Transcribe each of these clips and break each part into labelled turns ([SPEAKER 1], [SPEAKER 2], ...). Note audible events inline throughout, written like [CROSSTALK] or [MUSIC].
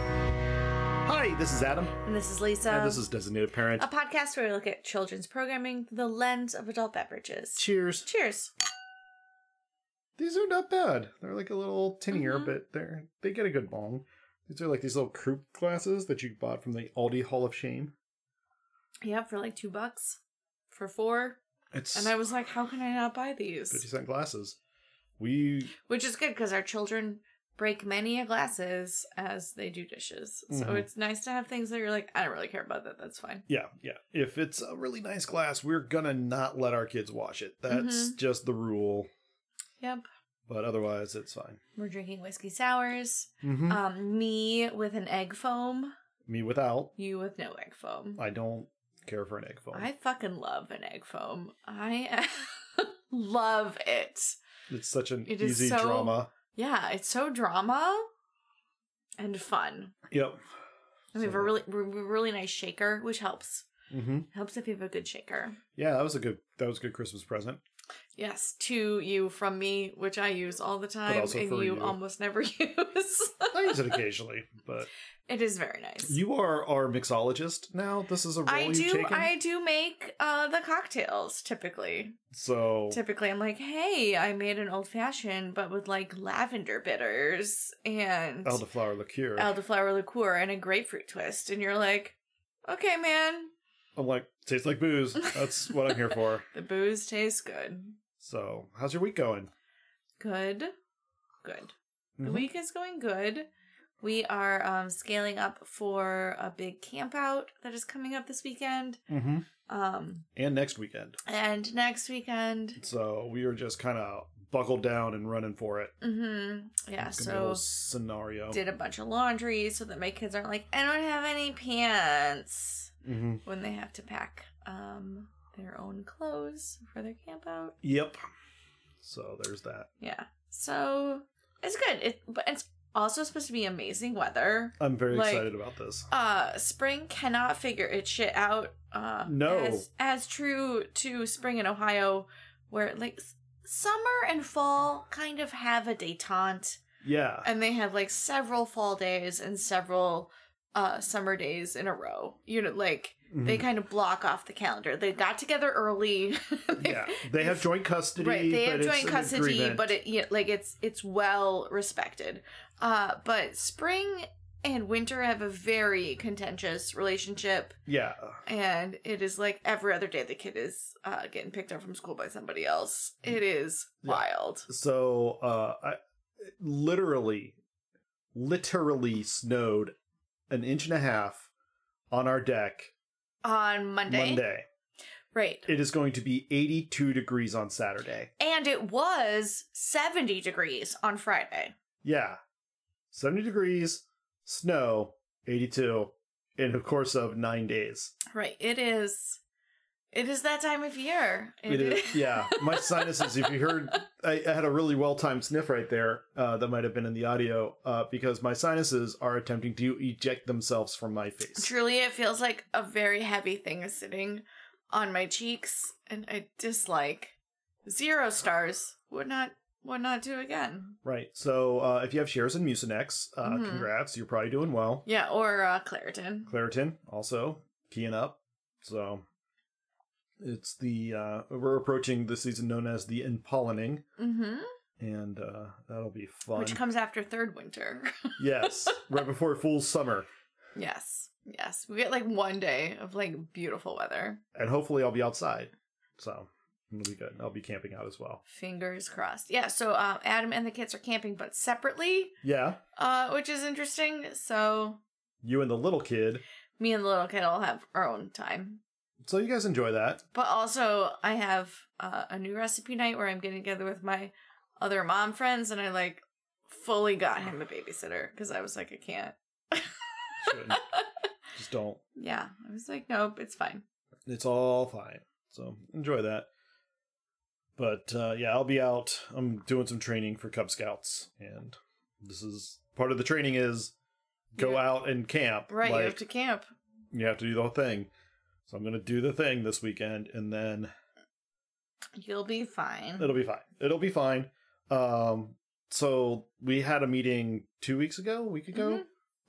[SPEAKER 1] Hi, this is Adam,
[SPEAKER 2] And this is Lisa.
[SPEAKER 1] and this is Designated Parent.
[SPEAKER 2] a podcast where we look at children's programming through the lens of adult beverages.
[SPEAKER 1] Cheers.
[SPEAKER 2] Cheers.
[SPEAKER 1] These are not bad. They're like a little tinier,
[SPEAKER 2] Mm-hmm.
[SPEAKER 1] but they're they get a good bong. These are like these little croup glasses that you bought from the Aldi Hall of Shame.
[SPEAKER 2] Yeah, for like two bucks for four.
[SPEAKER 1] It's
[SPEAKER 2] And I was like, how can I not buy
[SPEAKER 1] fifty
[SPEAKER 2] these?
[SPEAKER 1] cent glasses. We
[SPEAKER 2] Which is good because our children break many a glasses as they do dishes. So
[SPEAKER 1] Mhm.
[SPEAKER 2] it's nice to have things that you're like, I don't really care about that. That's fine.
[SPEAKER 1] yeah yeah. If it's a really nice glass, we're gonna not let our kids wash it.
[SPEAKER 2] Mm-hmm.
[SPEAKER 1] That's just the rule.
[SPEAKER 2] Yep.
[SPEAKER 1] But otherwise, it's fine.
[SPEAKER 2] We're drinking whiskey sours.
[SPEAKER 1] Mm-hmm.
[SPEAKER 2] Um, me with an egg foam.
[SPEAKER 1] Me without,
[SPEAKER 2] You with no egg foam.
[SPEAKER 1] I don't care for an egg foam.
[SPEAKER 2] I fucking love an egg foam. I [LAUGHS] love it.
[SPEAKER 1] it's such an
[SPEAKER 2] It is
[SPEAKER 1] easy
[SPEAKER 2] so-
[SPEAKER 1] drama.
[SPEAKER 2] Yeah, it's so drama and fun.
[SPEAKER 1] Yep.
[SPEAKER 2] And we have a
[SPEAKER 1] So-
[SPEAKER 2] really, re- re- really nice shaker, which helps.
[SPEAKER 1] Mm-hmm.
[SPEAKER 2] Helps if you have a good shaker.
[SPEAKER 1] Yeah, that was a good that was a good Christmas present.
[SPEAKER 2] Yes, to you from me, which I use all the time,
[SPEAKER 1] also
[SPEAKER 2] and
[SPEAKER 1] for
[SPEAKER 2] you,
[SPEAKER 1] you.
[SPEAKER 2] almost never [LAUGHS] use.
[SPEAKER 1] I use
[SPEAKER 2] [LAUGHS]
[SPEAKER 1] it occasionally, but
[SPEAKER 2] it is very nice.
[SPEAKER 1] You are our mixologist now. This is a role
[SPEAKER 2] I
[SPEAKER 1] you've
[SPEAKER 2] do.
[SPEAKER 1] taken.
[SPEAKER 2] I do make uh, the cocktails typically.
[SPEAKER 1] So
[SPEAKER 2] Typically, I'm like, hey, I made an old fashioned, but with like lavender bitters and
[SPEAKER 1] elderflower liqueur.
[SPEAKER 2] elderflower liqueur and a grapefruit twist, and you're like, okay, man,
[SPEAKER 1] I'm like, tastes
[SPEAKER 2] [LAUGHS]
[SPEAKER 1] like booze. That's what I'm here for.
[SPEAKER 2] The booze tastes good.
[SPEAKER 1] So how's your week going?
[SPEAKER 2] Good. Good. The
[SPEAKER 1] Mhm.
[SPEAKER 2] week is going good. We are um, scaling up for a big camp out that is coming up this weekend.
[SPEAKER 1] Mm-hmm.
[SPEAKER 2] Um,
[SPEAKER 1] And next weekend.
[SPEAKER 2] and next weekend.
[SPEAKER 1] So we are just kind of buckled down and running for it.
[SPEAKER 2] Mm-hmm. Yeah,
[SPEAKER 1] It's gonna be a whole
[SPEAKER 2] so
[SPEAKER 1] scenario.
[SPEAKER 2] did a bunch of laundry so that my kids aren't like, I don't have any pants
[SPEAKER 1] hmm
[SPEAKER 2] when they have to pack um, their own clothes for their camp out.
[SPEAKER 1] Yep. So there's that.
[SPEAKER 2] Yeah. So it's good. It, but it's also supposed to be amazing weather.
[SPEAKER 1] I'm very
[SPEAKER 2] Like-
[SPEAKER 1] excited about this.
[SPEAKER 2] uh spring cannot figure its shit out uh
[SPEAKER 1] No.
[SPEAKER 2] as, as true to spring in ohio where like s- summer and fall kind of have a detente
[SPEAKER 1] Yeah.
[SPEAKER 2] and they have like several fall days and several uh summer days in a row you know like they
[SPEAKER 1] Mhm.
[SPEAKER 2] kind of block off the calendar they got together early [LAUGHS] They-
[SPEAKER 1] yeah. They have joint custody.
[SPEAKER 2] right they have
[SPEAKER 1] but it's
[SPEAKER 2] joint
[SPEAKER 1] an
[SPEAKER 2] custody
[SPEAKER 1] agreement.
[SPEAKER 2] but it yeah, like it's it's well respected uh but spring and winter have a very contentious relationship
[SPEAKER 1] yeah.
[SPEAKER 2] and it is like every other day the kid is uh getting picked up from school by somebody else it is
[SPEAKER 1] Yeah.
[SPEAKER 2] wild
[SPEAKER 1] So, uh, I it literally, literally snowed an inch and a half on our deck
[SPEAKER 2] on monday
[SPEAKER 1] Monday.
[SPEAKER 2] right
[SPEAKER 1] It is going to be 82 degrees on Saturday.
[SPEAKER 2] and it was 70 degrees on friday
[SPEAKER 1] Yeah. 70 degrees, snow, 82 in the course of nine days.
[SPEAKER 2] right it is it is that time of year
[SPEAKER 1] It is, yeah. [LAUGHS] My sinuses, if you heard, I, I had a really well timed sniff right there uh, that might have been in the audio uh, because my sinuses are attempting to eject themselves from my face.
[SPEAKER 2] Truly, it feels like a very heavy thing is sitting on my cheeks, and I dislike zero stars. Would not, would not do again.
[SPEAKER 1] Right. So uh, if you have shares in Mucinex, uh,
[SPEAKER 2] Mhm.
[SPEAKER 1] congrats. You're probably doing well.
[SPEAKER 2] Yeah, or uh, Claritin.
[SPEAKER 1] Claritin also keying up. So it's the uh, we're approaching the season known as the impollening,
[SPEAKER 2] Mm-hmm.
[SPEAKER 1] and uh, that'll be fun.
[SPEAKER 2] Which comes after third winter. [LAUGHS]
[SPEAKER 1] yes, right before full summer,
[SPEAKER 2] yes, yes. We get like one day of like beautiful weather.
[SPEAKER 1] and hopefully I'll be outside. So it'll be good. I'll be camping out as well.
[SPEAKER 2] Fingers crossed. Yeah. So uh, Adam and the kids are camping, but separately,
[SPEAKER 1] Yeah,
[SPEAKER 2] uh, which is interesting. So
[SPEAKER 1] you and the little kid.
[SPEAKER 2] me and the little kid will have our own time.
[SPEAKER 1] So you guys enjoy that.
[SPEAKER 2] But also, I have uh, a new recipe night where I'm getting together with my other mom friends, and I like fully got him a babysitter because I was like, I can't.
[SPEAKER 1] Shouldn't. Just don't.
[SPEAKER 2] Yeah. I was like, nope, it's fine.
[SPEAKER 1] It's all fine. So enjoy that. But uh, yeah, I'll be out. I'm doing some training for Cub Scouts, and this is part of the training is go
[SPEAKER 2] Yeah.
[SPEAKER 1] out and camp.
[SPEAKER 2] Right. you
[SPEAKER 1] Like,
[SPEAKER 2] have to camp.
[SPEAKER 1] you have to do the whole thing. So I'm gonna do the thing this weekend, and then
[SPEAKER 2] You'll be fine.
[SPEAKER 1] it'll be fine. It'll be fine. Um, so we had a meeting two weeks ago, a week ago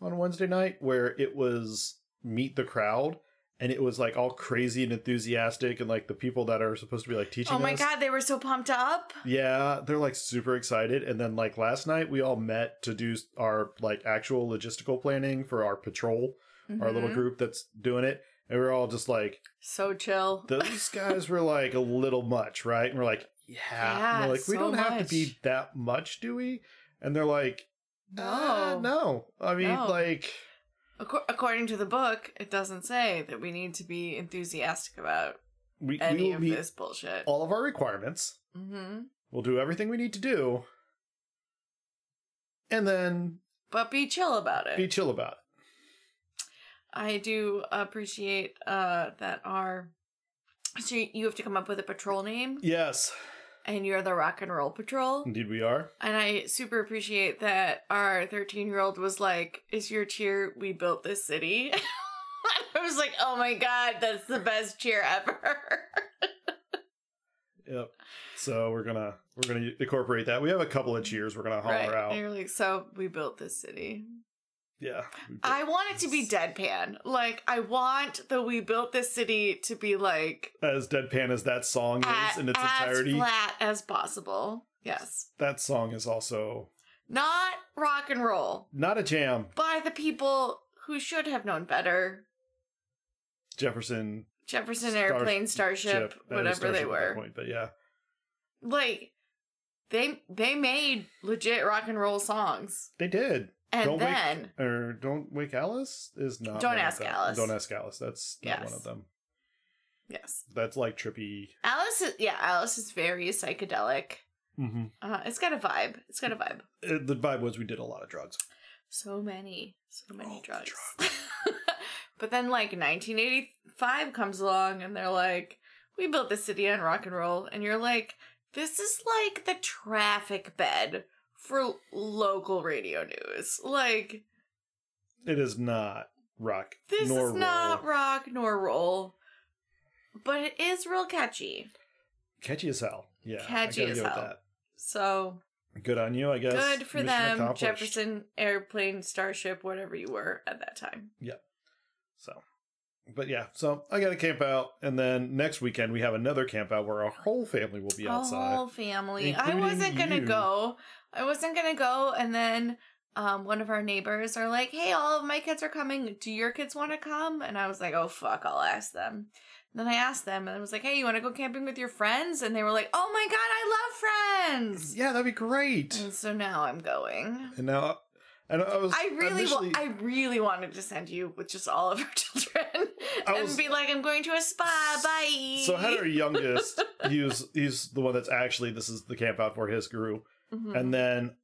[SPEAKER 2] Mm-hmm.
[SPEAKER 1] on Wednesday night where it was meet the crowd, and it was like all crazy and enthusiastic, and like the people that are supposed to be like teaching.
[SPEAKER 2] Oh my
[SPEAKER 1] us,
[SPEAKER 2] god, they were so pumped up.
[SPEAKER 1] Yeah, they're like super excited. And then like last night, we all met to do our like actual logistical planning for our patrol, our little
[SPEAKER 2] Mhm.
[SPEAKER 1] group that's doing it. And we are all just like,
[SPEAKER 2] So chill.
[SPEAKER 1] those guys were like a little much, right? And we're like, yeah. And
[SPEAKER 2] Yeah,
[SPEAKER 1] we're like, we
[SPEAKER 2] so
[SPEAKER 1] don't have to
[SPEAKER 2] much.
[SPEAKER 1] be that much, do we? And they're like,
[SPEAKER 2] no.
[SPEAKER 1] "Uh, no. I mean,
[SPEAKER 2] No.
[SPEAKER 1] like,
[SPEAKER 2] [LAUGHS] Acor- according to the book, it doesn't say that we need to be enthusiastic about
[SPEAKER 1] we, we
[SPEAKER 2] any
[SPEAKER 1] will
[SPEAKER 2] of
[SPEAKER 1] meet
[SPEAKER 2] this bullshit.
[SPEAKER 1] all of our requirements.
[SPEAKER 2] hmm
[SPEAKER 1] We'll do everything we need to do. And then
[SPEAKER 2] But be chill about it.
[SPEAKER 1] be chill about it.
[SPEAKER 2] I do appreciate uh, that our. So you have to come up with a patrol name,
[SPEAKER 1] Yes,
[SPEAKER 2] and you're the Rock and Roll Patrol.
[SPEAKER 1] indeed we are.
[SPEAKER 2] And I super appreciate that our 13 year old was like, Is your cheer, we built this city? [LAUGHS] I was like, Oh my God, that's the best cheer ever.
[SPEAKER 1] Yep. So we're gonna we're gonna incorporate that. We have a couple of cheers we're gonna holler
[SPEAKER 2] And
[SPEAKER 1] out.
[SPEAKER 2] you're like, So we built this city.
[SPEAKER 1] Yeah.
[SPEAKER 2] I want it to be deadpan. Like, I want the we built this city to be like
[SPEAKER 1] as deadpan as that song is
[SPEAKER 2] as,
[SPEAKER 1] in its
[SPEAKER 2] as
[SPEAKER 1] entirety.
[SPEAKER 2] flat as possible. Yes.
[SPEAKER 1] That song is also
[SPEAKER 2] Not rock and roll
[SPEAKER 1] not a jam.
[SPEAKER 2] by the people who should have known better
[SPEAKER 1] Jefferson
[SPEAKER 2] Jefferson
[SPEAKER 1] Star-
[SPEAKER 2] Airplane, Starship,
[SPEAKER 1] Jep- uh,
[SPEAKER 2] whatever
[SPEAKER 1] Starship
[SPEAKER 2] they
[SPEAKER 1] at that
[SPEAKER 2] were.
[SPEAKER 1] point, but yeah.
[SPEAKER 2] like they they made legit rock and roll songs
[SPEAKER 1] They did.
[SPEAKER 2] and
[SPEAKER 1] Don't wake-
[SPEAKER 2] then
[SPEAKER 1] Or Don't Wake Alice is not
[SPEAKER 2] Don't
[SPEAKER 1] one of
[SPEAKER 2] Ask
[SPEAKER 1] them.
[SPEAKER 2] Alice.
[SPEAKER 1] Don't ask Alice. That's not one
[SPEAKER 2] Yes.
[SPEAKER 1] of them.
[SPEAKER 2] yes
[SPEAKER 1] That's like trippy
[SPEAKER 2] alice is yeah alice is very psychedelic
[SPEAKER 1] mm-hmm.
[SPEAKER 2] uh it's got a vibe it's got a vibe
[SPEAKER 1] the vibe was we did a lot of drugs.
[SPEAKER 2] so many so many
[SPEAKER 1] All the
[SPEAKER 2] drugs, [LAUGHS] but then like 1985 comes along and they're like we built the city on rock and roll and you're like this is like the traffic bed for local radio news like
[SPEAKER 1] It is not rock.
[SPEAKER 2] This
[SPEAKER 1] nor
[SPEAKER 2] is not
[SPEAKER 1] roll.
[SPEAKER 2] rock nor roll, but it is real catchy.
[SPEAKER 1] catchy as hell. Yeah. I
[SPEAKER 2] Catchy
[SPEAKER 1] gotta
[SPEAKER 2] as
[SPEAKER 1] give it
[SPEAKER 2] hell.
[SPEAKER 1] that.
[SPEAKER 2] So
[SPEAKER 1] Good on you, I guess.
[SPEAKER 2] good for
[SPEAKER 1] Mission
[SPEAKER 2] them,
[SPEAKER 1] accomplished.
[SPEAKER 2] Jefferson airplane, starship, whatever you were at that time.
[SPEAKER 1] So, but yeah, so I got to camp out, and then next weekend we have another camp out where our whole family will be
[SPEAKER 2] The
[SPEAKER 1] outside.
[SPEAKER 2] whole family. I
[SPEAKER 1] Including
[SPEAKER 2] wasn't gonna
[SPEAKER 1] you.
[SPEAKER 2] go. I wasn't gonna go, and then um, one of our neighbors are like, "Hey, all of my kids are coming. Do your kids want to come?" And I was like, "Oh fuck, I'll ask them." And then I asked them, and I was like, "Hey, you want to go camping with your friends?" And they were like, "Oh my god, I love friends."
[SPEAKER 1] Yeah, that'd be great.
[SPEAKER 2] And so now I'm going.
[SPEAKER 1] And now, and I was.
[SPEAKER 2] I really, wa-
[SPEAKER 1] initially-
[SPEAKER 2] I really wanted to send you with just all of our [LAUGHS] children
[SPEAKER 1] I
[SPEAKER 2] and
[SPEAKER 1] was-
[SPEAKER 2] be like, "I'm going to a spa. Bye."
[SPEAKER 1] So had
[SPEAKER 2] [LAUGHS]
[SPEAKER 1] our youngest. he's he's the one that's actually this is the camp out for his guru,
[SPEAKER 2] Mhm.
[SPEAKER 1] and then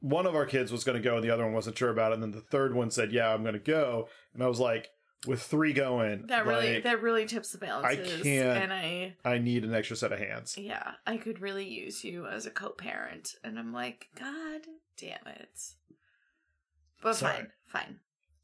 [SPEAKER 1] one of our kids was going to go, and the other one wasn't sure about it, and then the third one said, "Yeah, I'm going to go," and I was like, with three going,
[SPEAKER 2] that really,
[SPEAKER 1] like,
[SPEAKER 2] that really tips the balances.
[SPEAKER 1] can't-
[SPEAKER 2] And I,
[SPEAKER 1] I need an extra set of hands.
[SPEAKER 2] yeah, I could really use you as a co-parent, and I'm like, God damn it. But
[SPEAKER 1] Sorry.
[SPEAKER 2] fine, fine.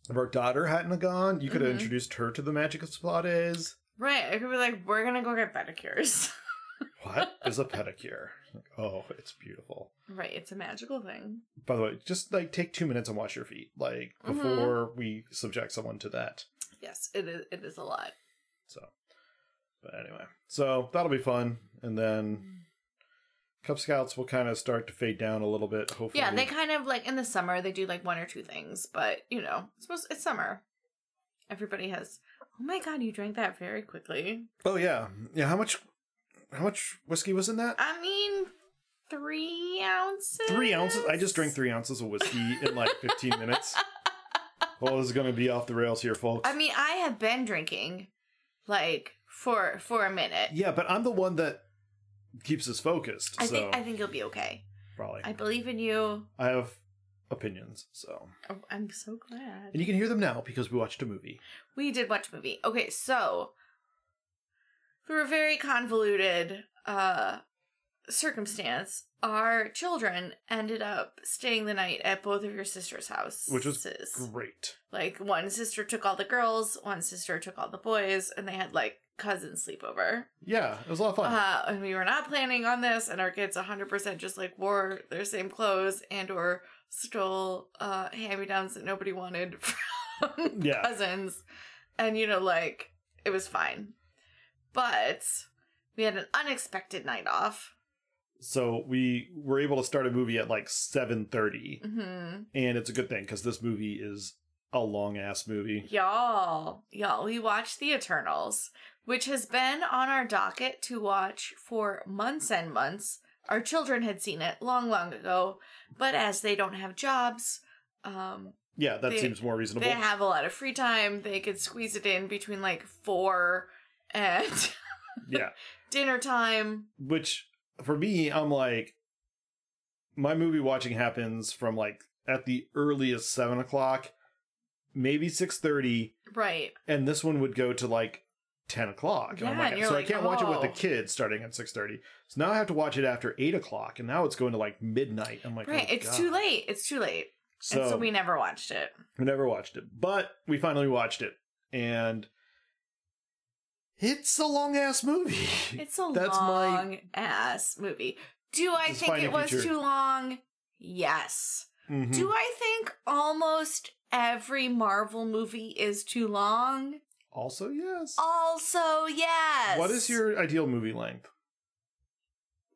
[SPEAKER 1] If our daughter hadn't have gone, you could have
[SPEAKER 2] Mhm.
[SPEAKER 1] introduced her to the magic of spa days.
[SPEAKER 2] Right? I could be like, "We're gonna go get pedicures." [LAUGHS]
[SPEAKER 1] what is a pedicure? Like, oh, it's beautiful.
[SPEAKER 2] right? It's a magical thing.
[SPEAKER 1] By the way, just like take two minutes and wash your feet, like
[SPEAKER 2] Mhm.
[SPEAKER 1] before we subject someone to that.
[SPEAKER 2] Yes, it is. It is a lot.
[SPEAKER 1] So, but anyway, so that'll be fun, and then Cub Scouts will kind of start to fade down a little bit. Hopefully,
[SPEAKER 2] Yeah, they kind of like in the summer they do like one or two things, but you know, it's supposed it's summer. Everybody has. Oh my god, you drank that very quickly.
[SPEAKER 1] Oh yeah, yeah. How much? How much whiskey was in that?
[SPEAKER 2] I mean, three ounces.
[SPEAKER 1] Three ounces. I just drank three ounces of whiskey
[SPEAKER 2] [LAUGHS]
[SPEAKER 1] in like fifteen minutes. Well, this is going to be off the rails here, folks.
[SPEAKER 2] I mean, I have been drinking, like for for a minute.
[SPEAKER 1] yeah, but I'm the one that keeps us focused.
[SPEAKER 2] I
[SPEAKER 1] so
[SPEAKER 2] think I think you'll be okay.
[SPEAKER 1] probably
[SPEAKER 2] I believe in you.
[SPEAKER 1] I have opinions. So,
[SPEAKER 2] Oh, I'm so glad.
[SPEAKER 1] and you can hear them now because we watched a movie.
[SPEAKER 2] We did watch a movie. Okay, so through a very convoluted uh circumstance, our children ended up staying the night at both of your sister's house.
[SPEAKER 1] Which was Great.
[SPEAKER 2] like one sister took all the girls, one sister took all the boys, and they had like cousin sleepover.
[SPEAKER 1] Yeah, it was a lot of fun.
[SPEAKER 2] Uh, and we were not planning on this, and our kids 100% just like wore their same clothes and or stole uh, hand-me-downs that nobody wanted [LAUGHS] from
[SPEAKER 1] Yeah.
[SPEAKER 2] cousins. And you know, like it was fine. But we had an unexpected night off.
[SPEAKER 1] so we were able to start a movie at like 7.30
[SPEAKER 2] hmm
[SPEAKER 1] and it's a good thing because this movie is a long ass movie
[SPEAKER 2] Y'all, y'all, we watched The Eternals, which has been on our docket to watch for months and months. Our children had seen it long, long ago, but as they don't have jobs, um,
[SPEAKER 1] yeah that
[SPEAKER 2] They-
[SPEAKER 1] seems more reasonable
[SPEAKER 2] they have a lot of free time. They could squeeze it in between like four and [LAUGHS]
[SPEAKER 1] yeah
[SPEAKER 2] dinner time.
[SPEAKER 1] which for me i'm like my movie watching happens from like at the earliest 7 o'clock maybe 6.30
[SPEAKER 2] Right.
[SPEAKER 1] and this one would go to like 10 o'clock and I'm
[SPEAKER 2] Yeah,
[SPEAKER 1] like-
[SPEAKER 2] and you're
[SPEAKER 1] so
[SPEAKER 2] like,
[SPEAKER 1] i can't watch it with the
[SPEAKER 2] oh.
[SPEAKER 1] kids starting at 6.30 so now i have to watch it after 8 o'clock and now it's going to like midnight i'm like
[SPEAKER 2] right.
[SPEAKER 1] oh,
[SPEAKER 2] it's
[SPEAKER 1] God.
[SPEAKER 2] too late. It's too late. and so we never watched it.
[SPEAKER 1] We never watched it, but we finally watched it, and it's a long ass movie. [LAUGHS]
[SPEAKER 2] It's a
[SPEAKER 1] That's my-
[SPEAKER 2] long ass movie. Do I
[SPEAKER 1] It's
[SPEAKER 2] think
[SPEAKER 1] fine
[SPEAKER 2] it
[SPEAKER 1] if
[SPEAKER 2] was
[SPEAKER 1] you're-
[SPEAKER 2] too long? Yes.
[SPEAKER 1] Mhm.
[SPEAKER 2] Do I think almost every Marvel movie is too long?
[SPEAKER 1] also, yes.
[SPEAKER 2] Also, Oh, yes.
[SPEAKER 1] What is your ideal movie length?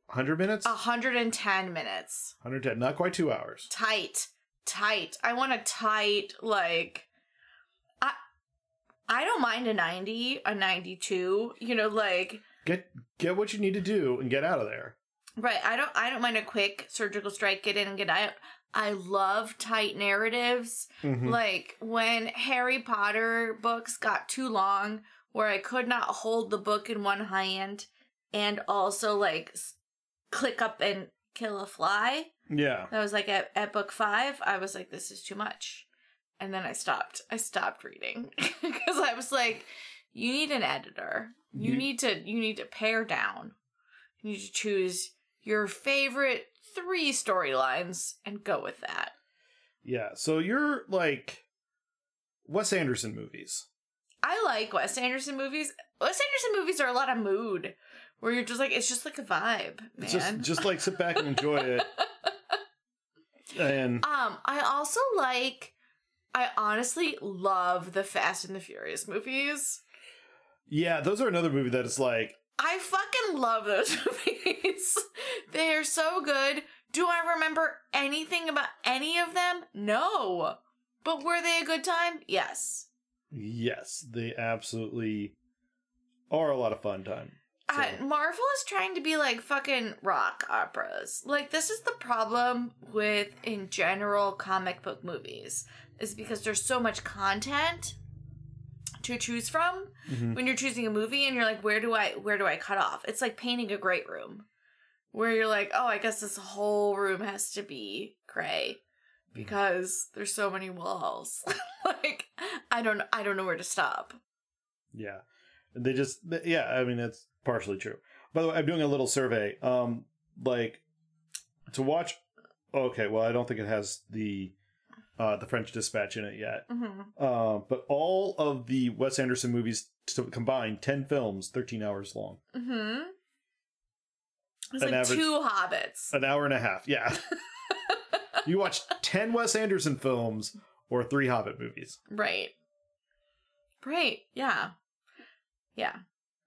[SPEAKER 1] 100 minutes?
[SPEAKER 2] Oh. 110 minutes?
[SPEAKER 1] 110, not quite two hours.
[SPEAKER 2] Tight. Tight. I want a tight like I I don't mind a 90, a 92, you know, like
[SPEAKER 1] Get get what you need to do and get out of there.
[SPEAKER 2] Right. I don't I don't mind a quick surgical strike, get in and get out. I love tight narratives.
[SPEAKER 1] Mhm.
[SPEAKER 2] Like when Harry Potter books got too long where I could not hold the book in one hand and also like s- click up and kill a fly.
[SPEAKER 1] yeah.
[SPEAKER 2] That was like at, at book 5, I was like this is too much. And then I stopped. I stopped reading [LAUGHS] cuz I was like you need an editor. You
[SPEAKER 1] You-
[SPEAKER 2] need to you need to pare down. You need to choose your favorite three storylines and go with that.
[SPEAKER 1] Yeah. So you're like Wes Anderson movies.
[SPEAKER 2] I like Wes Anderson movies. Wes Anderson movies are a lot of mood where you're just like it's just like a vibe, man.
[SPEAKER 1] It's Just just like sit back and enjoy it.
[SPEAKER 2] [LAUGHS]
[SPEAKER 1] And
[SPEAKER 2] um, I also like I honestly love the Fast and the Furious movies.
[SPEAKER 1] yeah, those are another movie that is like
[SPEAKER 2] I fucking love those [LAUGHS] movies. they are so good. Do I remember anything about any of them? No. But were they a good time? Yes.
[SPEAKER 1] Yes, they absolutely are a lot of fun time. So-
[SPEAKER 2] Uh, Marvel is trying to be like fucking rock operas. Like this is the problem with in general comic book movies is because there's so much content to choose from
[SPEAKER 1] Mhm.
[SPEAKER 2] when you're choosing a movie and you're like where do I where do I cut off? It's like painting a great room where you're like, "Oh, I guess this whole room has to be gray because there's so many walls." [LAUGHS] like I don't I don't know where to stop.
[SPEAKER 1] Yeah. They just yeah, I mean that's partially true. By the way, I'm doing a little survey. Um like to watch okay, well I don't think it has the uh the French dispatch in it yet.
[SPEAKER 2] hmm
[SPEAKER 1] Uh, but all of the Wes Anderson movies t- combined, 10 films, 13 hours long.
[SPEAKER 2] Mm-hmm. It's
[SPEAKER 1] An
[SPEAKER 2] like
[SPEAKER 1] average-
[SPEAKER 2] two hobbits.
[SPEAKER 1] An hour and a half. Yeah. [LAUGHS] you watch 10 Wes Anderson films or 3 Hobbit movies.
[SPEAKER 2] right. Right. Yeah. Yeah.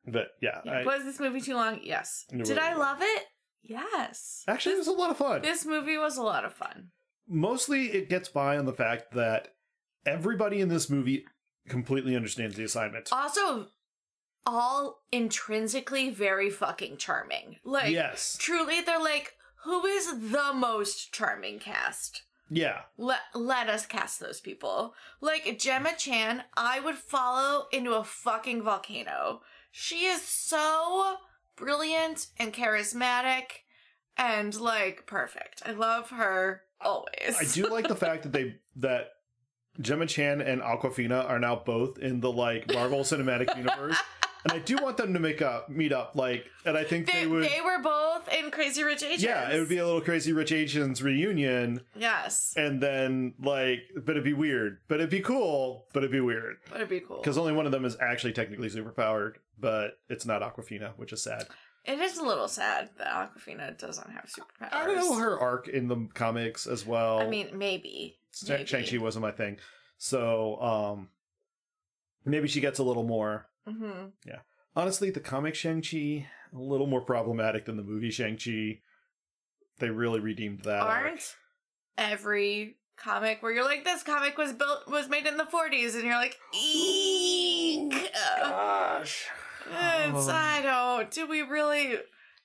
[SPEAKER 1] But yeah, I,
[SPEAKER 2] Was this movie too long? Yes.
[SPEAKER 1] It
[SPEAKER 2] Did I
[SPEAKER 1] was.
[SPEAKER 2] love it? Yes.
[SPEAKER 1] actually it was a lot of fun.
[SPEAKER 2] This movie was a lot of fun.
[SPEAKER 1] mostly it gets by on the fact that everybody in this movie completely understands the
[SPEAKER 2] Oh,
[SPEAKER 1] assignment.
[SPEAKER 2] Also, all intrinsically very fucking charming. Like,
[SPEAKER 1] yes.
[SPEAKER 2] truly, they're like, who is the most charming cast?
[SPEAKER 1] Yeah.
[SPEAKER 2] let let us cast those people. Like Gemma Chan, I would follow into a fucking volcano. She is so brilliant and charismatic and like perfect. I love her Always.
[SPEAKER 1] I
[SPEAKER 2] [LAUGHS]
[SPEAKER 1] do like the fact that they that Gemma Chan and Aquafina are now both in the like
[SPEAKER 2] [LAUGHS]
[SPEAKER 1] Marvel Cinematic Universe, and I do want them to make up meet up like, and I think
[SPEAKER 2] They,
[SPEAKER 1] they, would.
[SPEAKER 2] they were both in Crazy Rich Asians.
[SPEAKER 1] yeah, it would be a little crazy rich Asians reunion,
[SPEAKER 2] Yes.
[SPEAKER 1] and then like, but it'd be weird, but it'd be cool, but it'd be weird
[SPEAKER 2] But it'd be cool.
[SPEAKER 1] because only one of them is actually technically superpowered, but it's not Aquafina, which is sad.
[SPEAKER 2] It is a little sad that Aquafina doesn't have superpowers.
[SPEAKER 1] I don't know her arc in the comics as well.
[SPEAKER 2] I mean, maybe.
[SPEAKER 1] Shang-
[SPEAKER 2] Maybe.
[SPEAKER 1] Shang-Chi wasn't my thing. So um maybe she gets a little more.
[SPEAKER 2] hmm
[SPEAKER 1] Honestly, the comic Shang-Chi a little more problematic than the movie Shang-Chi. They really redeemed that. arc.
[SPEAKER 2] Aren't every comic where you're like, this comic was built was made in the 40s, and you're like, eek.
[SPEAKER 1] Gosh.
[SPEAKER 2] It's, I don't. Do we really?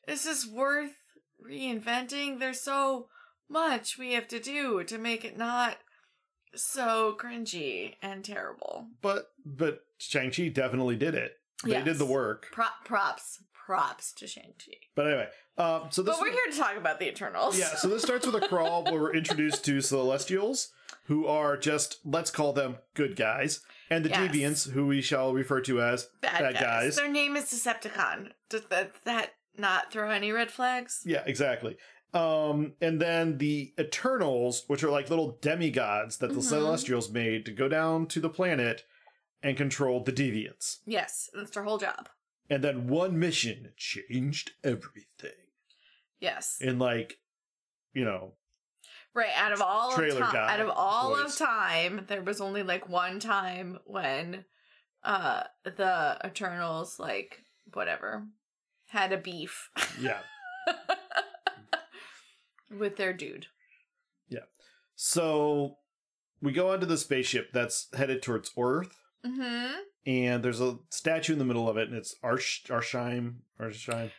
[SPEAKER 2] Is this worth reinventing? There's so much we have to do to make it not so cringy and terrible.
[SPEAKER 1] But but Shang-Chi definitely did it. They
[SPEAKER 2] Yes.
[SPEAKER 1] did the work.
[SPEAKER 2] Pro- props, props to Shang Chi.
[SPEAKER 1] But anyway, um so this
[SPEAKER 2] But we're here to talk about the Eternals.
[SPEAKER 1] Yeah, so this starts with a crawl where we're introduced to Celestials, who are just, let's call them good guys, and the
[SPEAKER 2] Yes.
[SPEAKER 1] Deviants, who we shall refer to as
[SPEAKER 2] bad,
[SPEAKER 1] bad
[SPEAKER 2] guys.
[SPEAKER 1] guys.
[SPEAKER 2] Their name is Decepticon. Does that, that not throw any red flags?
[SPEAKER 1] Yeah, exactly. Um, and then the Eternals, which are like little demigods that the
[SPEAKER 2] Mhm.
[SPEAKER 1] Celestials made to go down to the planet and control the Deviants.
[SPEAKER 2] Yes, that's their whole job.
[SPEAKER 1] And then one mission changed everything.
[SPEAKER 2] Yes,
[SPEAKER 1] And like, you know,
[SPEAKER 2] right. Out of all of
[SPEAKER 1] Trailer
[SPEAKER 2] time,
[SPEAKER 1] guy
[SPEAKER 2] out of all
[SPEAKER 1] voice.
[SPEAKER 2] of time, there was only like one time when uh the Eternals, like whatever, had a beef
[SPEAKER 1] yeah.
[SPEAKER 2] with their dude.
[SPEAKER 1] So we go onto the spaceship that's headed towards Earth.
[SPEAKER 2] Mm-hmm.
[SPEAKER 1] and there's a statue in the middle of it, and it's Arsh Arsheim. Arsheim.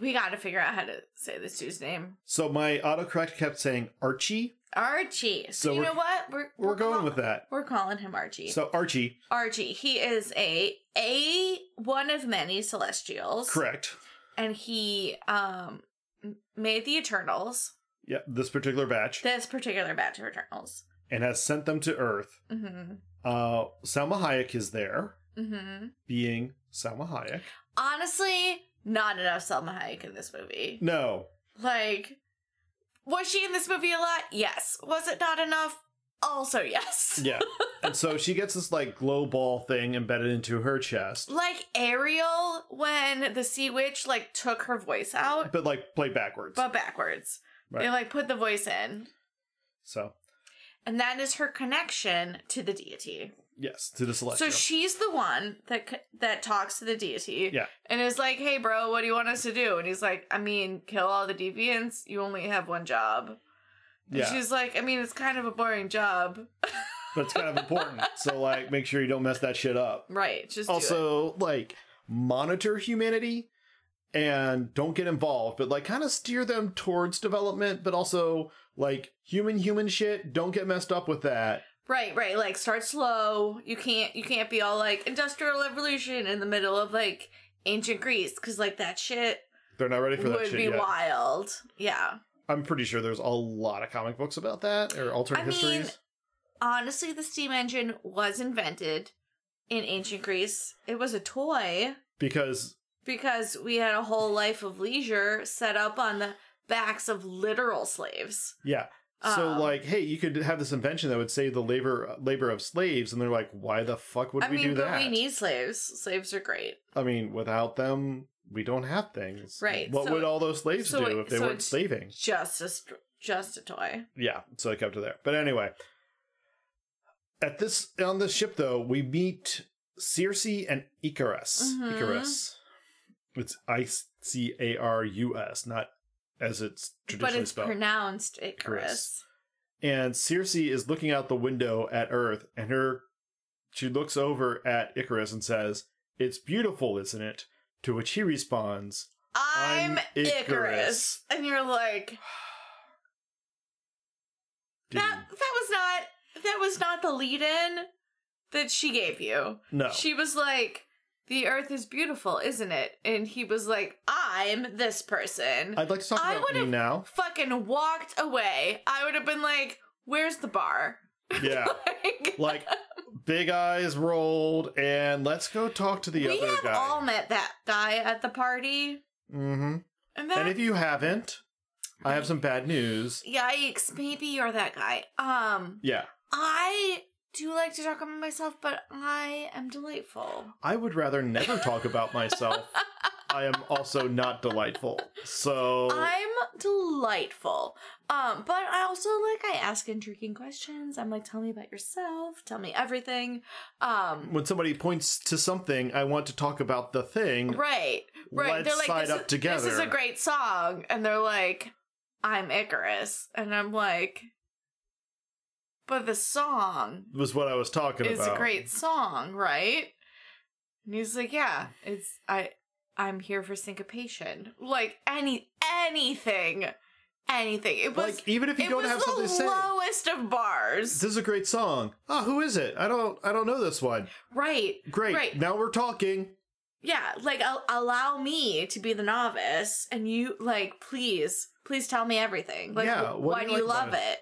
[SPEAKER 2] We got to figure out how to say this dude's name,
[SPEAKER 1] So my autocorrect kept saying Archie.
[SPEAKER 2] Archie. So,
[SPEAKER 1] So
[SPEAKER 2] you
[SPEAKER 1] we're-
[SPEAKER 2] know what? We're
[SPEAKER 1] We're going
[SPEAKER 2] call-
[SPEAKER 1] with that.
[SPEAKER 2] We're calling him Archie.
[SPEAKER 1] So Archie,
[SPEAKER 2] Archie. He is a a one of many celestials.
[SPEAKER 1] correct.
[SPEAKER 2] And he um m- made the Eternals,
[SPEAKER 1] Yeah, this particular batch,
[SPEAKER 2] this particular batch of Eternals.
[SPEAKER 1] and has sent them to Earth.
[SPEAKER 2] Mm-hmm.
[SPEAKER 1] Uh, Salma Hayek is there,
[SPEAKER 2] Mm-hmm.
[SPEAKER 1] being Salma Hayek.
[SPEAKER 2] Honestly, not enough Selma Hayek in this movie.
[SPEAKER 1] No,
[SPEAKER 2] Like, was she in this movie a lot? Yes. Was it not enough? Also, yes. [LAUGHS]
[SPEAKER 1] yeah, and so she gets this like glow ball thing embedded into her chest,
[SPEAKER 2] Like Ariel when the Sea Witch like took her voice out,
[SPEAKER 1] but like played backwards.
[SPEAKER 2] but backwards. They
[SPEAKER 1] Right.
[SPEAKER 2] like put the voice in.
[SPEAKER 1] So
[SPEAKER 2] and that is her connection to the deity.
[SPEAKER 1] yes, to the
[SPEAKER 2] so
[SPEAKER 1] celestial.
[SPEAKER 2] she's the one that c- that talks to the deity,
[SPEAKER 1] Yeah.
[SPEAKER 2] and is like, "Hey, bro, what do you want us to do?" And he's like, "I mean, kill all the deviants. You only have one job." And
[SPEAKER 1] yeah,
[SPEAKER 2] she's like, "I mean, it's kind of a boring job,
[SPEAKER 1] but it's kind of important. So like, make sure you don't mess that shit up.
[SPEAKER 2] right? Just do it."
[SPEAKER 1] also like monitor humanity and don't get involved but like kind of steer them towards development but also like human human shit don't get messed up with that
[SPEAKER 2] right, right. Like, start slow. You can't you can't be all like industrial revolution in the middle of like ancient Greece because like that shit
[SPEAKER 1] they're not ready for that
[SPEAKER 2] would
[SPEAKER 1] shit
[SPEAKER 2] be
[SPEAKER 1] yet
[SPEAKER 2] wild. Yeah.
[SPEAKER 1] i'm pretty sure there's a lot of comic books about that or alternate
[SPEAKER 2] I mean-
[SPEAKER 1] histories
[SPEAKER 2] honestly, the steam engine was invented in ancient Greece. It was a toy
[SPEAKER 1] because
[SPEAKER 2] because we had a whole life of leisure set up on the backs of literal slaves.
[SPEAKER 1] yeah so
[SPEAKER 2] Um,
[SPEAKER 1] like hey you could have this invention that would save the labor labor of slaves and they're like why the fuck would
[SPEAKER 2] I
[SPEAKER 1] we
[SPEAKER 2] mean,
[SPEAKER 1] do
[SPEAKER 2] but
[SPEAKER 1] that
[SPEAKER 2] we need slaves. Slaves are great.
[SPEAKER 1] i mean without them we don't have things
[SPEAKER 2] Right,
[SPEAKER 1] what
[SPEAKER 2] so-
[SPEAKER 1] would all those slaves
[SPEAKER 2] so it-
[SPEAKER 1] do if they
[SPEAKER 2] so
[SPEAKER 1] weren't
[SPEAKER 2] it's-
[SPEAKER 1] slaving
[SPEAKER 2] Just a st- just a toy.
[SPEAKER 1] yeah so it kept her there but anyway at this on this ship though we meet circe and icarus
[SPEAKER 2] Mhm.
[SPEAKER 1] icarus it's i-c-a-r-u-s not as it's
[SPEAKER 2] But
[SPEAKER 1] traditionally
[SPEAKER 2] it's
[SPEAKER 1] spelled
[SPEAKER 2] pronounced Icarus.
[SPEAKER 1] and circe is looking out the window at earth and her she looks over at icarus and says it's beautiful isn't it to which he responds
[SPEAKER 2] I'm,
[SPEAKER 1] I'm
[SPEAKER 2] Icarus.
[SPEAKER 1] Icarus.
[SPEAKER 2] And you're like,
[SPEAKER 1] "Dude,
[SPEAKER 2] that that was not that was not the lead in that she gave you.
[SPEAKER 1] no
[SPEAKER 2] She was like, the earth is beautiful, isn't it? And he was like, I'm this person.
[SPEAKER 1] I'd like to talk
[SPEAKER 2] I
[SPEAKER 1] about me
[SPEAKER 2] would've-
[SPEAKER 1] now.
[SPEAKER 2] [LAUGHS] Fucking walked away. I would have been like, where's the bar? [LAUGHS]
[SPEAKER 1] Yeah.
[SPEAKER 2] like,
[SPEAKER 1] like big eyes rolled and let's go talk to the
[SPEAKER 2] we
[SPEAKER 1] other
[SPEAKER 2] have
[SPEAKER 1] guy.
[SPEAKER 2] all met that guy at the party.
[SPEAKER 1] hmm
[SPEAKER 2] And that
[SPEAKER 1] And if you haven't, I have some bad news.
[SPEAKER 2] yikes, maybe you're that guy. Um
[SPEAKER 1] Yeah,
[SPEAKER 2] I do like to talk about myself, but I am delightful.
[SPEAKER 1] I would rather never talk
[SPEAKER 2] [LAUGHS]
[SPEAKER 1] about myself. I am also not delightful. So
[SPEAKER 2] I'm delightful. Um, but I also like I ask intriguing questions. I'm like, tell me about yourself, tell me everything. Um
[SPEAKER 1] when somebody points to something, I want to talk about the thing.
[SPEAKER 2] Right. Right.
[SPEAKER 1] Let's
[SPEAKER 2] they're like
[SPEAKER 1] side
[SPEAKER 2] this,
[SPEAKER 1] up
[SPEAKER 2] is-
[SPEAKER 1] together.
[SPEAKER 2] this is a great song. And they're like, I'm Icarus. And I'm like But the song
[SPEAKER 1] Was what I was talking
[SPEAKER 2] is
[SPEAKER 1] about.
[SPEAKER 2] a great song, right? And he's like, Yeah, it's I I'm here for syncopation. Like any anything. Anything. It was
[SPEAKER 1] Like even if you
[SPEAKER 2] it
[SPEAKER 1] don't
[SPEAKER 2] was
[SPEAKER 1] have
[SPEAKER 2] the
[SPEAKER 1] something to say,
[SPEAKER 2] lowest of bars.
[SPEAKER 1] this is a great song. Ah, who is it? I don't. I don't know this one.
[SPEAKER 2] right.
[SPEAKER 1] Great.
[SPEAKER 2] Right.
[SPEAKER 1] Now we're talking.
[SPEAKER 2] Yeah. Like, al- allow me to be the novice, and you like, please, please tell me everything. Like,
[SPEAKER 1] Yeah,
[SPEAKER 2] wh-
[SPEAKER 1] what
[SPEAKER 2] why
[SPEAKER 1] do
[SPEAKER 2] do
[SPEAKER 1] you
[SPEAKER 2] you
[SPEAKER 1] like
[SPEAKER 2] love
[SPEAKER 1] about
[SPEAKER 2] it?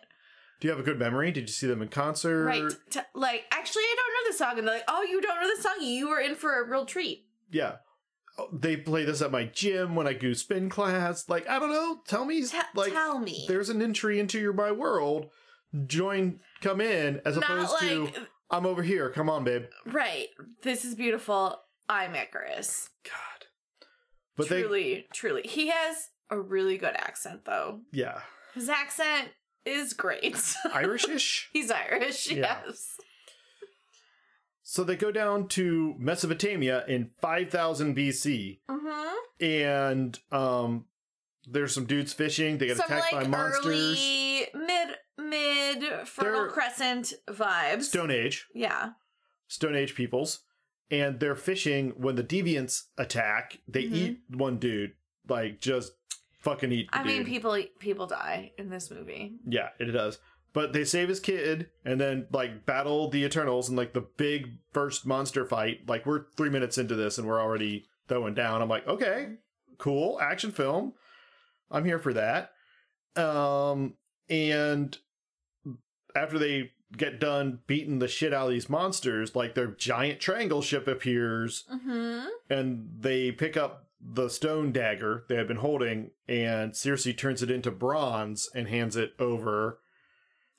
[SPEAKER 1] Do you have a good memory? Did you see them in concert?
[SPEAKER 2] Right. T- like, actually, I don't know the song, and they're like, oh, you don't know the song? You were in for a real treat.
[SPEAKER 1] Yeah. Oh, They play this at my gym when I do spin class. Like, I don't know. Tell me,
[SPEAKER 2] T-
[SPEAKER 1] like,
[SPEAKER 2] tell me.
[SPEAKER 1] there's an entry into your my world. Join, come in, as
[SPEAKER 2] Not
[SPEAKER 1] opposed to,
[SPEAKER 2] like,
[SPEAKER 1] I'm over here. Come on, babe.
[SPEAKER 2] right. This is beautiful. I'm Icarus.
[SPEAKER 1] God. But
[SPEAKER 2] truly, truly, he has a really good accent, though.
[SPEAKER 1] they, yeah,
[SPEAKER 2] His accent is great. [LAUGHS]
[SPEAKER 1] Irishish.
[SPEAKER 2] He's Irish,
[SPEAKER 1] Yeah.
[SPEAKER 2] yes.
[SPEAKER 1] so they go down to Mesopotamia in 5000 BC,
[SPEAKER 2] Mm-hmm.
[SPEAKER 1] and um, there's some dudes fishing. They get
[SPEAKER 2] Some
[SPEAKER 1] attacked by
[SPEAKER 2] like
[SPEAKER 1] monsters.
[SPEAKER 2] early mid mid Fertile
[SPEAKER 1] They're-
[SPEAKER 2] Crescent vibes.
[SPEAKER 1] Stone Age.
[SPEAKER 2] yeah.
[SPEAKER 1] Stone Age peoples, and they're fishing when the deviants attack. They
[SPEAKER 2] Mhm.
[SPEAKER 1] eat one dude, like just fucking eat. The
[SPEAKER 2] I mean,
[SPEAKER 1] dude.
[SPEAKER 2] people people die in this movie.
[SPEAKER 1] yeah, it does. But they save his kid and then like battle the Eternals and like the big first monster fight. Like we're three minutes into this and we're already throwing down. I'm like, okay, cool action film. I'm here for that. Um, and after they get done beating the shit out of these monsters, like their giant triangle ship appears
[SPEAKER 2] Mm-hmm.
[SPEAKER 1] and they pick up the stone dagger they had been holding, and Cersei turns it into bronze and hands it over.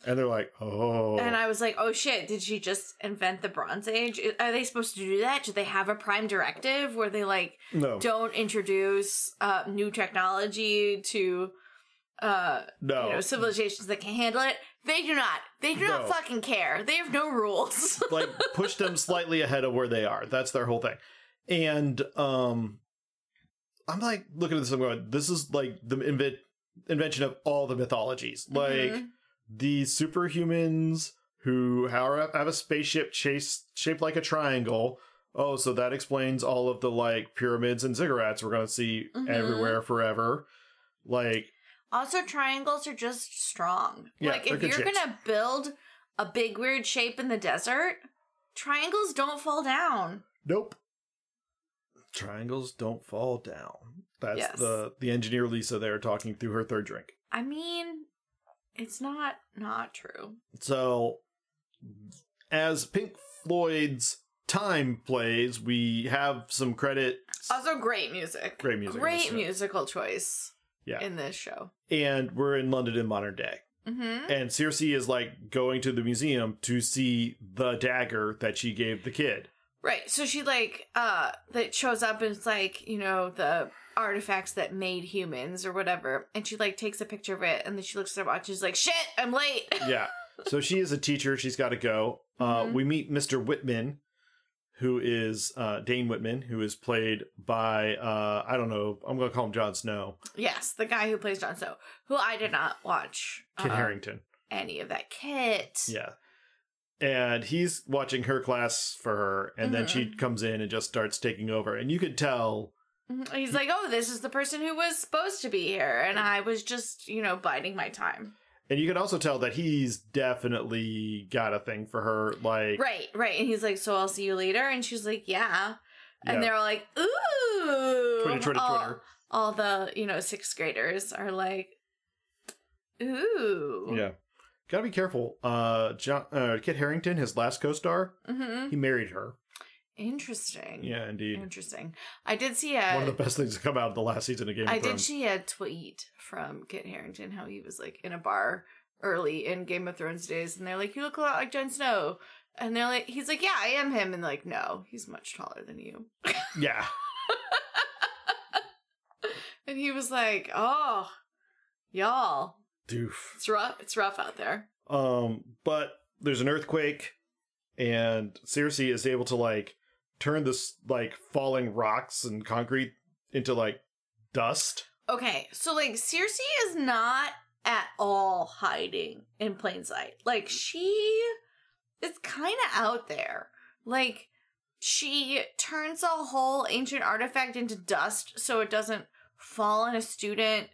[SPEAKER 1] And they're like, oh.
[SPEAKER 2] And I was like, oh shit, did she just invent the Bronze Age? Are they supposed to do that? Do they have a prime directive where they like
[SPEAKER 1] no,
[SPEAKER 2] don't introduce uh, new technology to uh,
[SPEAKER 1] no.
[SPEAKER 2] you
[SPEAKER 1] [LAUGHS]
[SPEAKER 2] know civilizations that can handle it? They do not. They do
[SPEAKER 1] Oh. No.
[SPEAKER 2] not fucking care. They have no rules. [LAUGHS]
[SPEAKER 1] like, push them slightly ahead of where they are. That's their whole thing. And um, I'm like, looking at this, I'm going, this is like the inve- invention of all the mythologies. Like,
[SPEAKER 2] Mhm.
[SPEAKER 1] the superhumans who are, have a spaceship chase, shaped like a triangle. Oh, so that explains all of the like pyramids and ziggurats we're going to see
[SPEAKER 2] Mhm.
[SPEAKER 1] everywhere forever. Like,
[SPEAKER 2] Also, triangles are just strong.
[SPEAKER 1] Yeah,
[SPEAKER 2] like,
[SPEAKER 1] they're
[SPEAKER 2] if
[SPEAKER 1] good
[SPEAKER 2] you're
[SPEAKER 1] shapes.
[SPEAKER 2] gonna build a big weird shape in the desert, triangles don't fall down.
[SPEAKER 1] nope. Triangles don't fall down. That's
[SPEAKER 2] Yes.
[SPEAKER 1] the the engineer Lisa there talking through her third drink.
[SPEAKER 2] I mean, it's not not true.
[SPEAKER 1] So, as Pink Floyd's time plays, we have some credit.
[SPEAKER 2] Also, great music.
[SPEAKER 1] Great music in this
[SPEAKER 2] Great
[SPEAKER 1] show.
[SPEAKER 2] musical choice.
[SPEAKER 1] Yeah.
[SPEAKER 2] In this show.
[SPEAKER 1] and we're in London in modern day.
[SPEAKER 2] Mm-hmm.
[SPEAKER 1] and Cersei is like going to the museum to see the dagger that she gave the kid.
[SPEAKER 2] Right. So she like uh that shows up and it's like, you know, the artifacts that made humans or whatever. And she like takes a picture of it and then she looks at her watch and she's like, shit, I'm late. [LAUGHS]
[SPEAKER 1] Yeah. so she is a teacher. She's got to go. Uh,
[SPEAKER 2] Mhm.
[SPEAKER 1] we meet Mr. Whitman, who is uh, Dane Whitman, who is played by, uh, I don't know, I'm going to call him Jon Snow,
[SPEAKER 2] Yes, the guy who plays Jon Snow, who I did not watch
[SPEAKER 1] Kid
[SPEAKER 2] uh,
[SPEAKER 1] Harrington.
[SPEAKER 2] any of that kit.
[SPEAKER 1] Yeah. And he's watching her class for her. And then she comes in and just starts taking over. And you could tell
[SPEAKER 2] Mhm. He's like, oh, this is the person who was supposed to be here, and I was just, you know, biding my time.
[SPEAKER 1] and you can also tell that he's definitely got a thing for her. Like,
[SPEAKER 2] Right, right. And he's like, so I'll see you later, and she's like, yeah.
[SPEAKER 1] Yeah.
[SPEAKER 2] and they're all like, "Ooh!"
[SPEAKER 1] Twitter, Twitter,
[SPEAKER 2] all,
[SPEAKER 1] Twitter.
[SPEAKER 2] all the you know sixth graders are like, "Ooh."
[SPEAKER 1] Yeah. Gotta be careful. Uh, John, uh, Kit Harrington, his last co star,
[SPEAKER 2] hmm
[SPEAKER 1] he married her.
[SPEAKER 2] Interesting.
[SPEAKER 1] Yeah, indeed.
[SPEAKER 2] Interesting. I did see
[SPEAKER 1] One of
[SPEAKER 2] a.
[SPEAKER 1] the best things to come out of the last season of Game of
[SPEAKER 2] I did
[SPEAKER 1] Thrones.
[SPEAKER 2] see a tweet from Kit Harrington how he was like in a bar early in Game of Thrones days, and they're like, "You look a lot like Jon Snow," and they're like, "He's like, yeah, I am him," and they're like, "No, he's much taller than you."
[SPEAKER 1] yeah.
[SPEAKER 2] And he was like, "Oh, y'all,
[SPEAKER 1] Doof.
[SPEAKER 2] it's rough. It's rough out there."
[SPEAKER 1] Um, but there's an earthquake, and Cersei is able to like turn this like falling rocks and concrete into like dust.
[SPEAKER 2] Okay, so like Cersei is not at all hiding in plain sight. Like she is kind of out there. Like she turns a whole ancient artifact into dust so it doesn't fall on a student.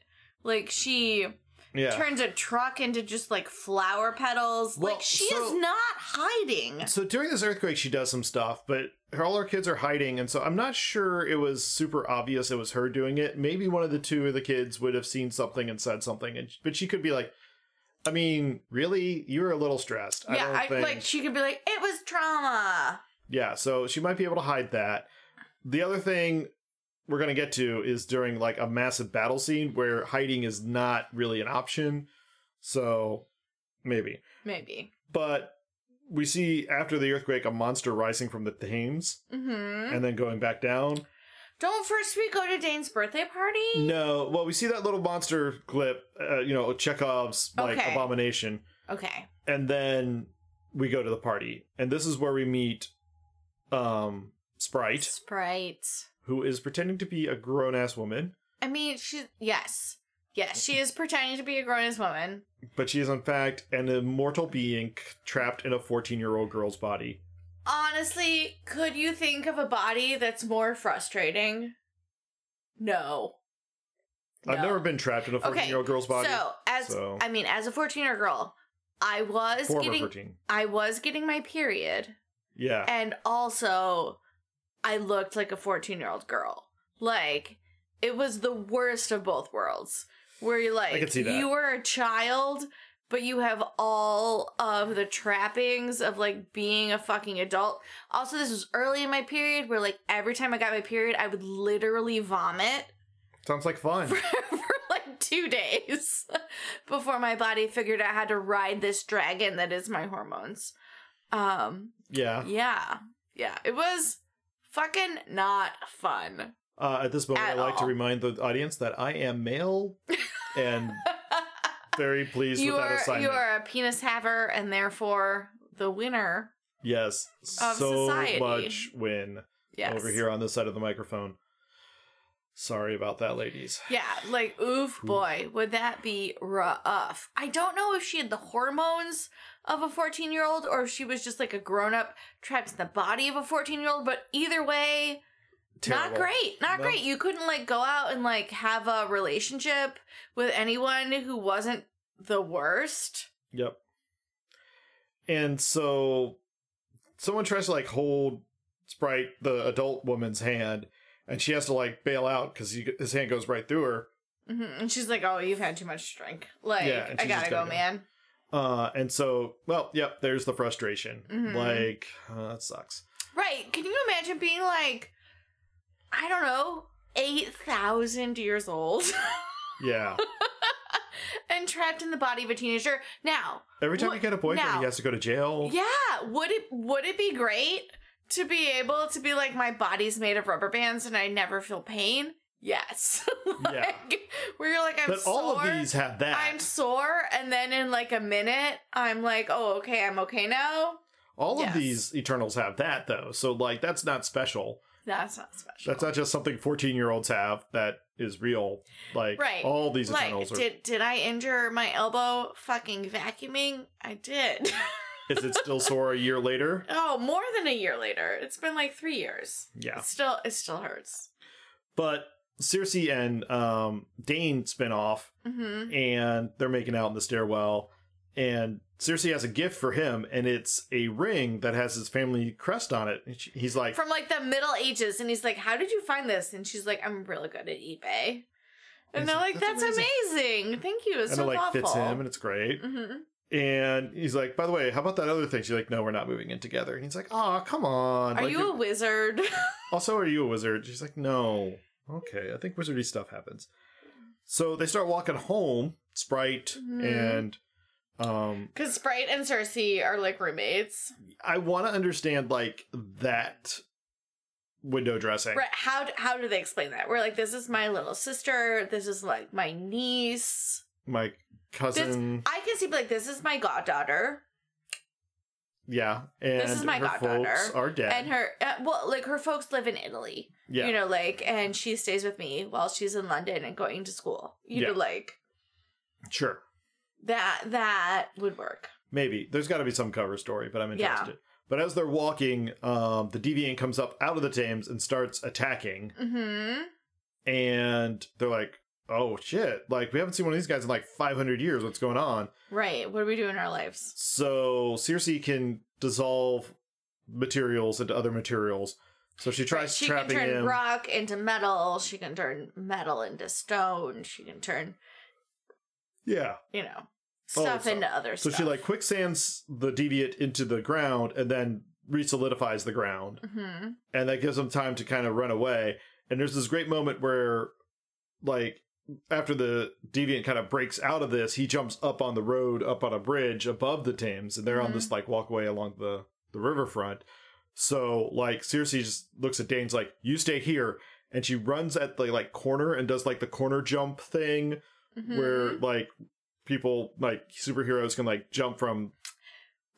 [SPEAKER 2] Like she
[SPEAKER 1] Yeah.
[SPEAKER 2] turns a truck into just like flower petals.
[SPEAKER 1] Well,
[SPEAKER 2] like she
[SPEAKER 1] so-
[SPEAKER 2] is not hiding.
[SPEAKER 1] [LAUGHS] so during this earthquake, she does some stuff, but her, all her kids are hiding, and so I'm not sure it was super obvious it was her doing it. Maybe one of the two of the kids would have seen something and said something, and but she could be like, "I mean, really, you were a little stressed." I
[SPEAKER 2] yeah,
[SPEAKER 1] don't
[SPEAKER 2] I,
[SPEAKER 1] think.
[SPEAKER 2] like she could be like, "It was trauma."
[SPEAKER 1] Yeah, so she might be able to hide that. The other thing we're going to get to is during like a massive battle scene where hiding is not really an option. So maybe.
[SPEAKER 2] Maybe.
[SPEAKER 1] But we see after the earthquake a monster rising from the Thames
[SPEAKER 2] Mm-hmm.
[SPEAKER 1] and then going back down.
[SPEAKER 2] Don't first we go to Dane's birthday party?
[SPEAKER 1] No, well, we see that little monster clip, uh, you know, Chekhov's like
[SPEAKER 2] Okay.
[SPEAKER 1] abomination.
[SPEAKER 2] Okay.
[SPEAKER 1] and then we go to the party. And this is where we meet um Sprite.
[SPEAKER 2] Sprite.
[SPEAKER 1] who is pretending to be a grown ass woman,
[SPEAKER 2] I mean, she yes. Yes, she is pretending to be a grown ass woman.
[SPEAKER 1] but she is in fact an immortal being c- trapped in a 14 year old girl's body.
[SPEAKER 2] Honestly, could you think of a body that's more frustrating? No.
[SPEAKER 1] I've
[SPEAKER 2] No.
[SPEAKER 1] never been trapped in a 14
[SPEAKER 2] Okay,
[SPEAKER 1] year old girl's body.
[SPEAKER 2] So, as
[SPEAKER 1] so-
[SPEAKER 2] I mean, as a 14-year girl, I was
[SPEAKER 1] Former
[SPEAKER 2] getting
[SPEAKER 1] 14.
[SPEAKER 2] I was getting my period
[SPEAKER 1] Yeah.
[SPEAKER 2] and also I looked like a 14-year-old girl. Like it was the worst of both worlds. Where you're like
[SPEAKER 1] could see that.
[SPEAKER 2] you were a child but you have all of the trappings of like being a fucking adult. Also, this was early in my period where like every time I got my period, I would literally vomit [LAUGHS]
[SPEAKER 1] Sounds like fun.
[SPEAKER 2] for, for like two days [LAUGHS] before my body figured out how to ride this dragon that is my hormones. Um,
[SPEAKER 1] yeah.
[SPEAKER 2] yeah, yeah, it was fucking not fun.
[SPEAKER 1] Uh, at this moment,
[SPEAKER 2] At
[SPEAKER 1] I'd like to
[SPEAKER 2] all.
[SPEAKER 1] remind the audience that I am male
[SPEAKER 2] [LAUGHS]
[SPEAKER 1] and very pleased
[SPEAKER 2] you
[SPEAKER 1] with that
[SPEAKER 2] are you
[SPEAKER 1] assignment.
[SPEAKER 2] are a penis haver and therefore the winner.
[SPEAKER 1] yes.
[SPEAKER 2] of
[SPEAKER 1] so
[SPEAKER 2] society.
[SPEAKER 1] much win
[SPEAKER 2] Yes,
[SPEAKER 1] over here on this side of the microphone. Sorry about that, ladies.
[SPEAKER 2] Yeah, like oof, boy, would that be rough? I don't know if she had the hormones of a fourteen-year-old or if she was just like a grown-up trapped in the body of a fourteen-year-old. But either way,
[SPEAKER 1] Terrible.
[SPEAKER 2] Not great. Not
[SPEAKER 1] No.
[SPEAKER 2] great. You couldn't like go out and like have a relationship with anyone who wasn't the worst.
[SPEAKER 1] Yep. And so someone tries to like hold Sprite, the adult woman's hand, and she has to like bail out because his hand goes right through her.
[SPEAKER 2] hmm And she's like, "Oh, you've had too much to drink. Like,
[SPEAKER 1] Yeah, and
[SPEAKER 2] I
[SPEAKER 1] she's
[SPEAKER 2] gotta
[SPEAKER 1] just
[SPEAKER 2] go,
[SPEAKER 1] gotta go.
[SPEAKER 2] man."
[SPEAKER 1] Uh, and so, well, yep, there's the frustration.
[SPEAKER 2] Mhm.
[SPEAKER 1] Like, uh, that sucks.
[SPEAKER 2] Right? Can you imagine being like, I don't know, eight thousand years old [LAUGHS]
[SPEAKER 1] Yeah.
[SPEAKER 2] and trapped in the body of a teenager? Now,
[SPEAKER 1] Every time
[SPEAKER 2] What-
[SPEAKER 1] you get a boyfriend,
[SPEAKER 2] now-
[SPEAKER 1] he has to go to jail.
[SPEAKER 2] [LAUGHS] yeah, would it would it be great to be able to be like, my body's made of rubber bands and I never feel pain? Yes. [LAUGHS]
[SPEAKER 1] Yeah.
[SPEAKER 2] Like, where you're like, I'm
[SPEAKER 1] But
[SPEAKER 2] sore.
[SPEAKER 1] all of these have that.
[SPEAKER 2] I'm sore, and then in like a minute, I'm like, oh, okay, I'm okay now.
[SPEAKER 1] all
[SPEAKER 2] yes.
[SPEAKER 1] of these Eternals have that, though. So, like, that's not special.
[SPEAKER 2] That's not special.
[SPEAKER 1] That's not just something 14 year olds have that is real. Like,
[SPEAKER 2] Right.
[SPEAKER 1] all these
[SPEAKER 2] like,
[SPEAKER 1] Eternals are.
[SPEAKER 2] did did I injure my elbow fucking vacuuming? I did.
[SPEAKER 1] [LAUGHS]
[SPEAKER 2] [LAUGHS]
[SPEAKER 1] is it still sore a year later?
[SPEAKER 2] oh, more than a year later. It's been like three years.
[SPEAKER 1] Yeah.
[SPEAKER 2] It still, it still hurts.
[SPEAKER 1] But Cersei and um, Dane spin off
[SPEAKER 2] Mm-hmm.
[SPEAKER 1] and they're making out in the stairwell. and Cersei has a gift for him, and it's a ring that has his family crest on it. And she, he's like,
[SPEAKER 2] From like the Middle Ages, and he's like, "How did you find this?" And she's like, "I'm really good at eBay." And
[SPEAKER 1] He's
[SPEAKER 2] they're
[SPEAKER 1] like,
[SPEAKER 2] like,
[SPEAKER 1] "That's
[SPEAKER 2] "That's, amazing. Thank you. It's
[SPEAKER 1] and
[SPEAKER 2] so
[SPEAKER 1] it like
[SPEAKER 2] thoughtful."
[SPEAKER 1] fits him, and it's great.
[SPEAKER 2] mm-hmm.
[SPEAKER 1] And he's like, by the way, how about that other thing? She's like, no, we're not moving in together. And he's like, oh, come on.
[SPEAKER 2] Are
[SPEAKER 1] Like,
[SPEAKER 2] you a
[SPEAKER 1] [LAUGHS]
[SPEAKER 2] wizard?
[SPEAKER 1] also, are you a wizard? She's like, no. Okay, I think wizardy stuff happens. So they start walking home, Sprite
[SPEAKER 2] Mhm.
[SPEAKER 1] and um
[SPEAKER 2] Because Sprite and Cersei are like roommates.
[SPEAKER 1] I want to understand like that window dressing.
[SPEAKER 2] Right? How d- how do they explain that? We're like, this is my little sister. This is like my niece.
[SPEAKER 1] My cousin,
[SPEAKER 2] I can see like this is my goddaughter
[SPEAKER 1] yeah, and
[SPEAKER 2] is my
[SPEAKER 1] her
[SPEAKER 2] goddaughter.
[SPEAKER 1] folks are dead.
[SPEAKER 2] and her uh, well, like her folks live in Italy.
[SPEAKER 1] yeah,
[SPEAKER 2] You know, like, and she stays with me while she's in London and going to school. You
[SPEAKER 1] Yeah.
[SPEAKER 2] know, like
[SPEAKER 1] sure,
[SPEAKER 2] that that would work.
[SPEAKER 1] maybe there's got to be some cover story, but I'm
[SPEAKER 2] Yeah.
[SPEAKER 1] interested. But as they're walking, um, the deviant comes up out of the Thames and starts attacking,
[SPEAKER 2] Mm-hmm.
[SPEAKER 1] and they're like, "Oh shit! Like we haven't seen one of these guys in like 500 years. What's going on?"
[SPEAKER 2] Right. What do we do in our lives?
[SPEAKER 1] So Cersei can dissolve materials into other materials. So she tries
[SPEAKER 2] Right, she can
[SPEAKER 1] trapping
[SPEAKER 2] turn
[SPEAKER 1] him.
[SPEAKER 2] rock into metal. She can turn metal into stone. She can turn
[SPEAKER 1] Yeah.
[SPEAKER 2] you know
[SPEAKER 1] Oh,
[SPEAKER 2] stuff
[SPEAKER 1] so-
[SPEAKER 2] into other
[SPEAKER 1] So
[SPEAKER 2] stuff.
[SPEAKER 1] she like quicksands the deviant into the ground and then resolidifies the ground.
[SPEAKER 2] hmm
[SPEAKER 1] And that gives them time to kind of run away. And there's this great moment where like after the deviant kind of breaks out of this, he jumps up on the road, up on a bridge above the Thames, and they're on
[SPEAKER 2] Mhm.
[SPEAKER 1] this like walkway along the, the riverfront. So like Cersei just looks at Dane's like, You stay here and she runs at the like corner and does like the corner jump thing
[SPEAKER 2] Mm-hmm.
[SPEAKER 1] where like people like superheroes can like jump from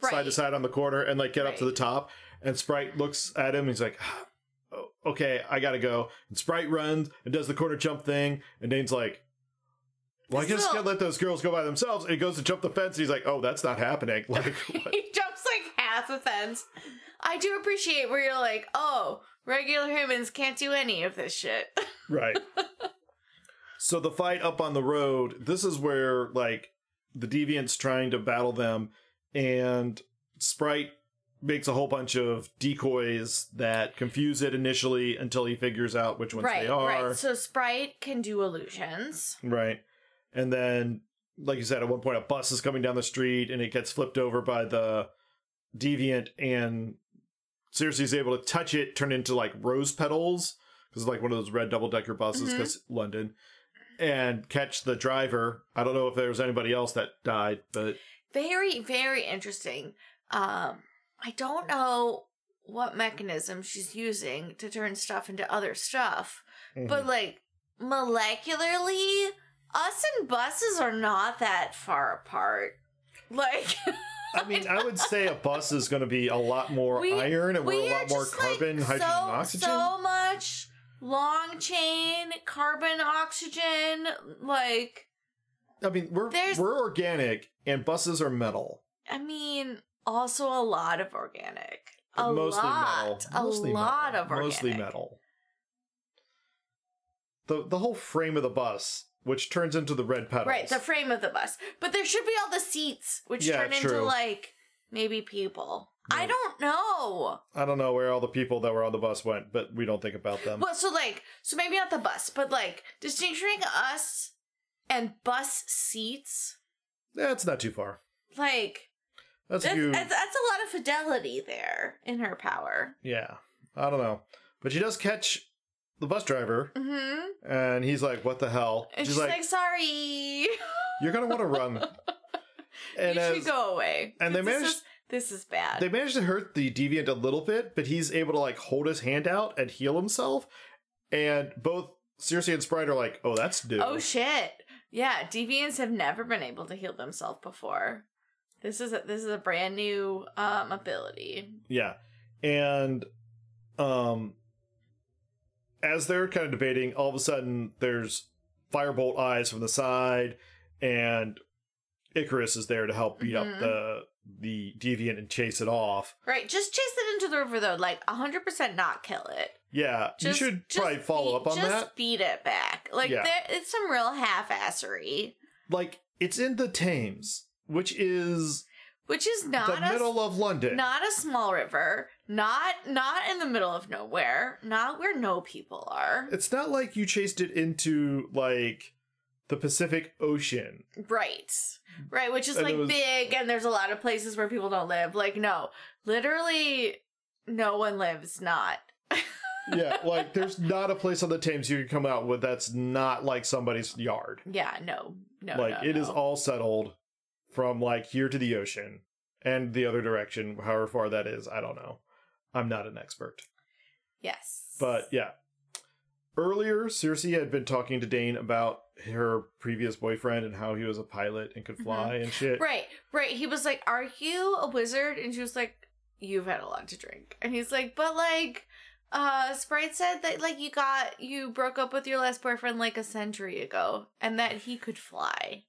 [SPEAKER 1] side to side on the corner and like get up to the
[SPEAKER 2] Right.
[SPEAKER 1] top and sprite looks at him and he's like "Oh, okay i gotta go and sprite runs and does the corner jump thing and dane's like well i
[SPEAKER 2] This
[SPEAKER 1] just
[SPEAKER 2] little-
[SPEAKER 1] can't let those girls go by themselves and he goes to jump the fence and he's like oh that's not happening [LAUGHS] like what?
[SPEAKER 2] he jumps like half a fence. I do appreciate where you're like, oh, regular humans can't do any of this shit. [LAUGHS]
[SPEAKER 1] right so the fight up on the road this is where like the deviants trying to battle them and sprite makes a whole bunch of decoys that confuse it initially until he figures out which ones
[SPEAKER 2] right,
[SPEAKER 1] they are
[SPEAKER 2] right. So Sprite can do illusions.
[SPEAKER 1] Right. And then, like you said, at one point a bus is coming down the street and it gets flipped over by the deviant, and Cersei's able to touch it, turn into like rose petals, because like one of those red double decker buses,
[SPEAKER 2] Mhm.
[SPEAKER 1] because London, and catch the driver. I don't know if there was anybody else that died, but
[SPEAKER 2] Very, very interesting. Um, I don't know what mechanism she's using to turn stuff into other stuff,
[SPEAKER 1] Mm-hmm.
[SPEAKER 2] but like molecularly, us and buses are not that far apart. Like
[SPEAKER 1] I mean, I would say a bus is going to be a lot more
[SPEAKER 2] We-
[SPEAKER 1] iron and we're
[SPEAKER 2] we
[SPEAKER 1] a
[SPEAKER 2] are
[SPEAKER 1] lot more
[SPEAKER 2] just, like,
[SPEAKER 1] carbon, hydrogen,
[SPEAKER 2] so,
[SPEAKER 1] and oxygen.
[SPEAKER 2] So much long chain carbon oxygen. Like
[SPEAKER 1] I mean, we're
[SPEAKER 2] there's-
[SPEAKER 1] we're organic and buses are metal.
[SPEAKER 2] I mean, also a lot of organic. A
[SPEAKER 1] But mostly
[SPEAKER 2] lot,
[SPEAKER 1] metal. Mostly
[SPEAKER 2] a lot
[SPEAKER 1] metal.
[SPEAKER 2] of organic.
[SPEAKER 1] Mostly metal. The the whole frame of the bus, which turns into the red pedals.
[SPEAKER 2] Right, the frame of the bus. But there should be all the seats, which
[SPEAKER 1] Yeah,
[SPEAKER 2] turn into
[SPEAKER 1] true.
[SPEAKER 2] like maybe people. I
[SPEAKER 1] Right.
[SPEAKER 2] don't know.
[SPEAKER 1] I don't know where all the people that were on the bus went, but we don't think about them.
[SPEAKER 2] Well, so like, so maybe not the bus, but like distinguishing us and bus seats,
[SPEAKER 1] That's Eh, not too far.
[SPEAKER 2] like
[SPEAKER 1] That's,
[SPEAKER 2] that's,
[SPEAKER 1] you.
[SPEAKER 2] that's, that's a lot of fidelity there in her power.
[SPEAKER 1] yeah, I don't know, but she does catch the bus driver,
[SPEAKER 2] Mm-hmm.
[SPEAKER 1] and he's like, "What the hell?"
[SPEAKER 2] And she's, like, sorry,
[SPEAKER 1] "You're gonna want
[SPEAKER 2] [LAUGHS]
[SPEAKER 1] to run."
[SPEAKER 2] you
[SPEAKER 1] as-
[SPEAKER 2] should go away.
[SPEAKER 1] and they
[SPEAKER 2] This
[SPEAKER 1] managed-
[SPEAKER 2] is- This is bad.
[SPEAKER 1] They managed to hurt the deviant a little bit, but he's able to like hold his hand out and heal himself. And both Cersei and Sprite are like, "Oh, that's new."
[SPEAKER 2] Oh shit! Yeah, deviants have never been able to heal themselves before. This is a, this is a brand new um ability.
[SPEAKER 1] yeah. And um, as they're kind of debating, all of a sudden there's firebolt eyes from the side, and Icarus is there to help beat up
[SPEAKER 2] Mhm.
[SPEAKER 1] the the deviant and chase it off.
[SPEAKER 2] Right, just chase it into the river though. Like hundred percent, not kill it.
[SPEAKER 1] Yeah,
[SPEAKER 2] Just,
[SPEAKER 1] you should
[SPEAKER 2] just
[SPEAKER 1] probably follow
[SPEAKER 2] beat-
[SPEAKER 1] up on
[SPEAKER 2] just
[SPEAKER 1] that.
[SPEAKER 2] beat it back. Like
[SPEAKER 1] Yeah.
[SPEAKER 2] there, it's some real half-assery.
[SPEAKER 1] like it's in the Thames. which is
[SPEAKER 2] which is not
[SPEAKER 1] the
[SPEAKER 2] a
[SPEAKER 1] middle of London.
[SPEAKER 2] not a small river, not not in the middle of nowhere, not where no people are.
[SPEAKER 1] it's not like you chased it into like the Pacific Ocean.
[SPEAKER 2] Right. Right, which is
[SPEAKER 1] And it
[SPEAKER 2] like
[SPEAKER 1] was-
[SPEAKER 2] big and there's a lot of places where people don't live. Like no, literally no one lives not. [LAUGHS]
[SPEAKER 1] Yeah, like there's not a place on the Thames you can come out with that's not like somebody's yard.
[SPEAKER 2] Yeah, no. No.
[SPEAKER 1] like
[SPEAKER 2] no,
[SPEAKER 1] it is
[SPEAKER 2] no.
[SPEAKER 1] all settled from like here to the ocean and the other direction, however far that is. I don't know. I'm not an expert.
[SPEAKER 2] Yes.
[SPEAKER 1] But yeah. Earlier, Circe had been talking to Dane about her previous boyfriend and how he was a pilot and could fly and [LAUGHS] shit.
[SPEAKER 2] Mm-hmm. Right, right. He was like, Are you a wizard? And she was like, You've had a lot to drink. And he's like, But like, uh, Sprite said that like you got you broke up with your last boyfriend like a century ago and that he could fly.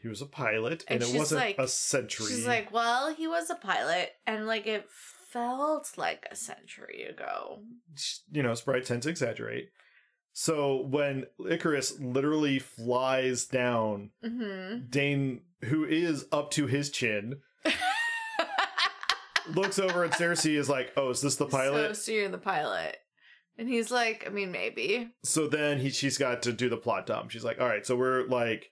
[SPEAKER 1] He was a pilot
[SPEAKER 2] And
[SPEAKER 1] and,
[SPEAKER 2] she's
[SPEAKER 1] it wasn't
[SPEAKER 2] like-
[SPEAKER 1] a century.
[SPEAKER 2] She's like, Well, he was a pilot and like it felt like a century ago.
[SPEAKER 1] you know, Sprite tends to exaggerate. So when Icarus literally flies down,
[SPEAKER 2] Mm-hmm. [LAUGHS]
[SPEAKER 1] Dane, who is up to his chin, looks over at Cersei is like, "Oh, is this the
[SPEAKER 2] So,
[SPEAKER 1] pilot?"
[SPEAKER 2] so you're the pilot. And he's like, I mean, maybe.
[SPEAKER 1] So, then he she's got to do the plot dump. She's like, "All right, so we're like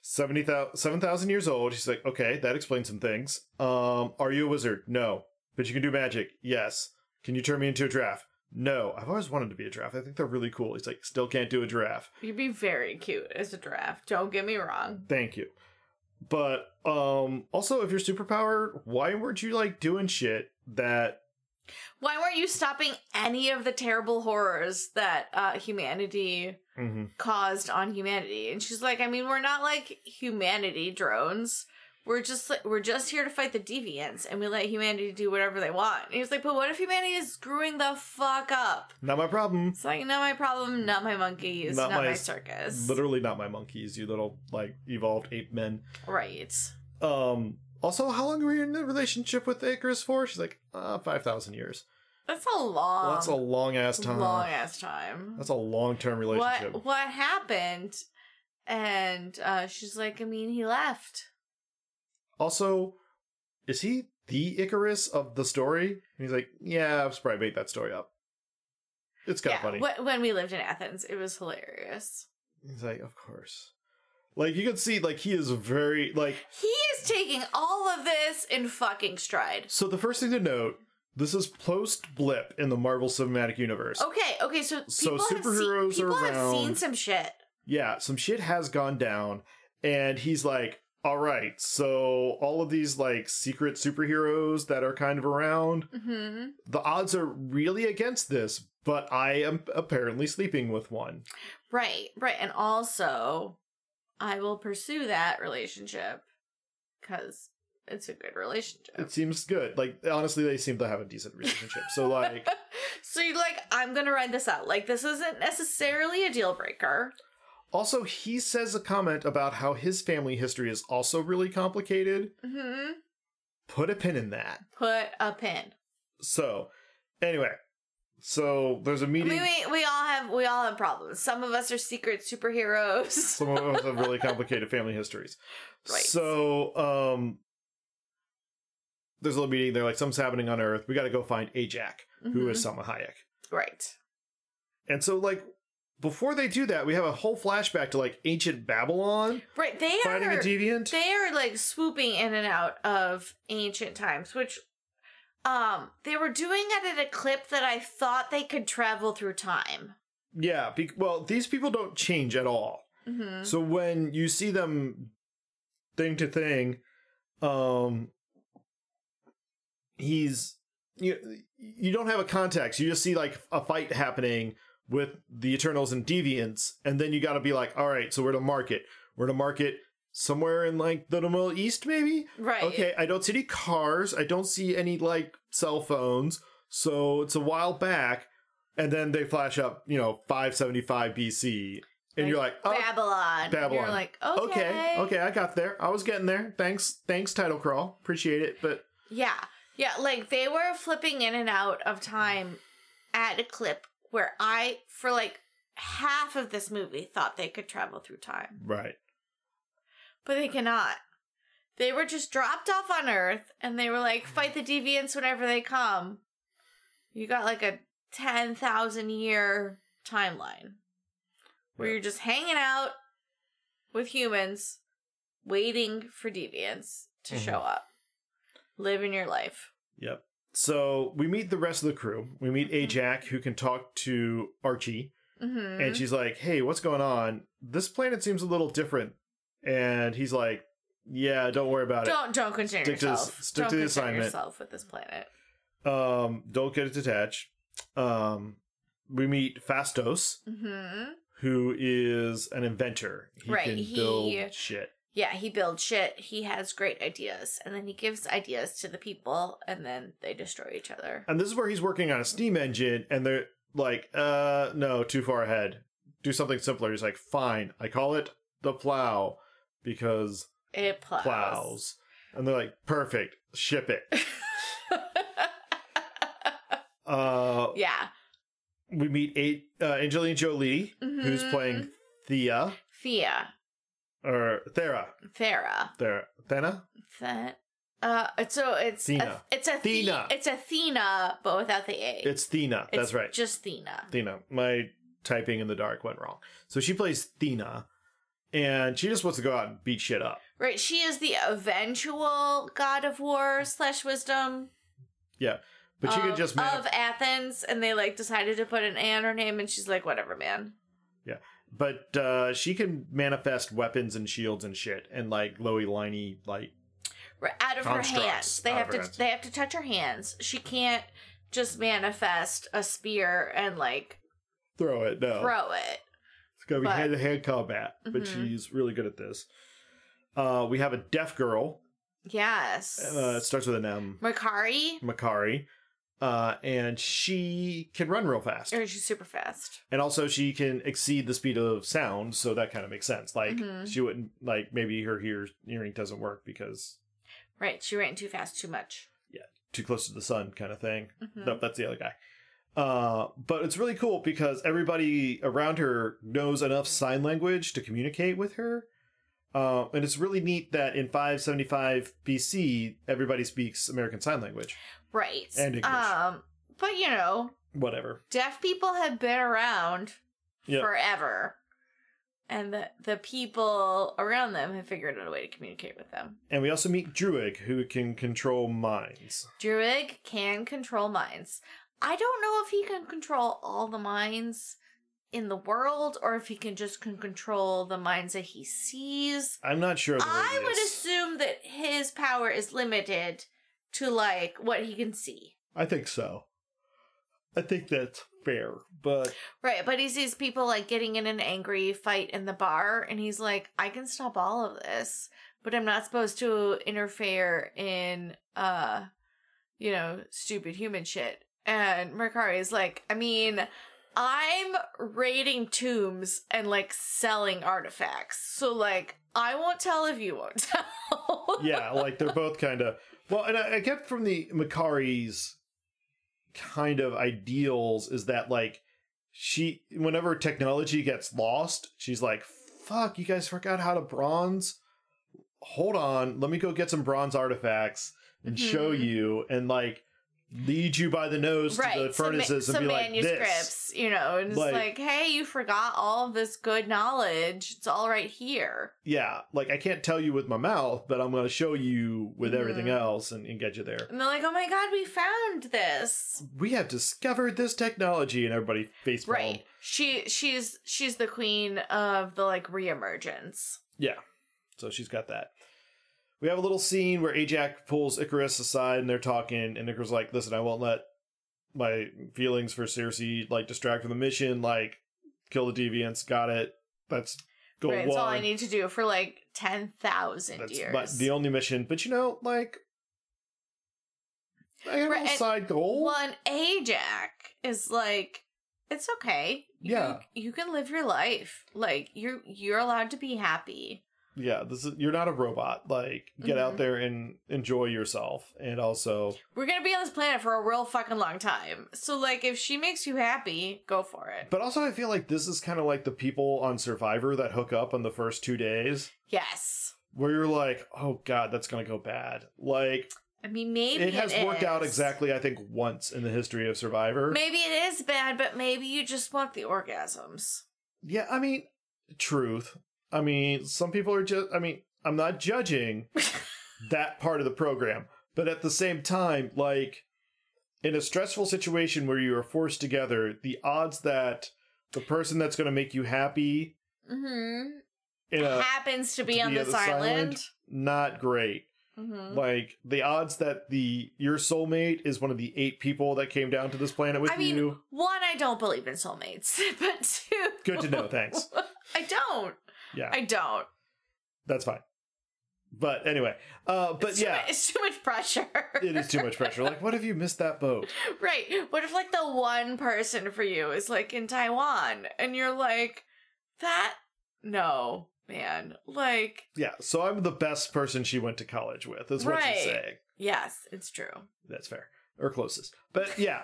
[SPEAKER 1] 70,000 7,000 years old." She's like, "Okay, that explains some things. Um, are you a wizard? No. But you can do magic. Yes. Can you turn me into a giraffe? No. I've always wanted to be a giraffe. I think they're really cool." He's like, "Still can't do a giraffe."
[SPEAKER 2] You'd be very cute as a giraffe. Don't get me wrong.
[SPEAKER 1] Thank you. But um also if you're superpowered, why weren't you like doing shit that
[SPEAKER 2] Why weren't you stopping any of the terrible horrors that uh, humanity
[SPEAKER 1] Mhm.
[SPEAKER 2] caused on humanity? And she's like, I mean, we're not like humanity drones. We're just like, we're just here to fight the deviants, and we let humanity do whatever they want. And he's like, but what if humanity is screwing the fuck up?
[SPEAKER 1] not my problem.
[SPEAKER 2] It's like not my problem, not my monkeys, not,
[SPEAKER 1] Not
[SPEAKER 2] my,
[SPEAKER 1] my-
[SPEAKER 2] circus.
[SPEAKER 1] Literally not my monkeys, you little like evolved ape men.
[SPEAKER 2] Right.
[SPEAKER 1] Um also how long were you in a relationship with Icarus for? She's like, uh five thousand years.
[SPEAKER 2] That's a long.
[SPEAKER 1] Well, that's a long ass time.
[SPEAKER 2] Um, long ass time.
[SPEAKER 1] that's a long term relationship.
[SPEAKER 2] What what happened? And uh, she's like, I mean, he left.
[SPEAKER 1] Also, is he the Icarus of the story? And he's like, Yeah, I've probably made that story up. It's kinda funny.
[SPEAKER 2] wh- when we lived in Athens, it was hilarious.
[SPEAKER 1] He's like, of course. Like you can see, like he is very like.
[SPEAKER 2] He is taking all of this in fucking stride.
[SPEAKER 1] So the first thing to note, this is post blip in the Marvel Cinematic Universe.
[SPEAKER 2] Okay, okay, so people
[SPEAKER 1] So
[SPEAKER 2] have
[SPEAKER 1] superheroes
[SPEAKER 2] seen,
[SPEAKER 1] are
[SPEAKER 2] people have seen
[SPEAKER 1] around.
[SPEAKER 2] some shit.
[SPEAKER 1] Yeah, some shit has gone down, and he's like, all right, so all of these like secret superheroes that are kind of around,
[SPEAKER 2] hmm
[SPEAKER 1] the odds are really against this, but I am apparently sleeping with one.
[SPEAKER 2] Right, right, and also, I will pursue that relationship because it's a good relationship.
[SPEAKER 1] It seems good. Like honestly, they seem to have a decent relationship. So like,
[SPEAKER 2] [LAUGHS] so you're like, I'm gonna ride this out. Like, this isn't necessarily a deal breaker.
[SPEAKER 1] Also, he says a comment about how his family history is also really complicated.
[SPEAKER 2] hmm
[SPEAKER 1] Put a pin in that.
[SPEAKER 2] Put a pin.
[SPEAKER 1] So, anyway, so there's a
[SPEAKER 2] I
[SPEAKER 1] meeting.
[SPEAKER 2] mean, we, we all have we all have problems. Some of us are secret superheroes.
[SPEAKER 1] [LAUGHS] Some of us have really complicated family histories.
[SPEAKER 2] Right.
[SPEAKER 1] So, um, there's a little meeting. They're like, something's happening on Earth. We got to go find Ajak, [LAUGHS] who is
[SPEAKER 2] Mm-hmm.
[SPEAKER 1] Sama Hayek.
[SPEAKER 2] Mhm. right?
[SPEAKER 1] And so, like, before they do that, we have a whole flashback to like ancient Babylon
[SPEAKER 2] Right. They
[SPEAKER 1] fighting a
[SPEAKER 2] are
[SPEAKER 1] deviant.
[SPEAKER 2] they are like swooping in and out of ancient times, which um they were doing it at a clip that I thought they could travel through time.
[SPEAKER 1] yeah. Be- well, these people don't change at all.
[SPEAKER 2] Mm-hmm.
[SPEAKER 1] So when you see them thing to thing, um he's you you don't have a context. You just see like a fight happening with the Eternals and Deviants, and then you gotta be like, alright, so we're to market. We're to market somewhere in like the Middle East, maybe?
[SPEAKER 2] Right.
[SPEAKER 1] Okay, I don't see any cars, I don't see any like cell phones, so it's a while back, and then they flash up, you know, five seventy five BC. And you're like, oh,
[SPEAKER 2] Babylon.
[SPEAKER 1] Babylon.
[SPEAKER 2] You're like, okay,
[SPEAKER 1] okay, okay, I got there. I was getting there. Thanks, thanks, title crawl. Appreciate it, but
[SPEAKER 2] Yeah. Yeah, like they were flipping in and out of time at a clip where I for like half of this movie thought they could travel through time.
[SPEAKER 1] right.
[SPEAKER 2] But they cannot. They were just dropped off on Earth and they were like, fight the deviants whenever they come. You got like a 10,000 year timeline where
[SPEAKER 1] Yeah.
[SPEAKER 2] you're just hanging out with humans, waiting for deviants to
[SPEAKER 1] Mhm.
[SPEAKER 2] show up, living your life.
[SPEAKER 1] Yep. So we meet the rest of the crew. We meet
[SPEAKER 2] Mhm.
[SPEAKER 1] Ajak, who can talk to Archie,
[SPEAKER 2] Mm-hmm.
[SPEAKER 1] and she's like, "Hey, what's going on? This planet seems a little different." And he's like, "Yeah, don't worry about
[SPEAKER 2] don't don't concern
[SPEAKER 1] Stick to the-
[SPEAKER 2] yourself.
[SPEAKER 1] stick
[SPEAKER 2] don't
[SPEAKER 1] to the
[SPEAKER 2] concern
[SPEAKER 1] assignment.
[SPEAKER 2] yourself with this planet.
[SPEAKER 1] it. Um, don't get it detached." Um, we meet Fastos,
[SPEAKER 2] Mm-hmm.
[SPEAKER 1] who is an inventor. He
[SPEAKER 2] Right,
[SPEAKER 1] can
[SPEAKER 2] he-
[SPEAKER 1] build shit.
[SPEAKER 2] Yeah, he builds shit. He has great ideas, and then he gives ideas to the people, and then they destroy each other.
[SPEAKER 1] And this is where he's working on a steam engine, and they're like, uh, no, too far ahead. Do something simpler. He's like, fine, I call it the plow because
[SPEAKER 2] It plows.
[SPEAKER 1] plows. And they're like, perfect, ship it. Uh,
[SPEAKER 2] [LAUGHS] yeah,
[SPEAKER 1] We meet eight, uh, Angelina Jolie, who's
[SPEAKER 2] Mhm.
[SPEAKER 1] playing Thea,
[SPEAKER 2] Thea,
[SPEAKER 1] or Thera,
[SPEAKER 2] Thera,
[SPEAKER 1] Thera, Thena?
[SPEAKER 2] Th- uh, so it's
[SPEAKER 1] Thena.
[SPEAKER 2] A, it's Athena.
[SPEAKER 1] Thena.
[SPEAKER 2] It's Athena, but without the A.
[SPEAKER 1] It's Thena, that's
[SPEAKER 2] It's
[SPEAKER 1] right.
[SPEAKER 2] Just Thena.
[SPEAKER 1] Thena. My typing in the dark went wrong. So she plays Thena, and she just wants to go out and beat shit up.
[SPEAKER 2] Right, she is the eventual god of war slash wisdom.
[SPEAKER 1] But she
[SPEAKER 2] of,
[SPEAKER 1] could just manif-
[SPEAKER 2] Uh, of Athens, and they like decided to put an A on her name, and she's like, whatever, man.
[SPEAKER 1] but uh, she can manifest weapons and shields and shit and like Loey Liney like
[SPEAKER 2] Right, out of her
[SPEAKER 1] Constructs,
[SPEAKER 2] hands, they
[SPEAKER 1] out
[SPEAKER 2] have
[SPEAKER 1] of
[SPEAKER 2] to
[SPEAKER 1] her hands.
[SPEAKER 2] they have to touch her hands. She can't just manifest a spear and like
[SPEAKER 1] throw it no
[SPEAKER 2] throw it.
[SPEAKER 1] it's gonna be
[SPEAKER 2] but-
[SPEAKER 1] hand to hand combat but
[SPEAKER 2] Mhm.
[SPEAKER 1] she's really good at this. Uh, we have a deaf girl.
[SPEAKER 2] Yes,
[SPEAKER 1] Uh, it starts with an M,
[SPEAKER 2] Makari,
[SPEAKER 1] Makari, uh, and she can run real fast,
[SPEAKER 2] or she's super fast.
[SPEAKER 1] and also she can exceed the speed of sound. So that kind of makes sense. Like
[SPEAKER 2] Mhm.
[SPEAKER 1] she wouldn't like maybe her ear hearing doesn't work because
[SPEAKER 2] Right, she ran too fast, too much.
[SPEAKER 1] too close to the sun kind of thing.
[SPEAKER 2] Mhm.
[SPEAKER 1] Nope, that's the other guy. Uh, but it's really cool because everybody around her knows enough sign language to communicate with her. Uh, and it's really neat that in 575 BC, everybody speaks American Sign Language.
[SPEAKER 2] Right,
[SPEAKER 1] And English.
[SPEAKER 2] um, but you know,
[SPEAKER 1] Whatever.
[SPEAKER 2] deaf people have been around
[SPEAKER 1] Yeah.
[SPEAKER 2] forever. And the, the people around them have figured out a way to communicate with them.
[SPEAKER 1] And we also meet Druid, who can control minds.
[SPEAKER 2] Druid can control minds. I don't know if he can control all the minds in the world or if he can just can control the minds that he sees.
[SPEAKER 1] I'm not sure. Of the
[SPEAKER 2] I would
[SPEAKER 1] radius.
[SPEAKER 2] assume that his power is limited to like what he can see.
[SPEAKER 1] I think so. I think that's fair. But
[SPEAKER 2] Right, but he sees people like getting in an angry fight in the bar, and he's like, I can stop all of this, but I'm not supposed to interfere in, uh, you know, stupid human shit. And Mercari is like, I mean, I'm raiding tombs and like selling artifacts, so like, I won't tell if you won't [LAUGHS] tell.
[SPEAKER 1] yeah, like they're both kind of well, and I, I get from the Makari's kind of ideals is that like she, whenever technology gets lost, she's like, "Fuck, you guys forgot how to bronze." Hold on, let me go get some bronze artifacts and show
[SPEAKER 2] Mhm.
[SPEAKER 1] you, and like lead you by the nose to the
[SPEAKER 2] some ma-
[SPEAKER 1] furnaces
[SPEAKER 2] some
[SPEAKER 1] and be like, "This."
[SPEAKER 2] manuscripts, you know, and it's
[SPEAKER 1] Like-
[SPEAKER 2] like, hey, you forgot all this good knowledge. It's all right here.
[SPEAKER 1] Yeah, like I can't tell you with my mouth, but I'm going to show you with everything
[SPEAKER 2] Mhm.
[SPEAKER 1] else and, and get you there.
[SPEAKER 2] And they're like, oh my god, we found this.
[SPEAKER 1] we have discovered this technology and everybody face palm.
[SPEAKER 2] Right. She she's she's the queen of the like reemergence.
[SPEAKER 1] yeah so she's got that we have a little scene where ajax pulls icarus aside and they're talking and icarus is like listen i won't let my feelings for circe like distract from the mission like kill the deviants got it that's goal
[SPEAKER 2] right. That's
[SPEAKER 1] one
[SPEAKER 2] all I need to do for like ten thousand
[SPEAKER 1] that's
[SPEAKER 2] years.
[SPEAKER 1] my, the only mission but you know like i have
[SPEAKER 2] Right,
[SPEAKER 1] a little
[SPEAKER 2] and-
[SPEAKER 1] side goal
[SPEAKER 2] One Ajax is like, it's okay. You-
[SPEAKER 1] Yeah.
[SPEAKER 2] You, can live your life. Like you're you're allowed to be happy.
[SPEAKER 1] yeah this is you're not a robot like get
[SPEAKER 2] Mhm.
[SPEAKER 1] out there and enjoy yourself and also
[SPEAKER 2] We're gonna be on this planet for a real fucking long time. So like if she makes you happy, go for it.
[SPEAKER 1] But also, I feel like this is kind of like the people on Survivor that hook up on the first two days.
[SPEAKER 2] yes.
[SPEAKER 1] where you're like, oh god, that's gonna go bad. Like
[SPEAKER 2] I mean, maybe
[SPEAKER 1] it has worked out
[SPEAKER 2] is.
[SPEAKER 1] exactly, I think, once in the history of Survivor.
[SPEAKER 2] Maybe it is bad, but maybe you just want the orgasms.
[SPEAKER 1] Yeah, I mean, truth. I mean, some people are just. I mean, I'm not judging that part of the program, but at the same time, like in a stressful situation where you are forced together, the odds that the person that's going to make you happy
[SPEAKER 2] Mm-hmm.
[SPEAKER 1] in a
[SPEAKER 2] happens to be
[SPEAKER 1] to
[SPEAKER 2] on
[SPEAKER 1] be
[SPEAKER 2] this
[SPEAKER 1] on this
[SPEAKER 2] island.
[SPEAKER 1] not great.
[SPEAKER 2] Mm-hmm.
[SPEAKER 1] Like the odds that the your soulmate is one of the eight people that came down to this planet with
[SPEAKER 2] I mean,
[SPEAKER 1] you.
[SPEAKER 2] one, I don't believe in soulmates, [LAUGHS] but two,
[SPEAKER 1] Good
[SPEAKER 2] [LAUGHS]
[SPEAKER 1] to know. Thanks.
[SPEAKER 2] I don't.
[SPEAKER 1] Yeah.
[SPEAKER 2] I don't.
[SPEAKER 1] That's fine. But anyway, uh, but
[SPEAKER 2] It's too [LAUGHS]
[SPEAKER 1] yeah,
[SPEAKER 2] mu- it's too much pressure.
[SPEAKER 1] it is too much pressure. Like, what if you missed that boat?
[SPEAKER 2] [LAUGHS] right. What if like the one person for you is like in Taiwan, and you're like, that? No, man. Like,
[SPEAKER 1] Yeah, so I'm the best person she went to college with, is what
[SPEAKER 2] Right.
[SPEAKER 1] she's saying.
[SPEAKER 2] yes, it's true.
[SPEAKER 1] That's fair. Or closest. But yeah.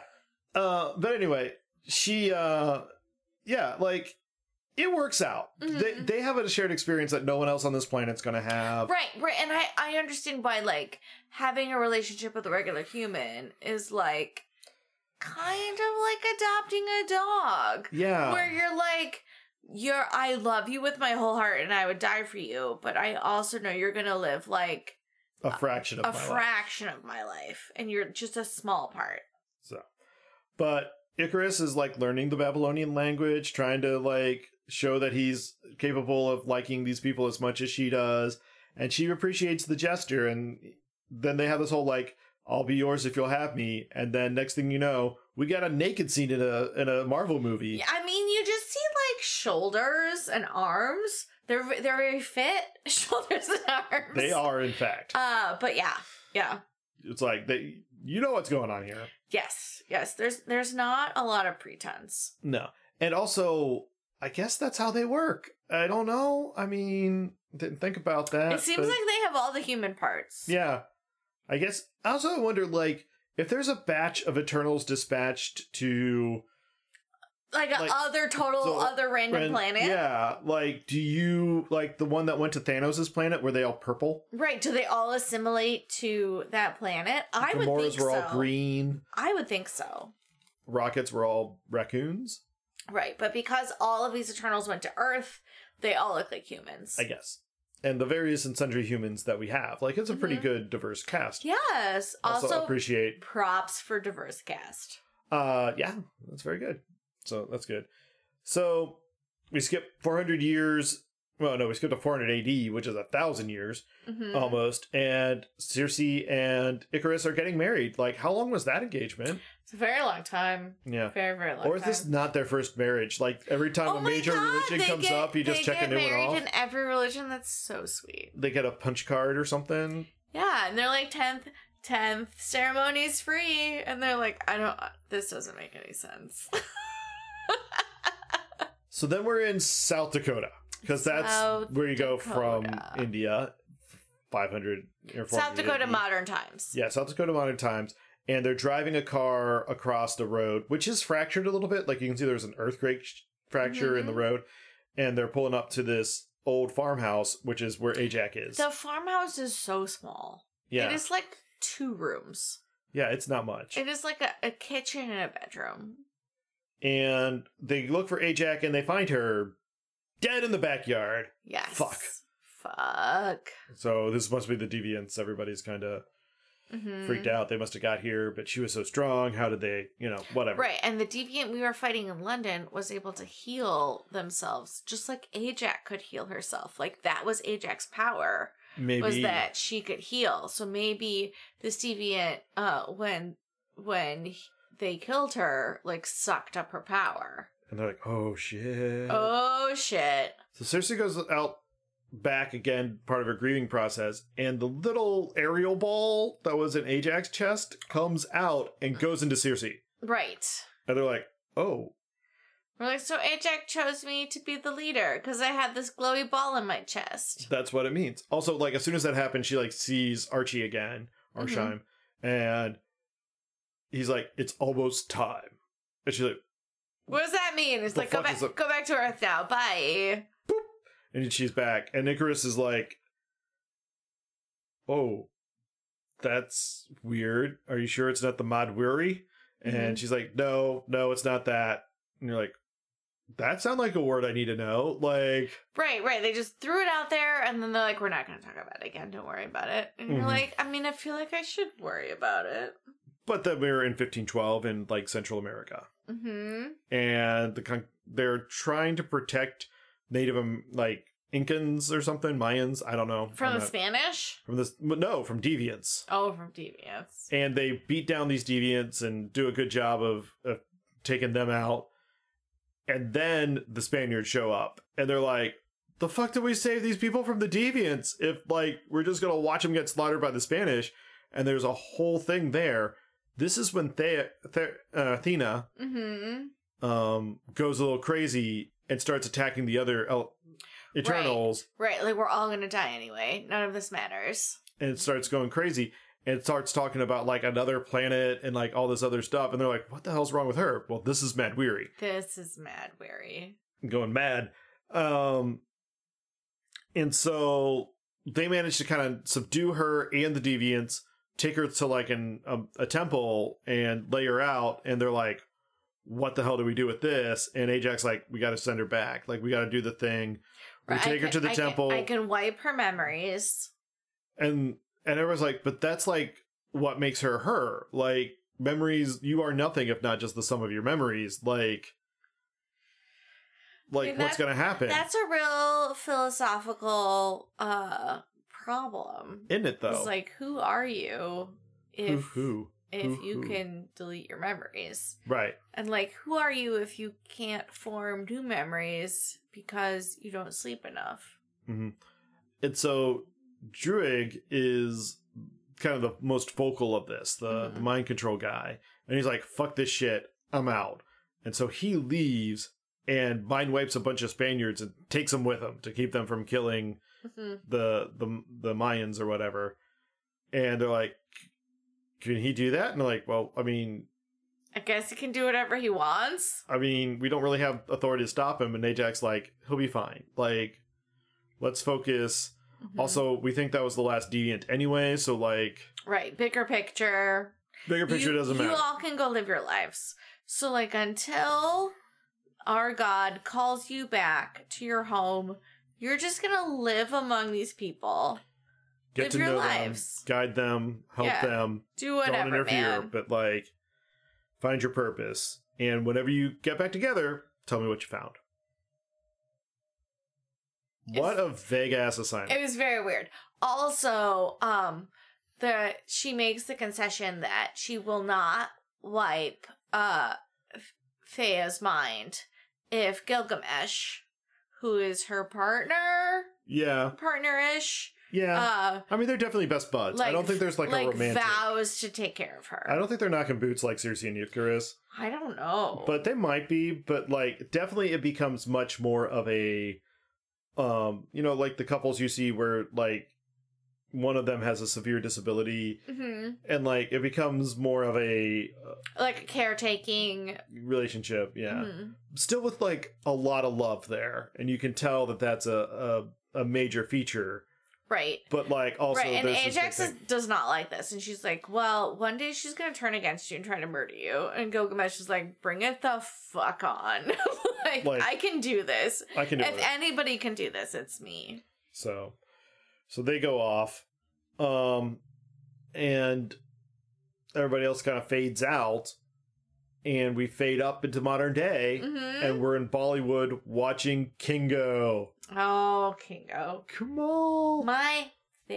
[SPEAKER 1] Uh, but anyway, she, uh, yeah, like, it works out. They,
[SPEAKER 2] Mhm.
[SPEAKER 1] they have a shared experience that no one else on this planet's going to have.
[SPEAKER 2] Right, right. And I, I understand why, like, having a relationship with a regular human is like kind of like adopting a dog,
[SPEAKER 1] Yeah.
[SPEAKER 2] where you're like, you're, I love you with my whole heart and I would die for you, but I also know you're gonna live like
[SPEAKER 1] a fraction of
[SPEAKER 2] a
[SPEAKER 1] my life.
[SPEAKER 2] fraction of my life and you're just a small part.
[SPEAKER 1] So, but Icarus is like learning the Babylonian language, trying to like show that he's capable of liking these people as much as she does, and she appreciates the gesture. And then they have this whole like, "I'll be yours if you'll have me." And then next thing you know, we got a naked scene in a in a Marvel movie.
[SPEAKER 2] I mean, you just see like shoulders and arms. They're v- they're very fit [LAUGHS] shoulders and arms.
[SPEAKER 1] They are, in fact,
[SPEAKER 2] Uh, but yeah, yeah.
[SPEAKER 1] it's like they, you know what's going on here.
[SPEAKER 2] Yes, yes. There's there's not a lot of pretense.
[SPEAKER 1] No, and also. I guess that's how they work. I don't know. I mean, didn't think about that.
[SPEAKER 2] it seems
[SPEAKER 1] but-
[SPEAKER 2] like they have all the human parts.
[SPEAKER 1] Yeah. I guess I also wonder like if there's a batch of Eternals dispatched to
[SPEAKER 2] Like, a
[SPEAKER 1] Like,
[SPEAKER 2] other total
[SPEAKER 1] so-
[SPEAKER 2] other random
[SPEAKER 1] Ren-
[SPEAKER 2] planet.
[SPEAKER 1] Yeah, like do you like the one that went to Thanos' planet were they all purple?
[SPEAKER 2] Right, do they all assimilate to that planet? I would
[SPEAKER 1] Gamoras
[SPEAKER 2] think
[SPEAKER 1] were
[SPEAKER 2] so.
[SPEAKER 1] all green.
[SPEAKER 2] I would think so.
[SPEAKER 1] Rockets were all raccoons.
[SPEAKER 2] Right, but because all of these Eternals went to Earth, they all look like humans.
[SPEAKER 1] I guess. And the various and sundry humans that we have. Like it's a pretty
[SPEAKER 2] Mhm.
[SPEAKER 1] good diverse cast.
[SPEAKER 2] yes. Also,
[SPEAKER 1] Also, appreciate
[SPEAKER 2] props for diverse cast.
[SPEAKER 1] uh yeah, that's very good. So that's good. So we skip 400 years. Well, no, we skipped to 400 AD, which is a thousand years.
[SPEAKER 2] Mhm.
[SPEAKER 1] almost and circe and icarus are getting married like how long was that engagement
[SPEAKER 2] it's a very long time.
[SPEAKER 1] yeah
[SPEAKER 2] Very, very long
[SPEAKER 1] or is
[SPEAKER 2] time.
[SPEAKER 1] this not their first marriage like every time
[SPEAKER 2] Oh
[SPEAKER 1] a
[SPEAKER 2] my
[SPEAKER 1] major
[SPEAKER 2] God, they
[SPEAKER 1] religion comes
[SPEAKER 2] get-
[SPEAKER 1] up you just
[SPEAKER 2] they
[SPEAKER 1] check
[SPEAKER 2] get
[SPEAKER 1] a new one
[SPEAKER 2] married
[SPEAKER 1] off
[SPEAKER 2] in every religion. That's so sweet.
[SPEAKER 1] they get a punch card or something
[SPEAKER 2] Yeah, and they're like tenth, tenth ceremony's free, and they're like, I don't. This doesn't make any sense. [LAUGHS]
[SPEAKER 1] so then we're in south dakota because that's
[SPEAKER 2] South
[SPEAKER 1] where you go
[SPEAKER 2] Dakota.
[SPEAKER 1] from india 500 or 400
[SPEAKER 2] South Dakota
[SPEAKER 1] AD.
[SPEAKER 2] modern times.
[SPEAKER 1] yeah south dakota modern times and they're driving a car across the road which is fractured a little bit like you can see there's an earthquake sh- fracture in the
[SPEAKER 2] Mhm.
[SPEAKER 1] road and they're pulling up to this old farmhouse which is where ajac is
[SPEAKER 2] The farmhouse is so small.
[SPEAKER 1] yeah
[SPEAKER 2] It is like two rooms.
[SPEAKER 1] yeah it's not much
[SPEAKER 2] It is like a, a kitchen and a bedroom.
[SPEAKER 1] and they look for ajac and they find her dead in the backyard
[SPEAKER 2] Yes.
[SPEAKER 1] Fuck.
[SPEAKER 2] Fuck.
[SPEAKER 1] so this must be the deviants everybody's kind of
[SPEAKER 2] Mhm.
[SPEAKER 1] freaked out they must have got here but she was so strong how did they you know whatever
[SPEAKER 2] Right, and the deviant we were fighting in London was able to heal themselves just like Ajax could heal herself. Like that was Ajax's power.
[SPEAKER 1] maybe
[SPEAKER 2] was that she could heal. So maybe this deviant, uh, when when he- they killed her, like sucked up her power.
[SPEAKER 1] and they're like oh shit
[SPEAKER 2] Oh shit!
[SPEAKER 1] So Circe goes out back again, part of her grieving process, and the little aerial ball that was in Ajax's chest comes out and goes into Circe. And
[SPEAKER 2] Right.
[SPEAKER 1] they're like, oh,
[SPEAKER 2] We're like, so Ajax chose me to be the leader because I had this glowy ball in my chest.
[SPEAKER 1] that's what it means. Also, like, as soon as that happens, she, like, sees Archie again, Arsheim, and he's like, it's almost time. And she's like,
[SPEAKER 2] What does that mean? It's
[SPEAKER 1] The
[SPEAKER 2] like go
[SPEAKER 1] fuck
[SPEAKER 2] back,
[SPEAKER 1] is a-
[SPEAKER 2] go back to Earth now. Bye.
[SPEAKER 1] and she's back. And Icarus is like, oh, that's weird. Are you sure it's not the Mod Weary? And
[SPEAKER 2] Mm-hmm.
[SPEAKER 3] Mhm.
[SPEAKER 1] she's like, no, no, it's not that. And you're like, that sounds like a word I need to know. Like,
[SPEAKER 2] Right, right. They just threw it out there and then they're like, we're not going to talk about it again. Don't worry about it. And
[SPEAKER 1] Mhm.
[SPEAKER 2] you're like, I mean, I feel like I should worry about it.
[SPEAKER 1] but then we were in 1512 in like Central America,
[SPEAKER 2] hmm
[SPEAKER 1] and the con- they're trying to protect Native Am- like Incans or something, Mayans. I don't know
[SPEAKER 2] From
[SPEAKER 1] I'm
[SPEAKER 2] the
[SPEAKER 1] not-
[SPEAKER 2] Spanish?
[SPEAKER 1] from this no from deviants,
[SPEAKER 2] Oh, from Deviants.
[SPEAKER 1] and they beat down these deviants and do a good job of, of taking them out. And then the Spaniards show up, and they're like. The fuck did we save these people from the deviants if like we're just gonna watch them get slaughtered by the Spanish? And there's a whole thing there. This is when the- the- uh, Athena,
[SPEAKER 2] Mm-hmm.
[SPEAKER 1] um, goes a little crazy and starts attacking the other El- Eternals
[SPEAKER 2] Right, like we're all going to die anyway. None of this matters.
[SPEAKER 1] and starts going crazy and starts talking about like another planet and like all this other stuff. And they're like, what the hell's wrong with her? Well, this is Mad Weary
[SPEAKER 2] This is mad weary.
[SPEAKER 1] going mad. Um, and so they manage to kind of subdue her and the deviants, take her to like an, a, a temple and lay her out. And they're like, what the hell do we do with this? And Ajax like, we got to send her back. Like we got to do the thing. We
[SPEAKER 2] Right, I
[SPEAKER 1] take her
[SPEAKER 2] can-
[SPEAKER 1] to the
[SPEAKER 2] I can-
[SPEAKER 1] temple,
[SPEAKER 2] I can wipe her memories.
[SPEAKER 1] and and everyone's like, but that's like what makes her her. Like memories, you are nothing if not just the sum of your memories. Like, like
[SPEAKER 2] Dude,
[SPEAKER 1] what's
[SPEAKER 2] that-
[SPEAKER 1] gonna happen?
[SPEAKER 2] That's a real philosophical uh problem.
[SPEAKER 1] in it though.
[SPEAKER 2] It's like, who are you
[SPEAKER 1] who,
[SPEAKER 2] if
[SPEAKER 1] who,
[SPEAKER 2] if you
[SPEAKER 1] who.
[SPEAKER 2] can delete your memories?
[SPEAKER 1] right?
[SPEAKER 2] And like, who are you if you can't form new memories because you don't sleep enough?
[SPEAKER 1] And so Druig is kind of the most vocal of this, the
[SPEAKER 2] Mhm.
[SPEAKER 1] mind control guy. And he's like, fuck this shit, I'm out. And so he leaves and mind wipes a bunch of Spaniards and takes them with him to keep them from killing
[SPEAKER 2] Mhm.
[SPEAKER 1] the the, the Mayans or whatever. And they're like, can he do that? And they're like, well, I mean,
[SPEAKER 2] I guess he can do whatever he wants.
[SPEAKER 1] I mean, we don't really have authority to stop him. And Ajax like, he'll be fine. Like, let's focus.
[SPEAKER 2] Mhm.
[SPEAKER 1] Also, we think that was the last deviant anyway, so like
[SPEAKER 2] right, bigger picture.
[SPEAKER 1] bigger picture
[SPEAKER 2] you,
[SPEAKER 1] doesn't matter.
[SPEAKER 2] You all can go live your lives. So like, until our God calls you back to your home, you're just gonna live among these people.
[SPEAKER 1] Get
[SPEAKER 2] live
[SPEAKER 1] to
[SPEAKER 2] your
[SPEAKER 1] know
[SPEAKER 2] lives.
[SPEAKER 1] them, guide them, help
[SPEAKER 2] Yeah.
[SPEAKER 1] them,
[SPEAKER 2] Do whatever,
[SPEAKER 1] don't interfere,
[SPEAKER 2] man.
[SPEAKER 1] but like find your purpose. And whenever you get back together, tell me what you found. What a vague ass assignment.
[SPEAKER 2] It was very weird. Also, um, the she makes the concession that she will not wipe uh F- Fea's mind if Gilgamesh, who is her partner,
[SPEAKER 1] yeah,
[SPEAKER 2] partnerish,
[SPEAKER 1] yeah.
[SPEAKER 2] uh,
[SPEAKER 1] I mean, they're definitely best buds. I don't think there's like, a romantic.
[SPEAKER 2] vows to take care of her.
[SPEAKER 1] I don't think they're knocking boots like Circe and Eucharis.
[SPEAKER 2] I don't know,
[SPEAKER 1] but they might be but like definitely it becomes much more of a um you know like the couples you see where like one of them has a severe disability
[SPEAKER 2] hmm
[SPEAKER 1] and like it becomes more of a uh,
[SPEAKER 2] like caretaking.
[SPEAKER 1] relationship yeah
[SPEAKER 2] Mhm.
[SPEAKER 1] still with like a lot of love there and you can tell that that's a a, a major feature
[SPEAKER 2] right.
[SPEAKER 1] but like also
[SPEAKER 2] right, and
[SPEAKER 1] there's this big
[SPEAKER 2] Ajax is,
[SPEAKER 1] thing-
[SPEAKER 2] does not like this, and she's like, "Well, one day she's gonna turn against you and try to murder you." And Gilgamesh is like, "Bring it the fuck on! [LAUGHS] like,
[SPEAKER 1] Like,
[SPEAKER 2] I can do this.
[SPEAKER 1] i can do
[SPEAKER 2] If
[SPEAKER 1] it.
[SPEAKER 2] anybody can do this, it's me."
[SPEAKER 1] So, so they go off, um, and everybody else kind of fades out, and we fade up into modern day,
[SPEAKER 2] hmm
[SPEAKER 1] and we're in Bollywood watching Kingo.
[SPEAKER 2] Oh, Kingo,
[SPEAKER 1] Kamal,
[SPEAKER 2] my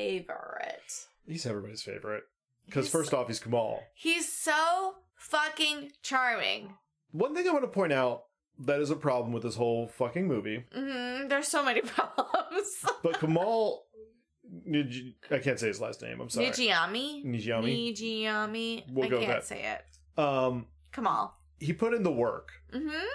[SPEAKER 2] favorite.
[SPEAKER 1] he's everybody's favorite because
[SPEAKER 2] He's-
[SPEAKER 1] first off, he's Kamal.
[SPEAKER 2] He's so fucking charming.
[SPEAKER 1] One thing I want to point out that is a problem with this whole fucking movie,
[SPEAKER 2] hmm There's so many [LAUGHS] problems.
[SPEAKER 1] but Kamal, Nij- I can't say his last name. I'm sorry,
[SPEAKER 2] Nijiami,
[SPEAKER 1] Nijami.
[SPEAKER 2] Nijiami.
[SPEAKER 1] We'll
[SPEAKER 2] I
[SPEAKER 1] go with
[SPEAKER 2] can't
[SPEAKER 1] that.
[SPEAKER 2] say it.
[SPEAKER 1] Um,
[SPEAKER 2] Kamal.
[SPEAKER 1] he put in the work.
[SPEAKER 2] Mm-hmm.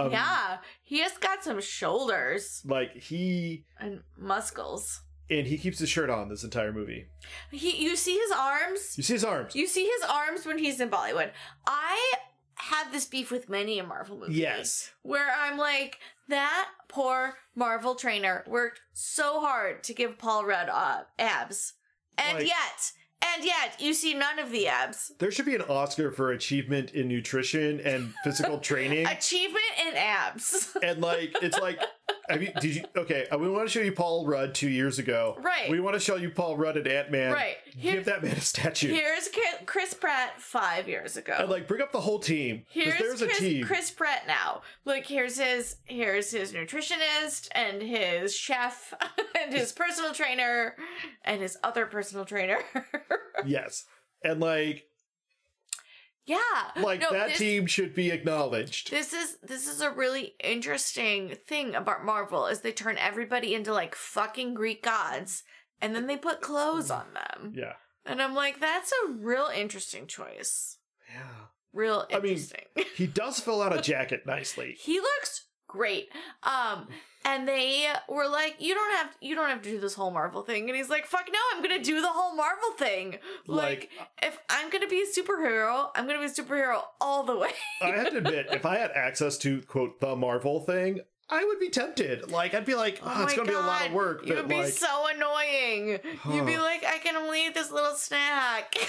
[SPEAKER 1] Um,
[SPEAKER 2] yeah, he has got some shoulders
[SPEAKER 1] like he
[SPEAKER 2] and muscles.
[SPEAKER 1] and he keeps his shirt on this entire movie.
[SPEAKER 2] He, you see his arms.
[SPEAKER 1] You see his arms.
[SPEAKER 2] You see his arms when he's in Bollywood. I have this beef with many a Marvel movie.
[SPEAKER 1] Yes.
[SPEAKER 2] where I'm like, that poor Marvel trainer worked so hard to give Paul Rudd uh, abs, And
[SPEAKER 1] Like-
[SPEAKER 2] yet, and yet, you see none of the abs.
[SPEAKER 1] There should be an Oscar for achievement in nutrition and
[SPEAKER 2] [LAUGHS]
[SPEAKER 1] physical training.
[SPEAKER 2] Achievement and abs. [LAUGHS]
[SPEAKER 1] and like it's like have you did you okay uh, we want to show you paul rudd two years ago
[SPEAKER 2] Right.
[SPEAKER 1] we want to show you paul rudd and ant-man
[SPEAKER 2] Right. Here-
[SPEAKER 1] give that man a statue
[SPEAKER 2] Here's Ki- Chris Pratt five years ago.
[SPEAKER 1] and like bring up the whole team because
[SPEAKER 2] here's
[SPEAKER 1] there's a
[SPEAKER 2] Chris,
[SPEAKER 1] team
[SPEAKER 2] Chris Pratt now. Look, here's his here's his nutritionist and his chef [LAUGHS] and his personal trainer and his other personal trainer. [LAUGHS]
[SPEAKER 1] yes and like
[SPEAKER 2] yeah,
[SPEAKER 1] like
[SPEAKER 2] Uh, No,
[SPEAKER 1] that
[SPEAKER 2] this,
[SPEAKER 1] team should be acknowledged
[SPEAKER 2] This is this is a really interesting thing about Marvel is they turn everybody into like fucking Greek gods and then they put clothes
[SPEAKER 1] Mm.
[SPEAKER 2] on them.
[SPEAKER 1] yeah
[SPEAKER 2] And I'm like, that's a real interesting choice.
[SPEAKER 1] yeah
[SPEAKER 2] Real
[SPEAKER 1] I mean,
[SPEAKER 2] interesting. [LAUGHS]
[SPEAKER 1] he does fill out a jacket nicely
[SPEAKER 2] he looks great um and they were like you don't have you don't have to do this whole marvel thing and he's like fuck no i'm gonna do the whole marvel thing like,
[SPEAKER 1] uh,
[SPEAKER 2] if i'm gonna be a superhero i'm gonna be a superhero all the
[SPEAKER 1] [LAUGHS]
[SPEAKER 2] way
[SPEAKER 1] i have to admit if i had access to quote the marvel thing i would be tempted like i'd be like oh, it's
[SPEAKER 2] my
[SPEAKER 1] gonna be a lot of
[SPEAKER 2] God,
[SPEAKER 1] work
[SPEAKER 2] you
[SPEAKER 1] but
[SPEAKER 2] would be
[SPEAKER 1] like
[SPEAKER 2] so annoying you'd be
[SPEAKER 1] Huh.
[SPEAKER 2] like i can only eat this little snack [LAUGHS]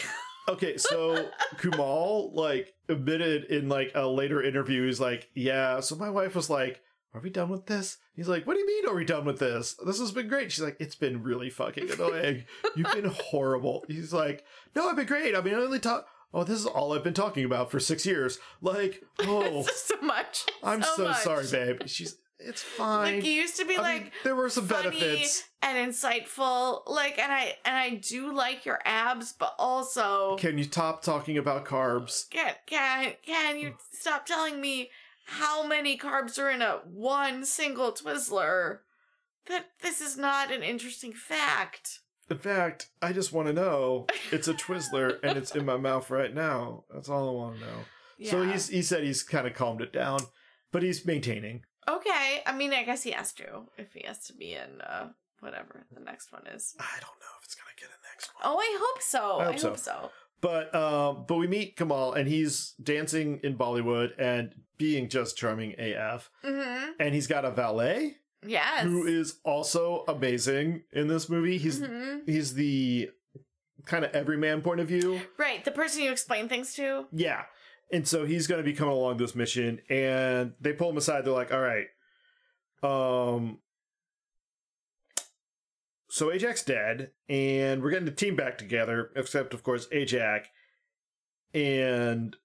[SPEAKER 1] Okay, so Kumal like admitted in like a later interview, he's like, "Yeah." So my wife was like, "Are we done with this?" He's like, "What do you mean? Are we done with this? This has been great." She's like, "It's been really fucking annoying. You've
[SPEAKER 2] [LAUGHS]
[SPEAKER 1] been horrible." He's like, "No, I've been great. I mean, I only talk. Oh, this is all I've been talking about for six years. Like,
[SPEAKER 2] [LAUGHS]
[SPEAKER 1] oh,
[SPEAKER 2] it's just so much
[SPEAKER 1] I'm so,
[SPEAKER 2] much.
[SPEAKER 1] sorry, babe." She's, "It's fine."
[SPEAKER 2] like you used to be
[SPEAKER 1] I
[SPEAKER 2] like
[SPEAKER 1] mean, there were some
[SPEAKER 2] funny
[SPEAKER 1] benefits.
[SPEAKER 2] and insightful like and i and i do like your abs but also
[SPEAKER 1] Can you top talking about carbs?
[SPEAKER 2] can can can
[SPEAKER 1] Hmm.
[SPEAKER 2] you stop telling me how many carbs are in a one single Twizzler? That this is not an interesting fact.
[SPEAKER 1] In fact, I just want to know it's a Twizzler and it's in my mouth right now. That's all I want to know. So
[SPEAKER 2] Yeah.
[SPEAKER 1] he's he said he's kind of calmed it down, but he's maintaining.
[SPEAKER 2] okay. I mean, I guess he has to if he has to be in uh, whatever the next one is.
[SPEAKER 1] I don't know if it's gonna get a next one.
[SPEAKER 2] Oh, I hope so. I
[SPEAKER 1] I
[SPEAKER 2] hope, so.
[SPEAKER 1] hope so. But um, but we meet Kamal and he's dancing in Bollywood and being just charming AF.
[SPEAKER 2] Mm-hmm.
[SPEAKER 1] And he's got a valet
[SPEAKER 2] Yes.
[SPEAKER 1] who is also amazing in this movie. He's
[SPEAKER 2] Mhm.
[SPEAKER 1] he's the kind of everyman point of view.
[SPEAKER 2] Right, the person you explain things to.
[SPEAKER 1] Yeah. And so he's going to be coming along this mission and they pull him aside. They're like, all right. Um, so Ajax dead and we're getting the team back together, except of course Ajax and,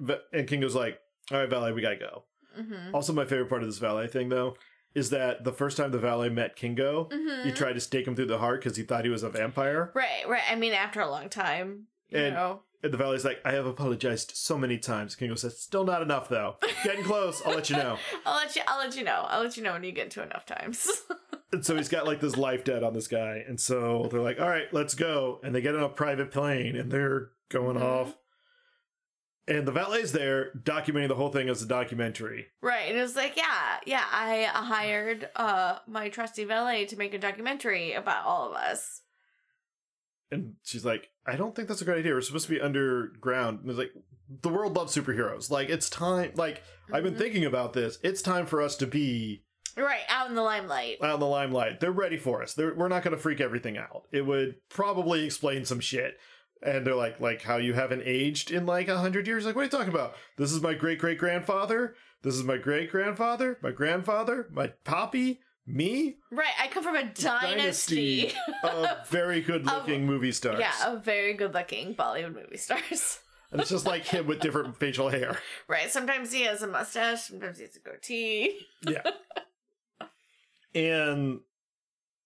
[SPEAKER 1] Va- and Kingo's like, all right, Valet, we got to go.
[SPEAKER 2] Mm-hmm.
[SPEAKER 1] Also, my favorite part of this Valet thing though, is that the first time the Valet met Kingo,
[SPEAKER 2] Mm-hmm.
[SPEAKER 1] he tried to stake him through the heart because he thought he was a vampire.
[SPEAKER 2] right, right. I mean, after a long time, you
[SPEAKER 1] And-
[SPEAKER 2] know.
[SPEAKER 1] And the valet's like, I have apologized so many times. Kingo says, still not enough though. Getting close, I'll let you know.
[SPEAKER 2] I'll let you. I'll let you know. I'll let you know when you get to enough times. [LAUGHS]
[SPEAKER 1] And so he's got like this life debt on this guy. And so they're like, all right, let's go. And they get on a private plane and they're going
[SPEAKER 2] Mhm.
[SPEAKER 1] off. And the valet's there documenting the whole thing as a documentary.
[SPEAKER 2] Right. And it was like, yeah, yeah, I uh, hired uh my trusty valet to make a documentary about all of us.
[SPEAKER 1] And she's like, I don't think that's a great idea. We're supposed to be underground. And it's like, the world loves superheroes. Like, it's time. Like, I've been
[SPEAKER 2] Mhm.
[SPEAKER 1] thinking about this. It's time for us to be
[SPEAKER 2] Right, out in the limelight.
[SPEAKER 1] out in the limelight. They're ready for us. They're, we're not going to freak everything out. It would probably explain some shit. And they're like, like how you haven't aged in like a hundred years. Like, what are you talking about? This is my great great grandfather. This is my great grandfather. My grandfather. My poppy. Me.
[SPEAKER 2] Right, I come from a dynasty. [LAUGHS]
[SPEAKER 1] of very good looking movie stars.
[SPEAKER 2] yeah, of very good looking Bollywood movie stars. [LAUGHS]
[SPEAKER 1] and it's just like him with different facial hair.
[SPEAKER 2] Right, sometimes he has a mustache, sometimes he has a goatee.
[SPEAKER 1] Yeah. and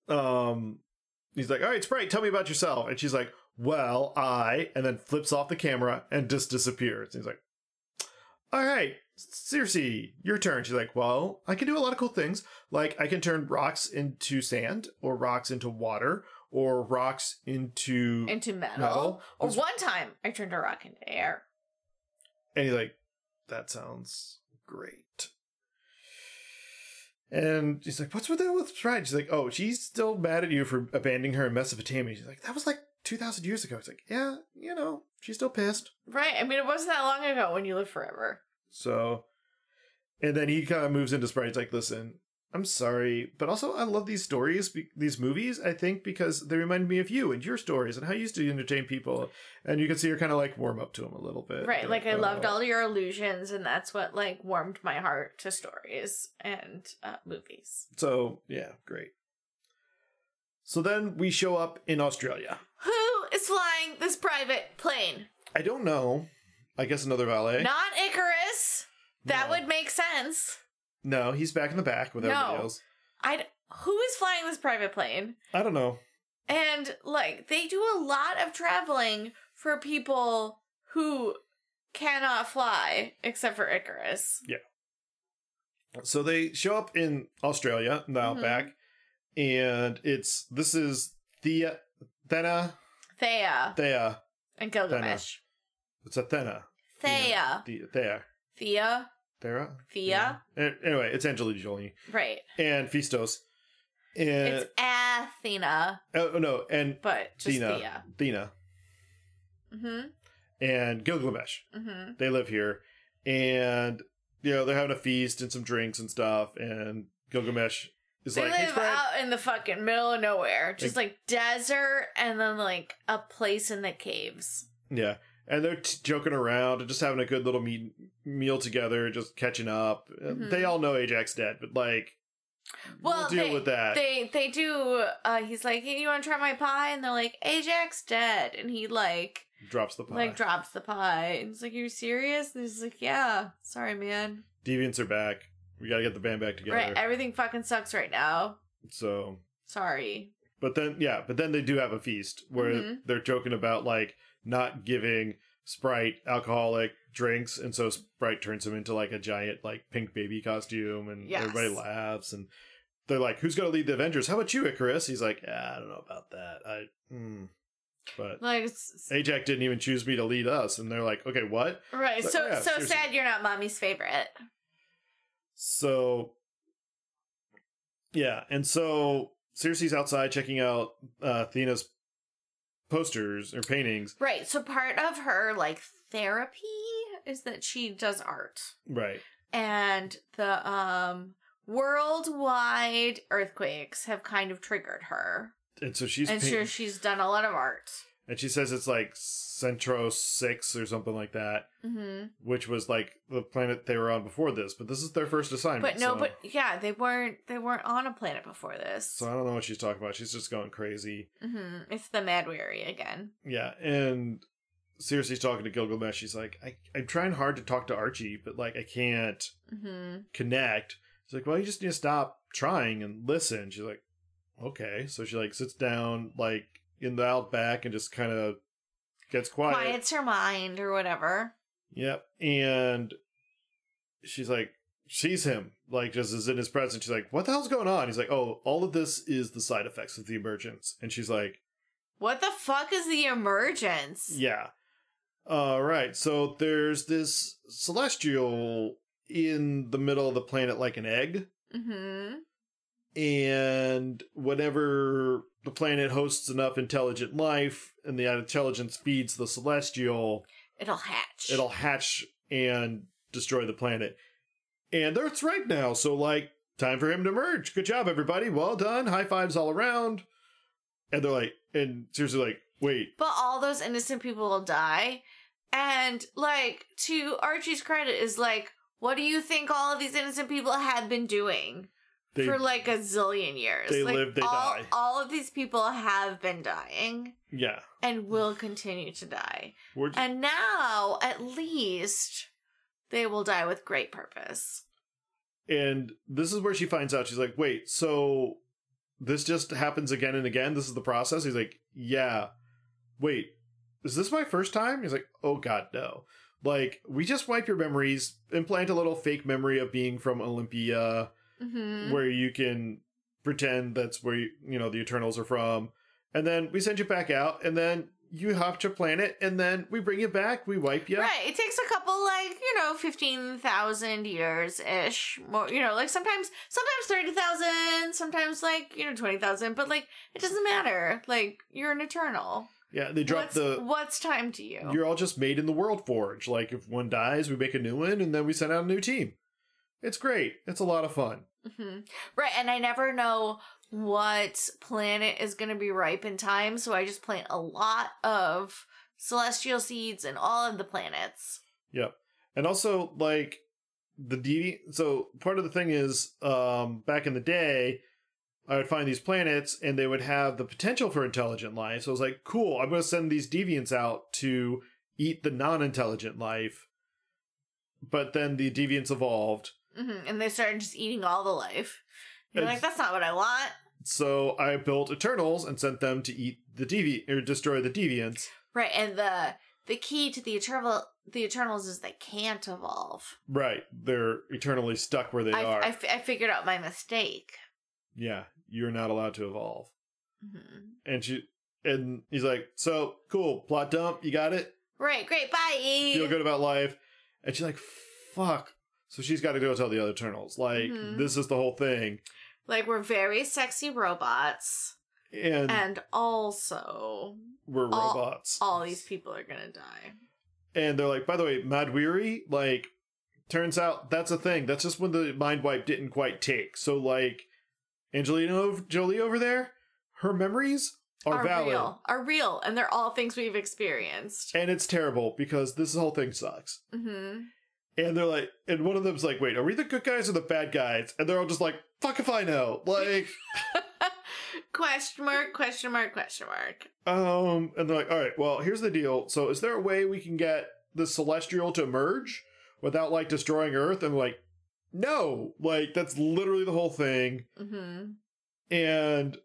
[SPEAKER 1] um he's like, "All right, Sprite, tell me about yourself." And she's like, "Well, I," and then flips off the camera and just disappears. he's like, "All right, Circe, your turn." She's like, "Well, I can do a lot of cool things. Like I can turn rocks into sand or rocks into water or rocks into
[SPEAKER 2] Into metal.
[SPEAKER 1] Mm. Metal.
[SPEAKER 2] Or one time I turned a rock into air.
[SPEAKER 1] And he's like, that sounds great. And she's like, what's with that with Stride? She's like, oh, she's still mad at you for abandoning her in Mesopotamia. She's like, that was like 2,000 years ago. It's like, yeah, you know, she's still pissed.
[SPEAKER 2] Right. I mean it wasn't that long ago when you lived forever.
[SPEAKER 1] So, and then he kind of moves into Sprite. He's like, listen, I'm sorry, but also I love these stories, be- these movies. I think because they remind me of you and your stories and how you used to entertain people, and you can see you're kind of like warm up to them a little bit.
[SPEAKER 2] Right, like I
[SPEAKER 1] uh,
[SPEAKER 2] loved all your illusions, and that's what like warmed my heart to stories and uh, movies.
[SPEAKER 1] So yeah, great. So then we show up in Australia.
[SPEAKER 2] Who is flying this private plane?
[SPEAKER 1] I don't know. I guess another valet.
[SPEAKER 2] Not Icarus. That
[SPEAKER 1] No.
[SPEAKER 2] would make sense.
[SPEAKER 1] No, he's back in the back with everybody
[SPEAKER 2] No.
[SPEAKER 1] else.
[SPEAKER 2] I who is flying this private plane?
[SPEAKER 1] I don't know.
[SPEAKER 2] And like they do a lot of traveling for people who cannot fly except for Icarus.
[SPEAKER 1] So they show up in Australia in the
[SPEAKER 2] Mhm.
[SPEAKER 1] outback, and it's this is Thea Thena
[SPEAKER 2] Thea
[SPEAKER 1] Thea.
[SPEAKER 2] and Gilgamesh.
[SPEAKER 1] It's Athena.
[SPEAKER 2] Thea.
[SPEAKER 1] The- Thea.
[SPEAKER 2] Thea.
[SPEAKER 1] Thera.
[SPEAKER 2] Thea.
[SPEAKER 1] Yeah. A- Anyway, it's Angelina Jolie
[SPEAKER 2] Right.
[SPEAKER 1] and Fistos, and
[SPEAKER 2] it's Athena,
[SPEAKER 1] oh no, and
[SPEAKER 2] but just
[SPEAKER 1] Thena.
[SPEAKER 2] Thea.
[SPEAKER 1] Thena
[SPEAKER 2] Mm-hmm.
[SPEAKER 1] and Gilgamesh.
[SPEAKER 2] Mm-hmm.
[SPEAKER 1] They live here, and you know they're having a feast and some drinks and stuff. And Gilgamesh is
[SPEAKER 2] They
[SPEAKER 1] like, "It's
[SPEAKER 2] live
[SPEAKER 1] Brad."
[SPEAKER 2] out in the fucking middle of nowhere, just like desert, and then like a place in the caves.
[SPEAKER 1] Yeah, and they're t- joking around and just having a good little meet- meal together, just catching up. Uh,
[SPEAKER 2] Mhm.
[SPEAKER 1] They all know Ajax dead, but like,
[SPEAKER 2] Well,
[SPEAKER 1] we'll deal
[SPEAKER 2] they-
[SPEAKER 1] with that.
[SPEAKER 2] They they do. Uh, he's like, "Hey, you want to try my pie?" And they're like, "Ajax dead," and he like
[SPEAKER 1] Drops the pie.
[SPEAKER 2] like drops the pie. And he's like, "You serious?" And he's like, "Yeah, sorry, man.
[SPEAKER 1] Deviants are back. We gotta get the band back together.
[SPEAKER 2] Right, everything fucking sucks right now.
[SPEAKER 1] so,
[SPEAKER 2] Sorry."
[SPEAKER 1] but then yeah, but then they do have a feast where
[SPEAKER 2] Mhm.
[SPEAKER 1] they're joking about like not giving Sprite alcoholic drinks, and so Sprite turns him into like a giant like pink baby costume, and
[SPEAKER 2] Yes.
[SPEAKER 1] everybody laughs and. They're like, who's gonna lead the Avengers? How about you, Icarus? He's like, yeah, I don't know about that. I, mm. but
[SPEAKER 2] Like, it's,
[SPEAKER 1] Ajax didn't even choose me to lead us. And they're like, okay, what?
[SPEAKER 2] right?
[SPEAKER 1] But
[SPEAKER 2] So
[SPEAKER 1] yeah,
[SPEAKER 2] so
[SPEAKER 1] seriously.
[SPEAKER 2] sad. You're not mommy's favorite.
[SPEAKER 1] So, yeah. And so Circe's outside checking out uh, Athena's posters or paintings.
[SPEAKER 2] Right. So part of her like therapy is that she does art.
[SPEAKER 1] Right.
[SPEAKER 2] And the um worldwide earthquakes have kind of triggered her.
[SPEAKER 1] And so she's
[SPEAKER 2] and
[SPEAKER 1] paint-
[SPEAKER 2] sure she's done a lot of art.
[SPEAKER 1] and she says it's like Centro 6 or something like that,
[SPEAKER 2] hmm
[SPEAKER 1] which was like the planet they were on before this. But this is their first assignment.
[SPEAKER 2] But no,
[SPEAKER 1] so-
[SPEAKER 2] but yeah, they weren't they weren't on a planet before this.
[SPEAKER 1] So I don't know what she's talking about. She's just going crazy.
[SPEAKER 2] hmm It's the Mad Weary again.
[SPEAKER 1] Yeah, and Cersei's talking to Gilgamesh. She's like, I, I'm trying hard to talk to Archie, but like I can't
[SPEAKER 2] hmm
[SPEAKER 1] connect. She's like, Well, you just need to stop trying and listen. She's like, Okay. So she like sits down like in the outback and just kind of gets quiet.
[SPEAKER 2] Quiets her mind or whatever.
[SPEAKER 1] Yep. And she's like, sees him like just is in his presence. She's like, What the hell's going on? He's like, Oh, all of this is the side effects of the emergence. And she's like,
[SPEAKER 2] What the fuck is the emergence?
[SPEAKER 1] Yeah. All right. So there's this celestial in the middle of the planet like an egg.
[SPEAKER 2] hmm
[SPEAKER 1] And whenever the planet hosts enough intelligent life and the intelligence feeds the celestial,
[SPEAKER 2] It'll hatch.
[SPEAKER 1] it'll hatch and destroy the planet. And Earth's right now. So, like, time for him to merge. Good job, everybody. Well done. High fives all around. And they're like, and seriously, like, wait,
[SPEAKER 2] but all those innocent people will die. And like to Archie's credit is like, what do you think all of these innocent people have been doing
[SPEAKER 1] they,
[SPEAKER 2] for like a zillion years?
[SPEAKER 1] they
[SPEAKER 2] like,
[SPEAKER 1] live, they
[SPEAKER 2] all,
[SPEAKER 1] die.
[SPEAKER 2] All of these people have been dying
[SPEAKER 1] yeah.
[SPEAKER 2] and will continue to die.
[SPEAKER 1] We're
[SPEAKER 2] And now, at least, they will die with great purpose.
[SPEAKER 1] And this is where she finds out. She's like, wait, so this just happens again and again? This is the process? He's like, yeah. Wait, is this my first time? He's like, oh god, no. Like, we just wipe your memories, implant a little fake memory of being from Olympia,
[SPEAKER 2] hmm
[SPEAKER 1] where you can pretend that's where, you, you know, the Eternals are from. And then we send you back out, and then you hop to planet, and then we bring you back, we wipe you.
[SPEAKER 2] Right. It takes a couple, like, you know, 15,000 years ish. More, you know, like sometimes, sometimes 30,000, sometimes like, you know, 20,000, but like, it doesn't matter. Like, you're an eternal.
[SPEAKER 1] Yeah, they drop
[SPEAKER 2] what's,
[SPEAKER 1] the
[SPEAKER 2] what's time to you?
[SPEAKER 1] You're all just made in the World Forge. Like if one dies, we make a new one, and then we send out a new team. It's great. It's a lot of fun.
[SPEAKER 2] hmm Right, and I never know what planet is going to be ripe in time, so I just plant a lot of celestial seeds in all of the planets.
[SPEAKER 1] Yep. And also like the deity so part of the thing is um back in the day I would find these planets and they would have the potential for intelligent life. So I was like, cool, I'm gonna send these deviants out to eat the non intelligent life. But then the deviants evolved.
[SPEAKER 2] hmm And they started just eating all the life. You're like, that's not what I want.
[SPEAKER 1] So I built Eternals and sent them to eat the devi or destroy the deviants.
[SPEAKER 2] Right, and the the key to the eternal the Eternals is they can't evolve.
[SPEAKER 1] Right. They're eternally stuck where they
[SPEAKER 2] I,
[SPEAKER 1] are.
[SPEAKER 2] I, fi- I figured out my mistake.
[SPEAKER 1] yeah. You're not allowed to evolve.
[SPEAKER 2] hmm
[SPEAKER 1] And she and he's like, So cool, plot dump, you got it?
[SPEAKER 2] Right, great, bye.
[SPEAKER 1] Feel good about life. And she's like, Fuck. So she's gotta go tell the other Eternals. Like,
[SPEAKER 2] Mhm.
[SPEAKER 1] this is the whole thing.
[SPEAKER 2] Like we're very sexy robots,
[SPEAKER 1] And,
[SPEAKER 2] and also
[SPEAKER 1] we're
[SPEAKER 2] all-
[SPEAKER 1] robots.
[SPEAKER 2] all these people are gonna die.
[SPEAKER 1] and they're like, by the way, Mad Weary, like, turns out that's a thing. That's just when the mind wipe didn't quite take. So, like, Angelina Ov- Jolie over there, her memories are, valid.
[SPEAKER 2] real, are real, and they're all things we've experienced.
[SPEAKER 1] And it's terrible because this whole thing sucks.
[SPEAKER 2] hmm
[SPEAKER 1] And they're like, and one of them's like, wait, are we the good guys or the bad guys? And they're all just like, fuck if I know. Like,
[SPEAKER 2] [LAUGHS] question mark, question mark, question mark.
[SPEAKER 1] um, and they're like, all right, well, here's the deal. So, is there a way we can get the celestial to merge without like destroying Earth? And like, no, like that's literally the whole thing.
[SPEAKER 2] hmm
[SPEAKER 1] And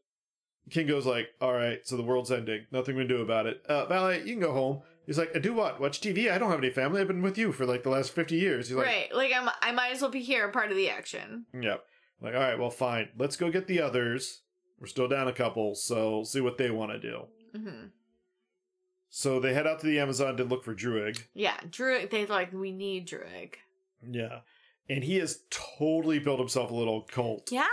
[SPEAKER 1] Kingo's like, all right, so the world's ending. Nothing we can do about it. Uh, Valet, you can go home. He's like, I do what? Watch TV? I don't have any family. I've been with you for like the last 50 years. He's like,
[SPEAKER 2] right, like I'm, I might as well be here, part of the action.
[SPEAKER 1] yep. Like, all right, well, fine. Let's go get the others. We're still down a couple, so see what they want to do.
[SPEAKER 2] hmm
[SPEAKER 1] So they head out to the Amazon to look for Druig.
[SPEAKER 2] Yeah, Druid. They like we need Druid.
[SPEAKER 1] Yeah. And he has totally built himself a little cult.
[SPEAKER 2] Yeah,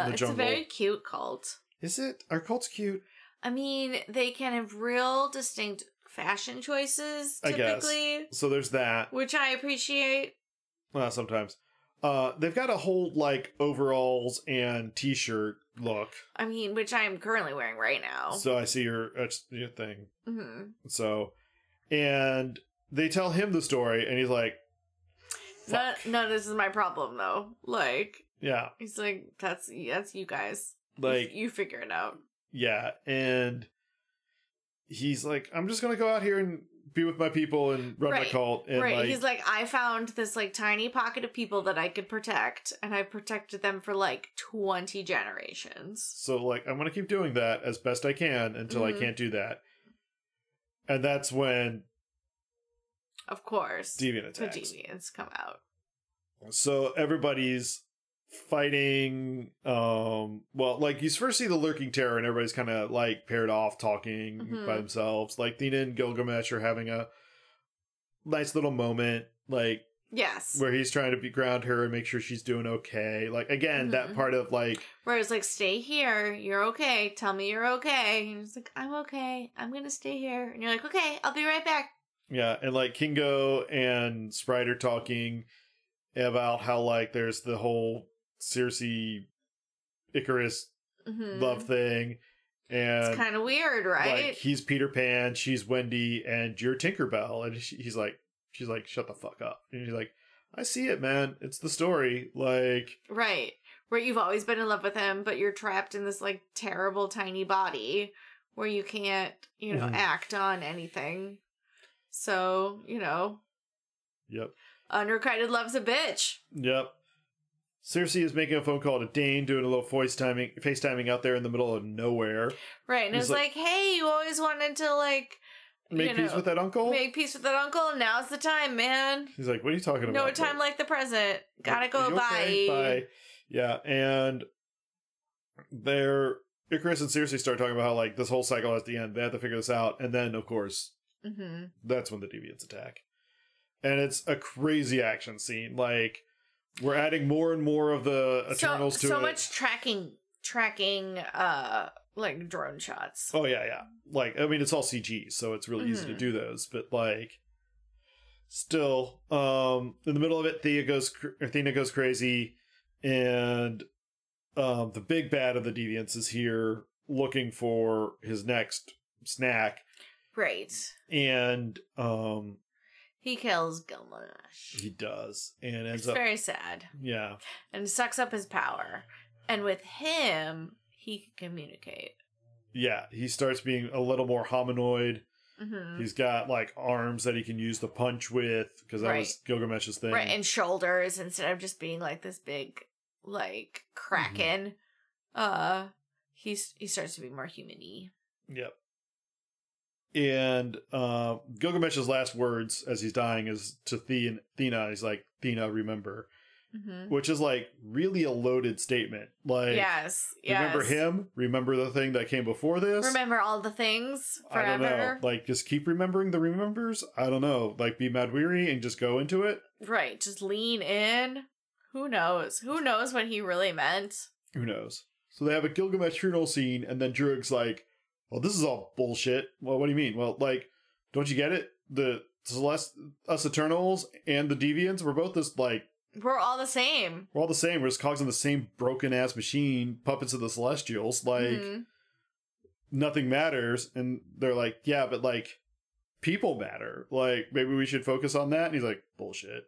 [SPEAKER 1] in the
[SPEAKER 2] it's
[SPEAKER 1] jungle.
[SPEAKER 2] a very cute cult.
[SPEAKER 1] Is it? Are cults cute?
[SPEAKER 2] I mean, they can have real distinct fashion choices
[SPEAKER 1] I guess.
[SPEAKER 2] typically,
[SPEAKER 1] So there's that.
[SPEAKER 2] which I appreciate.
[SPEAKER 1] Uh, sometimes. Uh, they've got a whole like overalls and t-shirt look.
[SPEAKER 2] I mean, which I am currently wearing right now.
[SPEAKER 1] So I see your uh, your thing.
[SPEAKER 2] hmm
[SPEAKER 1] So, and they tell him the story, and he's like,
[SPEAKER 2] No,
[SPEAKER 1] "Fuck,
[SPEAKER 2] no, this is my problem though. Like
[SPEAKER 1] yeah,
[SPEAKER 2] he's like, that's that's you guys. You-
[SPEAKER 1] like
[SPEAKER 2] you, figure it out.
[SPEAKER 1] yeah." And he's like, "I'm just gonna go out here and be with my people and run my
[SPEAKER 2] Right.
[SPEAKER 1] cult." And
[SPEAKER 2] right?
[SPEAKER 1] like,
[SPEAKER 2] he's like, I found this like tiny pocket of people that I could protect, and I've protected them for like twenty generations.
[SPEAKER 1] so like, I'm gonna keep doing that as best I can until I
[SPEAKER 2] Mhm.
[SPEAKER 1] can't do that. And that's when
[SPEAKER 2] Of course,
[SPEAKER 1] Deviant
[SPEAKER 2] the
[SPEAKER 1] attacks.
[SPEAKER 2] deviants come out.
[SPEAKER 1] so everybody's fighting um well like you first see the lurking terror and everybody's kind of like paired off talking
[SPEAKER 2] Mhm.
[SPEAKER 1] by themselves like Thena and Gilgamesh are having a nice little moment like
[SPEAKER 2] Yes,
[SPEAKER 1] where he's trying to be ground her and make sure she's doing okay like again that
[SPEAKER 2] Mhm.
[SPEAKER 1] part of like
[SPEAKER 2] where it's like, stay here, you're okay. Tell me you're okay. And he's like, I'm okay. I'm gonna stay here. And you're like, okay, I'll be right back.
[SPEAKER 1] yeah and like Kingo and Sprite are talking about how like there's the whole Circe Icarus
[SPEAKER 2] Mhm.
[SPEAKER 1] love thing and
[SPEAKER 2] It's kind of weird, right?
[SPEAKER 1] Like he's Peter Pan, she's Wendy, and you're Tinkerbell. And she, he's like, she's like, shut the fuck up. And he's like, I see it, man. It's the story. Like,
[SPEAKER 2] Right. Where you've always been in love with him, but you're trapped in this like terrible tiny body where you can't, you know,
[SPEAKER 1] Mhm.
[SPEAKER 2] act on anything. So, you know,
[SPEAKER 1] yep,
[SPEAKER 2] unrequited love's a bitch.
[SPEAKER 1] yep. Cersei is making a phone call to Dane, doing a little voice timing, FaceTiming out there in the middle of nowhere.
[SPEAKER 2] Right. And
[SPEAKER 1] He's
[SPEAKER 2] it's like, hey, you always wanted to like
[SPEAKER 1] Make
[SPEAKER 2] You
[SPEAKER 1] peace
[SPEAKER 2] know,
[SPEAKER 1] with that uncle.
[SPEAKER 2] make peace with that uncle. Now's the time, man.
[SPEAKER 1] he's like, what are you talking
[SPEAKER 2] No
[SPEAKER 1] about?
[SPEAKER 2] time like the present. Gotta
[SPEAKER 1] Are
[SPEAKER 2] go.
[SPEAKER 1] you
[SPEAKER 2] Bye.
[SPEAKER 1] okay? Bye. Yeah, and they're Icarus and Cersei start talking about how like this whole cycle has to end. They have to figure this out, and then of course
[SPEAKER 2] hmm
[SPEAKER 1] that's when the deviants attack and it's a crazy action scene like we're adding more and more of the
[SPEAKER 2] So,
[SPEAKER 1] eternals to
[SPEAKER 2] so
[SPEAKER 1] it
[SPEAKER 2] much tracking, tracking, uh, like drone shots. Mm-hmm.
[SPEAKER 1] oh yeah yeah like i mean it's all cg so it's really easy to
[SPEAKER 2] Mhm.
[SPEAKER 1] do those but like still um in the middle of it thea goes cr- athena goes crazy and um the big bad of the deviants is here looking for his next snack
[SPEAKER 2] Right.
[SPEAKER 1] and um
[SPEAKER 2] He kills Gilgamesh.
[SPEAKER 1] he does and ends
[SPEAKER 2] It's
[SPEAKER 1] up
[SPEAKER 2] very sad
[SPEAKER 1] yeah
[SPEAKER 2] and sucks up his power. And with him, he can communicate.
[SPEAKER 1] yeah he starts being a little more hominoid
[SPEAKER 2] hmm
[SPEAKER 1] he's got like arms that he can use to punch with because that was gilgamesh's thing
[SPEAKER 2] Right, and shoulders instead of just being like this big, like
[SPEAKER 1] Mm-hmm.
[SPEAKER 2] kraken. Uh, he's he starts to be more humany.
[SPEAKER 1] Yep. And uh, Gilgamesh's last words as he's dying is to Thea, Thena. He's like, "Thena, remember,"
[SPEAKER 2] Mm-hmm.
[SPEAKER 1] which is like really a loaded statement. Like,
[SPEAKER 2] yes, yes.
[SPEAKER 1] remember him. Remember the thing that came before this.
[SPEAKER 2] Remember all the things forever.
[SPEAKER 1] I don't know. Like, just keep remembering the remembers. I don't know. Like, be mad weary and just go into it.
[SPEAKER 2] Right, just lean in. Who knows? Who knows what he really meant?
[SPEAKER 1] Who knows? So they have a Gilgamesh funeral scene, and then Druig's like, "Well, this is all bullshit." Well, what do you mean? Well, like, don't you get it? The Celeste, us Eternals, and the Deviants, we're both this like
[SPEAKER 2] We're all the same.
[SPEAKER 1] we're all the same. We're just cogs in the same broken ass machine, puppets of the Celestials. Like
[SPEAKER 2] Mhm.
[SPEAKER 1] nothing matters, and they're like, "Yeah, but like." People matter. Like maybe we should focus on that. And he's like, "Bullshit."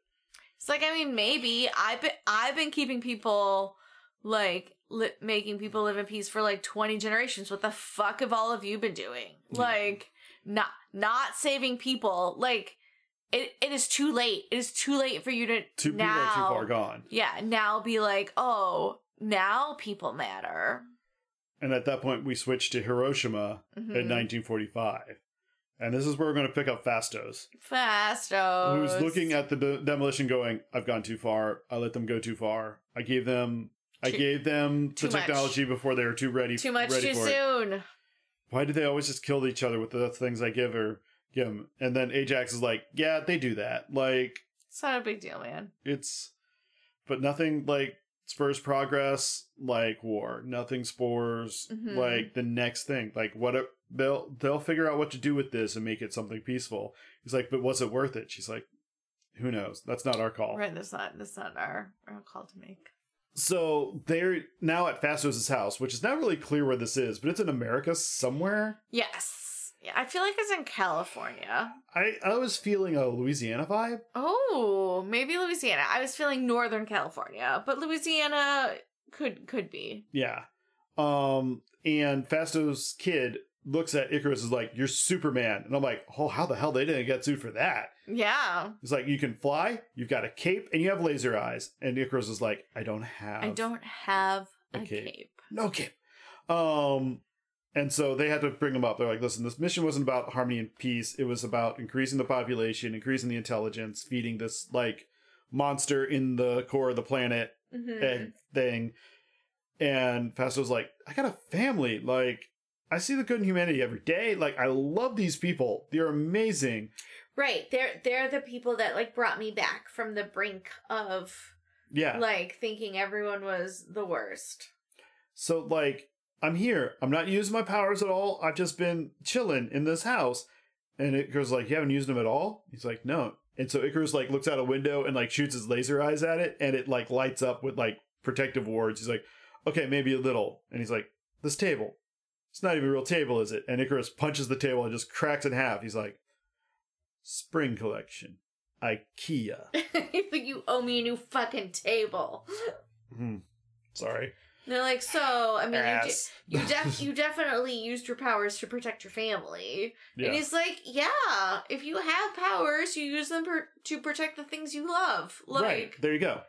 [SPEAKER 2] It's like I mean, maybe I've been I've been keeping people like li- making people live in peace for like twenty generations. What the fuck have all of you been doing?
[SPEAKER 1] Yeah.
[SPEAKER 2] Like not not saving people. Like it it is too late. It is too late for you to
[SPEAKER 1] Two people
[SPEAKER 2] now,
[SPEAKER 1] are too far gone.
[SPEAKER 2] Yeah, now be like, oh, now people matter.
[SPEAKER 1] And at that point, we switch to Hiroshima
[SPEAKER 2] Mhm.
[SPEAKER 1] in 1945, and this is where we're going to pick up Fastos.
[SPEAKER 2] Fastos.
[SPEAKER 1] who's looking at the de- demolition going i've gone too far i let them go too far i gave them i
[SPEAKER 2] Too-
[SPEAKER 1] gave them
[SPEAKER 2] too
[SPEAKER 1] the
[SPEAKER 2] much.
[SPEAKER 1] technology before they were too ready
[SPEAKER 2] too much
[SPEAKER 1] ready
[SPEAKER 2] too
[SPEAKER 1] for it.
[SPEAKER 2] soon.
[SPEAKER 1] why do they always just kill each other with the things i give or give 'em?" and then ajax is like yeah they do that like
[SPEAKER 2] It's not a big deal, man.
[SPEAKER 1] it's but nothing like spurs progress like war nothing spores
[SPEAKER 2] Mhm.
[SPEAKER 1] like the next thing like what it, they'll they'll figure out what to do with this and make it something peaceful he's like but was it worth it she's like who knows that's not our call
[SPEAKER 2] Right, that's not that's not our, our call to make.
[SPEAKER 1] so they're now at Fastos' house, which is not really clear where this is, but it's in America somewhere.
[SPEAKER 2] Yes. Yeah, I feel like it's in California.
[SPEAKER 1] I, I was feeling a Louisiana vibe.
[SPEAKER 2] Oh, maybe Louisiana. I was feeling Northern California, but Louisiana could could be.
[SPEAKER 1] Yeah. Um, and Fastos' kid looks at Icarus is like, You're Superman. And I'm like, Oh, how the hell they didn't get sued for that?
[SPEAKER 2] Yeah.
[SPEAKER 1] He's like, You can fly, you've got a cape, and you have laser eyes. And Icarus is like, I don't have
[SPEAKER 2] I don't have a
[SPEAKER 1] Okay.
[SPEAKER 2] cape.
[SPEAKER 1] no cape. Um, and so they had to bring him up. They're like, listen, this mission wasn't about harmony and peace. It was about increasing the population, increasing the intelligence, feeding this like monster in the core of the planet
[SPEAKER 2] Mhm.
[SPEAKER 1] egg thing. And Fasto's like, I got a family. Like, I see the good in humanity every day. Like, I love these people. They're amazing.
[SPEAKER 2] Right. They're they're the people that like brought me back from the brink of
[SPEAKER 1] Yeah.
[SPEAKER 2] like thinking everyone was the worst.
[SPEAKER 1] So like I'm here. I'm not using my powers at all. I've just been chilling in this house. And Icarus is like, you haven't used them at all? He's like, no. And so Icarus like looks out a window and like shoots his laser eyes at it and it like lights up with like protective wards. He's like, okay, maybe a little. And he's like, this table. It's not even a real table, is it? And Icarus punches the table and just cracks it in half. He's like, spring collection.
[SPEAKER 2] [LAUGHS]
[SPEAKER 1] IKEA.
[SPEAKER 2] He's like, you owe me a new fucking table.
[SPEAKER 1] Hmm. Sorry.
[SPEAKER 2] And they're like, so I mean, you,
[SPEAKER 1] Ass.
[SPEAKER 2] de-
[SPEAKER 1] [LAUGHS]
[SPEAKER 2] you, def- you definitely used your powers to protect your family.
[SPEAKER 1] Yeah.
[SPEAKER 2] And he's like, yeah, if you have powers, you use them per- to protect the things you love. Like,
[SPEAKER 1] there you go.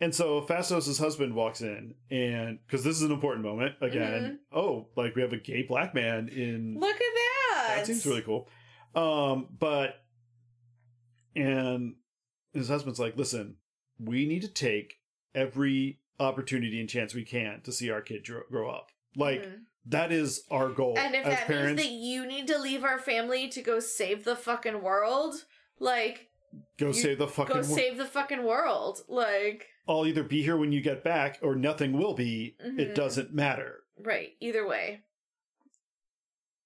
[SPEAKER 1] And so Fastos' husband walks in, and because this is an important moment again.
[SPEAKER 2] Mm-hmm.
[SPEAKER 1] Oh, like we have a gay black man in.
[SPEAKER 2] look at that.
[SPEAKER 1] that seems really cool. Um, but and his husband's like, listen, we need to take every opportunity and chance we can to see our kid grow, grow up. Like
[SPEAKER 2] Mhm.
[SPEAKER 1] that is our goal
[SPEAKER 2] and if
[SPEAKER 1] as
[SPEAKER 2] that
[SPEAKER 1] parents.
[SPEAKER 2] means that you need to leave our family to go save the fucking world, like,
[SPEAKER 1] go
[SPEAKER 2] you
[SPEAKER 1] save the fucking.
[SPEAKER 2] go
[SPEAKER 1] wor-
[SPEAKER 2] save the fucking world. Like,
[SPEAKER 1] I'll either be here when you get back, or nothing will be.
[SPEAKER 2] Mhm.
[SPEAKER 1] It doesn't matter.
[SPEAKER 2] right. Either way.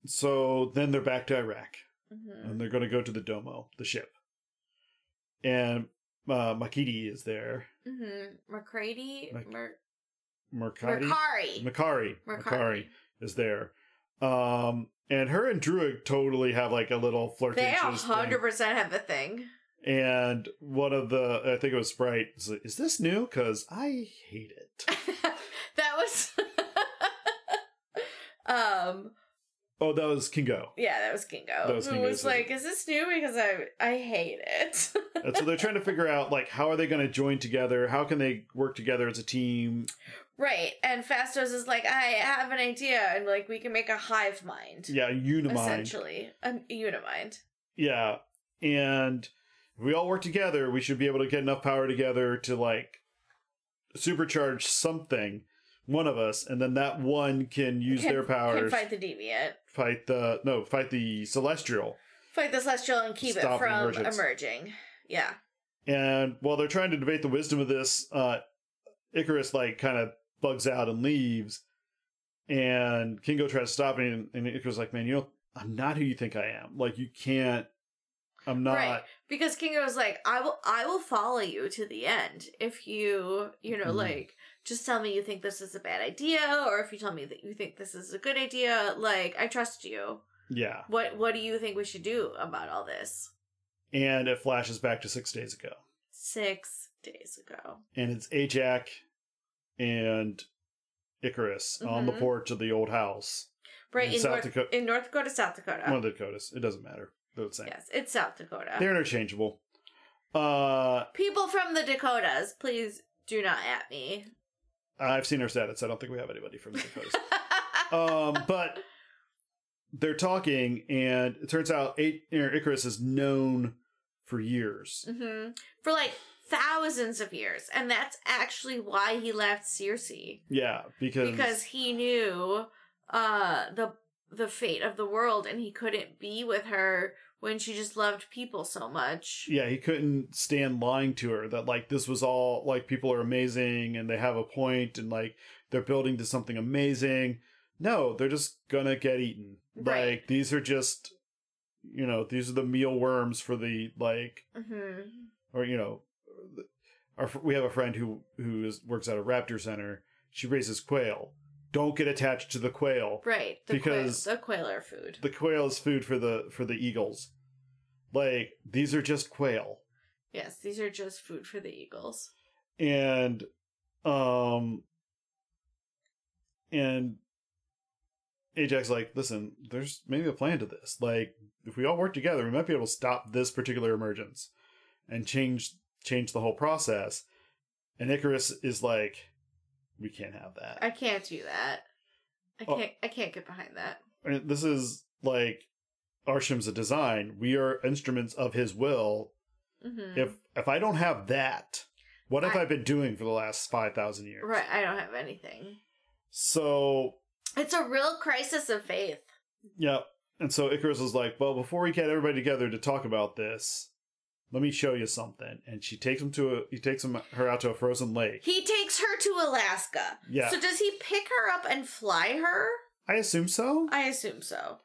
[SPEAKER 1] So then they're back to Iraq
[SPEAKER 2] Mhm. Mm-hmm.
[SPEAKER 1] and they're going to go to the Domo, the ship. and uh, Makiti is there.
[SPEAKER 2] Mm-hmm. McCready?
[SPEAKER 1] Like-
[SPEAKER 2] Mer-
[SPEAKER 1] Mercati,
[SPEAKER 2] Mercari.
[SPEAKER 1] Makari,
[SPEAKER 2] Mercari.
[SPEAKER 1] Makari is there. Um, and her and Druid totally have like a little
[SPEAKER 2] They a
[SPEAKER 1] flirtatious. thing.
[SPEAKER 2] 100% have a thing. [LAUGHS]
[SPEAKER 1] And one of the, I think it was Sprite, is like, is this new? Because I hate it.
[SPEAKER 2] that was. [LAUGHS] um.
[SPEAKER 1] oh, that was Kingo.
[SPEAKER 2] Yeah, that was Kingo.
[SPEAKER 1] That was
[SPEAKER 2] who
[SPEAKER 1] Kingo's
[SPEAKER 2] was like, "Is this new? Because I I hate it."
[SPEAKER 1] And so they're trying to figure out like how are they going to join together? How can they work together as a team?
[SPEAKER 2] [LAUGHS] right. And Fastos is like, "I have an idea, and like we can make a hive mind,
[SPEAKER 1] Yeah, Unimind.
[SPEAKER 2] essentially, a unimind."
[SPEAKER 1] Yeah, and if we all work together, we should be able to get enough power together to like supercharge something, one of us, and then that one can use
[SPEAKER 2] Can-
[SPEAKER 1] their
[SPEAKER 2] Can
[SPEAKER 1] powers
[SPEAKER 2] fight the deviant,
[SPEAKER 1] fight the no fight the celestial.
[SPEAKER 2] fight the celestial, and keep
[SPEAKER 1] Stop
[SPEAKER 2] it from
[SPEAKER 1] emergence.
[SPEAKER 2] emerging. Yeah.
[SPEAKER 1] And while they're trying to debate the wisdom of this, uh, Icarus like kind of bugs out and leaves. And Kingo tries to stop him, and Icarus is like, "Man, you know, I'm not who you think I am. Like, you can't. I'm not.
[SPEAKER 2] Right. Because Kingo's like, I will I will follow you to the end if you you know,
[SPEAKER 1] Mhm.
[SPEAKER 2] like just tell me you think this is a bad idea or if you tell me that you think this is a good idea, like I trust you.
[SPEAKER 1] Yeah."
[SPEAKER 2] What what do you think we should do about all this?
[SPEAKER 1] And it flashes back to six days ago,
[SPEAKER 2] Six days ago.
[SPEAKER 1] and it's Ajax and Icarus on the
[SPEAKER 2] Mhm.
[SPEAKER 1] porch of the old house
[SPEAKER 2] Right
[SPEAKER 1] In
[SPEAKER 2] in,
[SPEAKER 1] South
[SPEAKER 2] North,
[SPEAKER 1] Dakota-
[SPEAKER 2] in North Dakota, South Dakota.
[SPEAKER 1] one of the Dakotas. It doesn't matter. They're the same.
[SPEAKER 2] yes, it's South Dakota.
[SPEAKER 1] They're interchangeable. Uh,
[SPEAKER 2] People from the Dakotas, please do not at me.
[SPEAKER 1] I've seen her status. I don't think we have anybody from the
[SPEAKER 2] [LAUGHS]
[SPEAKER 1] Dakotas. um, but they're talking, and it turns out eight, er, Icarus is known for years.
[SPEAKER 2] hmm For like thousands of years. And that's actually why he left Circe.
[SPEAKER 1] Yeah, because,
[SPEAKER 2] because he knew uh the the fate of the world and he couldn't be with her when she just loved people so much
[SPEAKER 1] yeah, he couldn't stand lying to her that like this was all like people are amazing and they have a point and like they're building to something amazing. No, they're just gonna get eaten.
[SPEAKER 2] Right.
[SPEAKER 1] Like these are just, you know, these are the mealworms for the like
[SPEAKER 2] hmm
[SPEAKER 1] or you know, our fr- we have a friend who who is, works at a raptor center. She raises quail. Don't get attached to the quail.
[SPEAKER 2] right the
[SPEAKER 1] Because-
[SPEAKER 2] quail, the quailer food
[SPEAKER 1] The quail is food for the for the eagles. Like these are just quail,
[SPEAKER 2] yes these are just food for the eagles
[SPEAKER 1] and um, and Ajax like, listen, there's maybe a plan to this. Like if we all work together, we might be able to stop this particular emergence and change change the whole process. And Icarus is like, we can't have that.
[SPEAKER 2] i can't do that i
[SPEAKER 1] Oh.
[SPEAKER 2] can't i can't get behind that
[SPEAKER 1] I mean, this is like Arshim's a design. We are instruments of his will.
[SPEAKER 2] hmm
[SPEAKER 1] If if I don't have that, what have I,
[SPEAKER 2] I-
[SPEAKER 1] been doing for the last five thousand years?
[SPEAKER 2] right i don't have anything
[SPEAKER 1] So
[SPEAKER 2] it's a real crisis of faith
[SPEAKER 1] yeah, and so Icarus was like, "Well, before we get everybody together to talk about this, let me show you something." And she takes him to a he takes him her out to a frozen lake.
[SPEAKER 2] he takes her to alaska
[SPEAKER 1] Yeah.
[SPEAKER 2] so does he pick her up and fly her
[SPEAKER 1] I assume so.
[SPEAKER 2] i assume so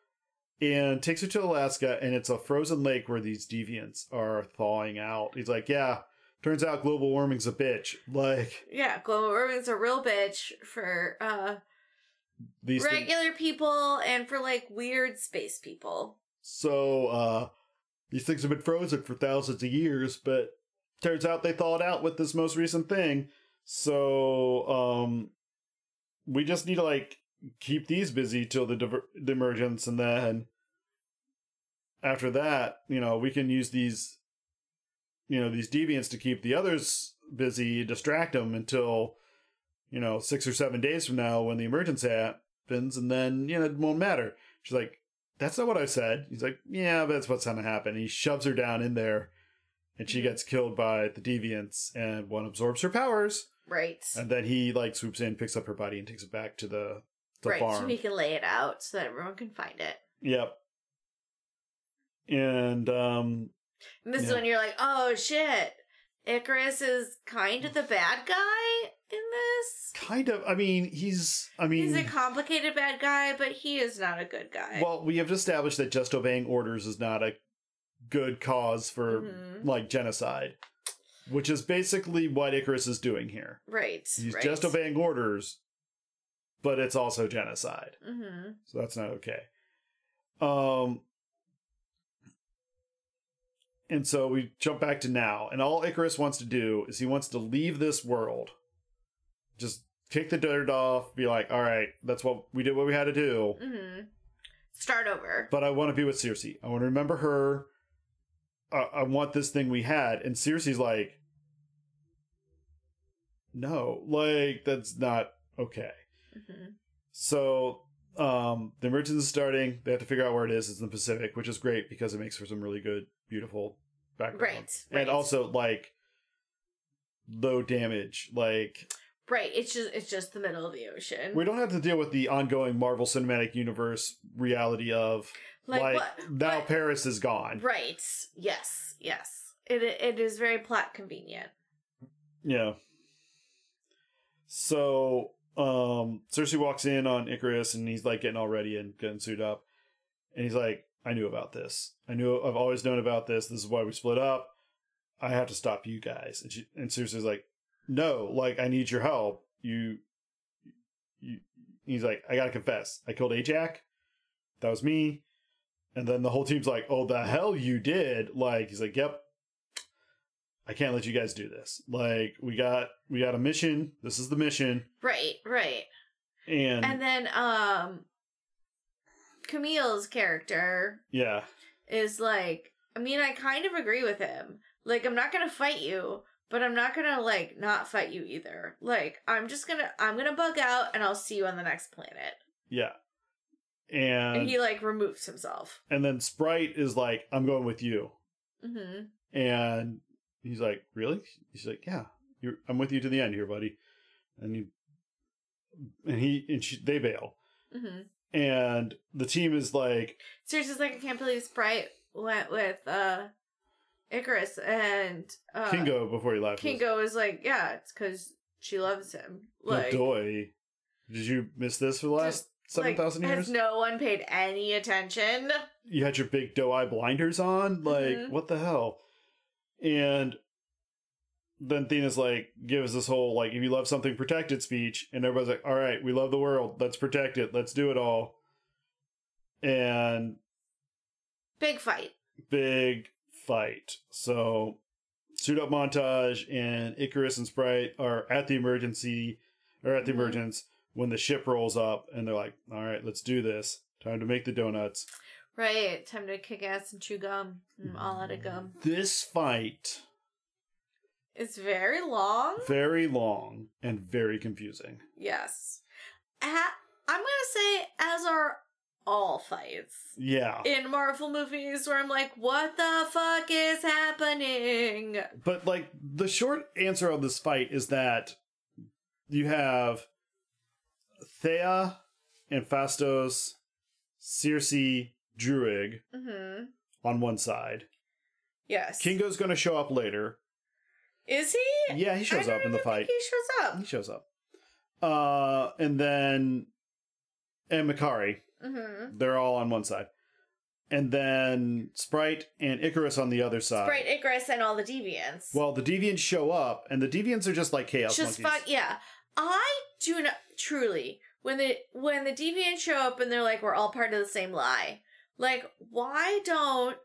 [SPEAKER 1] and takes her to Alaska, and it's a frozen lake where these deviants are thawing out. He's like, "Yeah." Turns out global warming's a bitch. Like
[SPEAKER 2] Yeah, global warming's a real bitch for uh
[SPEAKER 1] these things-
[SPEAKER 2] regular people and for like weird space people.
[SPEAKER 1] So uh these things have been frozen for thousands of years, but turns out they thawed out with this most recent thing. So um we just need to like keep these busy till the diver- the emergence and then after that, you know, we can use these you know, these deviants to keep the others busy, distract them until you know, 6 or 7 days from now when the emergence happens and then, you know, it won't matter. She's like that's not what I said. He's like, yeah, but that's what's going to happen. He shoves her down in there, and she
[SPEAKER 2] Mhm.
[SPEAKER 1] gets killed by the deviants, and one absorbs her powers,
[SPEAKER 2] Right.
[SPEAKER 1] and then he like swoops in, picks up her body, and takes it back to the the
[SPEAKER 2] right,
[SPEAKER 1] farm.
[SPEAKER 2] so he can lay it out so that everyone can find it.
[SPEAKER 1] Yep. And um,
[SPEAKER 2] And this is
[SPEAKER 1] Yeah.
[SPEAKER 2] when you're like, oh shit, Icarus is kind of the bad guy in this.
[SPEAKER 1] kind of, I mean, he's, I mean,
[SPEAKER 2] He's a complicated bad guy, but he is not a good guy.
[SPEAKER 1] well, we have established that just obeying orders is not a good cause for
[SPEAKER 2] Mhm.
[SPEAKER 1] like genocide, which is basically what Icarus is doing here.
[SPEAKER 2] Right.
[SPEAKER 1] He's
[SPEAKER 2] right.
[SPEAKER 1] just obeying orders, but it's also genocide.
[SPEAKER 2] Mm-hmm.
[SPEAKER 1] So that's not okay. Um and so we jump back to now, and all Icarus wants to do is he wants to leave this world. Just kick the dirt off, be like, all right, that's what we did what we had to do.
[SPEAKER 2] Mm-hmm. Start over.
[SPEAKER 1] But I want to be with Circe. I want to remember her. I, I want this thing we had. And Circe's like, no, like, that's not okay.
[SPEAKER 2] Mm-hmm.
[SPEAKER 1] So um, the emergence is starting. They have to figure out where it is. It's in the Pacific, which is great because it makes for some really good, beautiful background.
[SPEAKER 2] Right. Right.
[SPEAKER 1] And also like low damage. Like
[SPEAKER 2] right. It's just it's just the middle of the ocean.
[SPEAKER 1] we don't have to deal with the ongoing Marvel Cinematic Universe reality of like, now
[SPEAKER 2] what-
[SPEAKER 1] Paris is gone.
[SPEAKER 2] Right. Yes. Yes. It it is very plot convenient.
[SPEAKER 1] Yeah. So um Cersei walks in on Icarus and he's like getting all ready and getting suited up. And he's like, I knew about this. I knew I've always known about this. This is why we split up. I have to stop you guys. And she and Cersei's like, No, like I need your help. You, you he's like, I gotta confess. I killed Ajax. That was me. And then the whole team's like, Oh the hell you did. Like he's like, Yep, I can't let you guys do this. Like we got we got a mission. This is the mission.
[SPEAKER 2] Right. Right.
[SPEAKER 1] And,
[SPEAKER 2] And then um Camille's character
[SPEAKER 1] yeah.
[SPEAKER 2] is like I mean, I kind of agree with him. Like I'm not going to fight you, but I'm not going to like not fight you either. Like I'm just going to I'm going to bug out and I'll see you on the next planet.
[SPEAKER 1] Yeah. And
[SPEAKER 2] And
[SPEAKER 1] and,
[SPEAKER 2] he like removes himself.
[SPEAKER 1] then Sprite is like, I'm going with you.
[SPEAKER 2] Mhm.
[SPEAKER 1] And he's like, Really? He's like, Yeah. You're, I'm with you to the end here, buddy. And you and he and she, they bail.
[SPEAKER 2] Mhm.
[SPEAKER 1] And the team is like,
[SPEAKER 2] Seriously, like I can't believe Sprite went with uh Icarus and uh
[SPEAKER 1] Kingo before he left. was,
[SPEAKER 2] Kingo is like, yeah, it's because she loves him. Like,
[SPEAKER 1] "Godoy, Did you miss this for the last seven
[SPEAKER 2] like,
[SPEAKER 1] thousand years?
[SPEAKER 2] Has no one paid any attention?
[SPEAKER 1] you had your big doe eye blinders on. Like,
[SPEAKER 2] Mhm.
[SPEAKER 1] what the hell? And then Thena's like, gives this whole, like, if you love something, protect it speech. And everybody's like, all right, we love the world. Let's protect it. Let's do it all. And
[SPEAKER 2] Big fight.
[SPEAKER 1] big fight. So, suit up montage, and Icarus and Sprite are at the emergency, or at the
[SPEAKER 2] Mhm.
[SPEAKER 1] emergence when the ship rolls up, and they're like, all right, let's do this. Time to make the donuts.
[SPEAKER 2] Right. Time to kick ass and chew gum. I'm all out of gum.
[SPEAKER 1] This fight.
[SPEAKER 2] It's very long.
[SPEAKER 1] very long and very confusing.
[SPEAKER 2] Yes. Ha- I'm going to say, as are all fights
[SPEAKER 1] Yeah.
[SPEAKER 2] in Marvel movies, where I'm like, what the fuck is happening?
[SPEAKER 1] But like the short answer of this fight is that you have Thea and Fastos, Circe, Druig
[SPEAKER 2] hmm
[SPEAKER 1] on one side.
[SPEAKER 2] Yes.
[SPEAKER 1] Kingo's going to show up later.
[SPEAKER 2] Is he?
[SPEAKER 1] Yeah, he shows
[SPEAKER 2] I
[SPEAKER 1] up
[SPEAKER 2] don't
[SPEAKER 1] in the
[SPEAKER 2] even
[SPEAKER 1] fight.
[SPEAKER 2] think he shows up.
[SPEAKER 1] He shows up. Uh and then and Makari,
[SPEAKER 2] Mm-hmm.
[SPEAKER 1] they're all on one side. And then Sprite and Icarus on the other side.
[SPEAKER 2] Sprite Icarus and all the deviants.
[SPEAKER 1] Well, the deviants show up, and the deviants are just like chaos
[SPEAKER 2] just
[SPEAKER 1] monkeys.
[SPEAKER 2] fuck yeah. I do not truly when the when the deviants show up and they're like we're all part of the same lie. Like why don't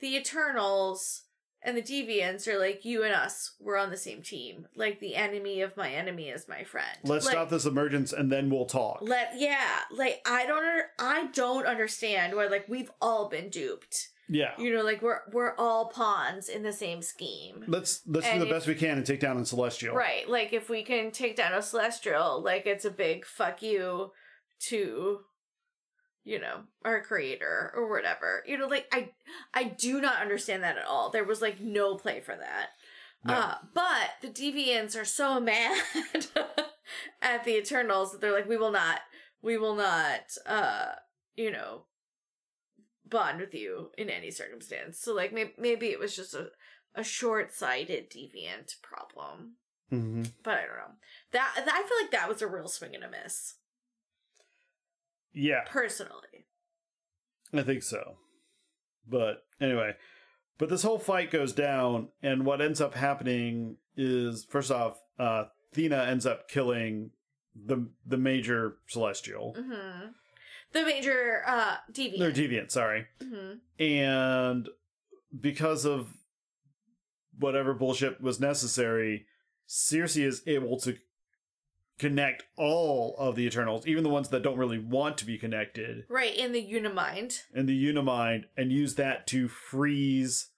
[SPEAKER 2] the Eternals and the deviants are like you and us we're on the same team. Like the enemy of my enemy is my friend.
[SPEAKER 1] Let's
[SPEAKER 2] like,
[SPEAKER 1] stop this emergence, and then we'll talk.
[SPEAKER 2] Let yeah, like I don't under, I don't understand why like we've all been duped.
[SPEAKER 1] yeah,
[SPEAKER 2] You know, like we're we're all pawns in the same scheme.
[SPEAKER 1] let's let's do
[SPEAKER 2] And
[SPEAKER 1] the
[SPEAKER 2] if-
[SPEAKER 1] best we can and take down on Celestial.
[SPEAKER 2] Right. Like if we can take down a celestial, like it's a big fuck you to you know, our creator or whatever. You know, like I I do not understand that at all. There was like no play for that.
[SPEAKER 1] No.
[SPEAKER 2] Uh but the deviants are so [LAUGHS] mad at the Eternals that they're like, we will not we will not uh you know bond with you in any circumstance. So like maybe maybe it was just a a short-sighted deviant problem
[SPEAKER 1] hmm
[SPEAKER 2] but I don't know. That, that- I feel like that was a real swing and a miss,
[SPEAKER 1] Yeah,
[SPEAKER 2] personally.
[SPEAKER 1] I think so. But anyway, But this whole fight goes down, and what ends up happening is first off, uh, Thena ends up killing the the major celestial.
[SPEAKER 2] Mm-hmm. The major uh deviant.
[SPEAKER 1] No, deviant, sorry.
[SPEAKER 2] Mhm.
[SPEAKER 1] And because of whatever bullshit was necessary, Circe is able to connect all of the Eternals, even the ones that don't really want to be connected,
[SPEAKER 2] Right in the Unimind.
[SPEAKER 1] and the Unimind, and use that to freeze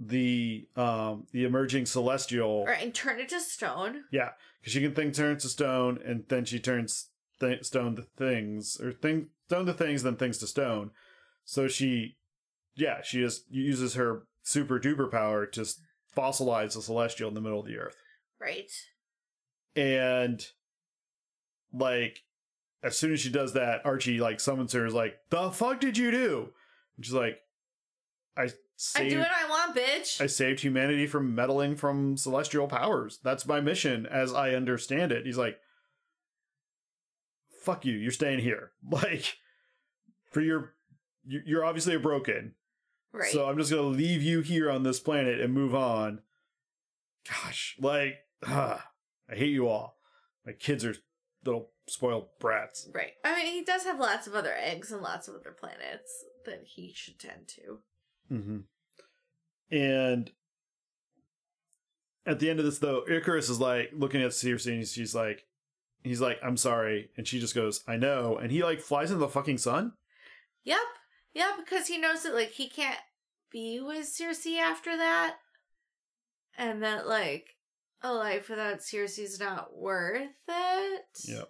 [SPEAKER 1] the um the emerging celestial
[SPEAKER 2] Right and turn it to stone.
[SPEAKER 1] because she can think turns to stone, and then she turns th- stone to things, or thing stone to things, then things to stone. So she, yeah, she just uses her super duper power to s- fossilize the celestial in the middle of the earth,
[SPEAKER 2] Right.
[SPEAKER 1] and like as soon as she does that, Archie like summons her, is like, "The fuck did you do?" And she's like, "I
[SPEAKER 2] I
[SPEAKER 1] saved,
[SPEAKER 2] do what I want, bitch.
[SPEAKER 1] I saved humanity from meddling from celestial powers. That's my mission, as I understand it. He's like, fuck you, you're staying here. [LAUGHS] Like, for your, you- you're obviously a broken.
[SPEAKER 2] right.
[SPEAKER 1] So I'm just going to leave you here on this planet and move on. Gosh, like, [SIGHS] ugh, I hate you all. My kids are little spoiled brats.
[SPEAKER 2] Right. I mean, he does have lots of other eggs and lots of other planets that he should tend to.
[SPEAKER 1] Mm-hmm. And at the end of this, though, Icarus is like looking at Circe and she's like, he's like, I'm sorry. And she just goes, I know. And he like flies into the fucking sun.
[SPEAKER 2] Yep. Yeah, because he knows that like he can't be with Circe after that, and that like a life without Circe is not worth it.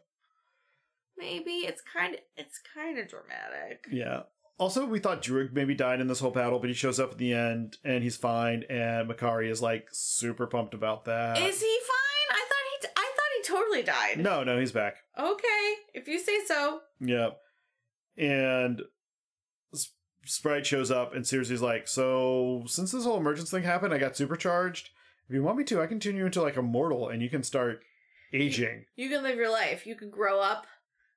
[SPEAKER 2] Maybe it's kind of it's kind of dramatic.
[SPEAKER 1] Yeah. Also, we thought Druid maybe died in this whole battle, but he shows up at the end and he's fine. And Makari is like super pumped about that.
[SPEAKER 2] Is he fine? I thought he d- I thought he totally died.
[SPEAKER 1] No, no, he's back.
[SPEAKER 2] Okay, if you say so.
[SPEAKER 1] Yep. And S- Sprite shows up, and Cersei's like, "So since this whole emergence thing happened, I got supercharged. If you want me to, I can turn you into like a mortal, and you can start aging,
[SPEAKER 2] You can live your life. You can grow up.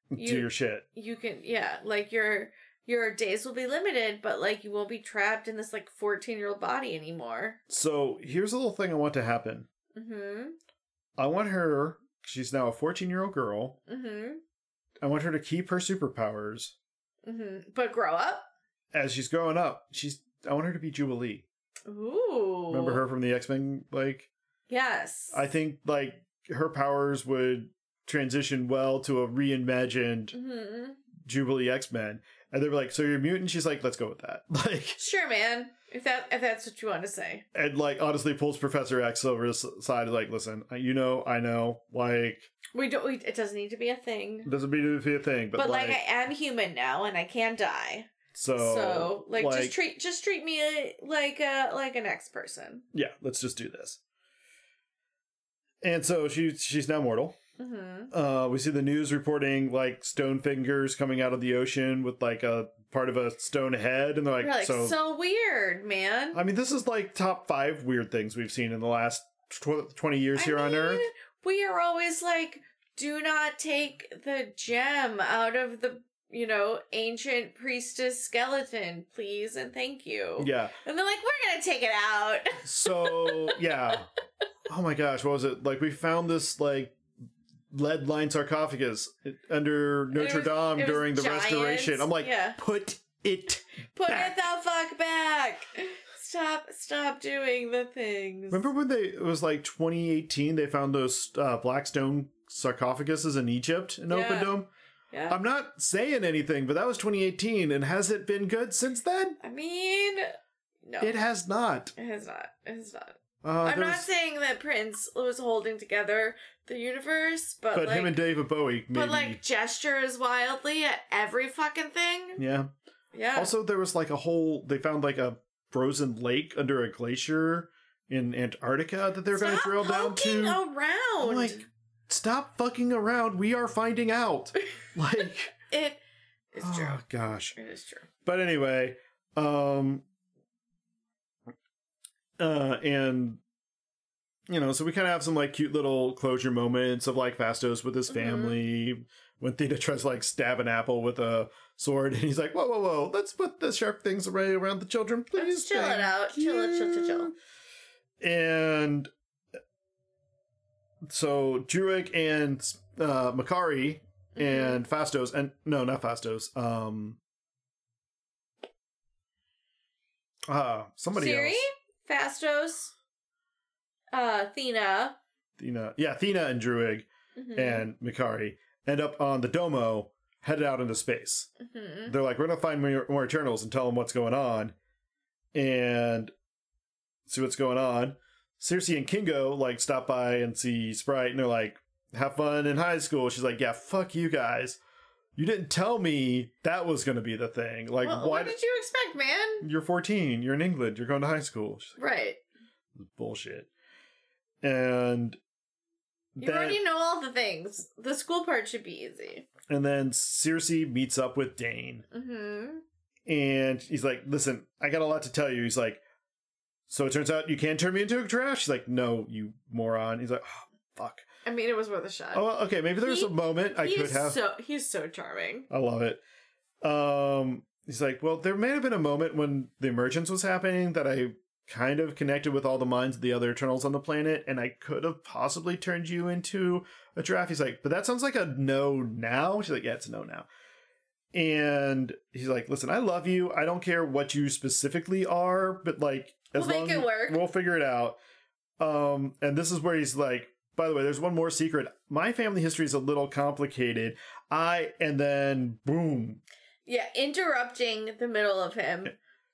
[SPEAKER 1] do
[SPEAKER 2] You-
[SPEAKER 1] your shit."
[SPEAKER 2] you can yeah like your your days will be limited but like you won't be trapped in this like 14 year old body anymore
[SPEAKER 1] So here's a little thing I want to happen.
[SPEAKER 2] mm-hmm
[SPEAKER 1] I want her. She's now a 14 year old girl.
[SPEAKER 2] mm-hmm
[SPEAKER 1] I want her to keep her superpowers
[SPEAKER 2] mm-hmm but grow up
[SPEAKER 1] as she's growing up. She's. I want her to be Jubilee.
[SPEAKER 2] ooh
[SPEAKER 1] Remember her from the X Men? Like
[SPEAKER 2] yes
[SPEAKER 1] I think like her powers would transition well to a reimagined
[SPEAKER 2] mm-hmm.
[SPEAKER 1] Jubilee X Men, and they were like, "So you're a mutant?" She's like, "Let's go with that." [LAUGHS] Like,
[SPEAKER 2] sure man if that if that's what you want to say
[SPEAKER 1] and like honestly pulls Professor X over his side, like, "Listen, you know, I know, like,
[SPEAKER 2] we don't we, it doesn't need to be a thing
[SPEAKER 1] it doesn't mean to be a thing,
[SPEAKER 2] but,
[SPEAKER 1] but,
[SPEAKER 2] like,
[SPEAKER 1] like,
[SPEAKER 2] i am human now and i can die
[SPEAKER 1] so,
[SPEAKER 2] so like,
[SPEAKER 1] like-
[SPEAKER 2] just treat just treat me uh, like a like an ex person
[SPEAKER 1] yeah, let's just do this." And so she she's now mortal.
[SPEAKER 2] mm-hmm
[SPEAKER 1] Uh, we see the news reporting like stone fingers coming out of the ocean with like a part of a stone head, and they're like,
[SPEAKER 2] You're like so,
[SPEAKER 1] so
[SPEAKER 2] weird man
[SPEAKER 1] I mean, this is like top five weird things we've seen in the last tw- 20 years
[SPEAKER 2] I
[SPEAKER 1] here on
[SPEAKER 2] mean,
[SPEAKER 1] Earth.
[SPEAKER 2] We are always like, do not take the gem out of the, you know, ancient priestess skeleton, please and thank you.
[SPEAKER 1] Yeah.
[SPEAKER 2] And they're like, we're gonna take it
[SPEAKER 1] [LAUGHS]
[SPEAKER 2] out.
[SPEAKER 1] So, yeah. Oh my gosh, what was it? Like, we found this, like, lead lined sarcophagus under Notre
[SPEAKER 2] was- it
[SPEAKER 1] Dame
[SPEAKER 2] was
[SPEAKER 1] Um, during the
[SPEAKER 2] giant.
[SPEAKER 1] restoration. I'm like,
[SPEAKER 2] yeah.
[SPEAKER 1] put it.
[SPEAKER 2] put
[SPEAKER 1] back.
[SPEAKER 2] it the fuck back. [LAUGHS] Stop, stop doing the things.
[SPEAKER 1] Remember when they, it was like 2018, they found those uh, black stone sarcophaguses in Egypt and
[SPEAKER 2] Yeah.
[SPEAKER 1] opened them?
[SPEAKER 2] Yeah.
[SPEAKER 1] I'm not saying anything, but that was 2018, and has it been good since then?
[SPEAKER 2] I mean, no,
[SPEAKER 1] It has not.
[SPEAKER 2] it has not. It has not.
[SPEAKER 1] Uh,
[SPEAKER 2] I'm
[SPEAKER 1] there's-
[SPEAKER 2] not saying that Prince was holding together the universe, but,
[SPEAKER 1] but
[SPEAKER 2] like,
[SPEAKER 1] him and David Bowie, maybe.
[SPEAKER 2] But like gestures wildly at every fucking thing.
[SPEAKER 1] yeah.
[SPEAKER 2] Yeah.
[SPEAKER 1] Also, there was like a whole. They found like a frozen lake under a glacier in Antarctica that they're going to
[SPEAKER 2] Stop
[SPEAKER 1] drill down
[SPEAKER 2] poking
[SPEAKER 1] to.
[SPEAKER 2] around.
[SPEAKER 1] I'm like, stop fucking around. We are
[SPEAKER 2] [LAUGHS]
[SPEAKER 1] finding out. like,
[SPEAKER 2] it is
[SPEAKER 1] oh
[SPEAKER 2] true.
[SPEAKER 1] gosh.
[SPEAKER 2] It is true.
[SPEAKER 1] But anyway, um, uh, and you know, so we kind of have some like cute little closure moments of like Fastos with his
[SPEAKER 2] Mhm.
[SPEAKER 1] family when Theta tries to like stab an apple with a sword, [LAUGHS] and he's like, "Whoa, whoa, whoa! Let's put the sharp things away around the children, please."
[SPEAKER 2] Let's chill it
[SPEAKER 1] Thank
[SPEAKER 2] out. Chill it, chill, chill, chill.
[SPEAKER 1] you." And uh, so Druig and uh, Makari
[SPEAKER 2] Mm-hmm.
[SPEAKER 1] and Fastos, and no, not Fastos. Um, uh somebody
[SPEAKER 2] Siri,
[SPEAKER 1] else.
[SPEAKER 2] Fastos, uh, Athena.
[SPEAKER 1] Thina, yeah, Thina and Druig
[SPEAKER 2] Mhm.
[SPEAKER 1] and Mikari end up on the Domo, headed out into space.
[SPEAKER 2] Mhm.
[SPEAKER 1] They're like, we're gonna find more, more Eternals and tell them what's going on, and see what's going on. Circe and Kingo like stop by and see Sprite, and they're like, "Have fun in high school." She's like, "Yeah, fuck you guys. You didn't tell me that was gonna be the thing. Like,
[SPEAKER 2] Well,
[SPEAKER 1] why?
[SPEAKER 2] what did you expect, man?
[SPEAKER 1] you're 14. You're in England. You're going to high school. She's
[SPEAKER 2] Right.
[SPEAKER 1] like, bullshit." And
[SPEAKER 2] You
[SPEAKER 1] then-
[SPEAKER 2] already know all the things. The school part should be easy.
[SPEAKER 1] And then Circe meets up with Dane.
[SPEAKER 2] Mm-hmm.
[SPEAKER 1] And he's like, listen, I got a lot to tell you. He's like, so it turns out you can turn me into a trash? She's like, no, you moron. He's like, oh, fuck.
[SPEAKER 2] I mean, it was worth a shot.
[SPEAKER 1] Oh, okay, maybe there's
[SPEAKER 2] Uh, He-
[SPEAKER 1] a moment I
[SPEAKER 2] he's
[SPEAKER 1] could have.
[SPEAKER 2] so he's so charming.
[SPEAKER 1] I love it. Um, he's like, well, there may have been a moment when the emergence was happening that I kind of connected with all the minds of the other Eternals on the planet, and I could have possibly turned you into a giraffe. He's like, but that sounds like a no now. She's like, yeah, it's a no now. And he's like, listen, I love you. I don't care what you specifically are, but like, as
[SPEAKER 2] We'll make
[SPEAKER 1] long
[SPEAKER 2] it work."
[SPEAKER 1] we'll figure it out. Um, and this is where he's like, by the way, there's one more secret. My family history is a little complicated. I and then boom,
[SPEAKER 2] Yeah, interrupting the middle of him.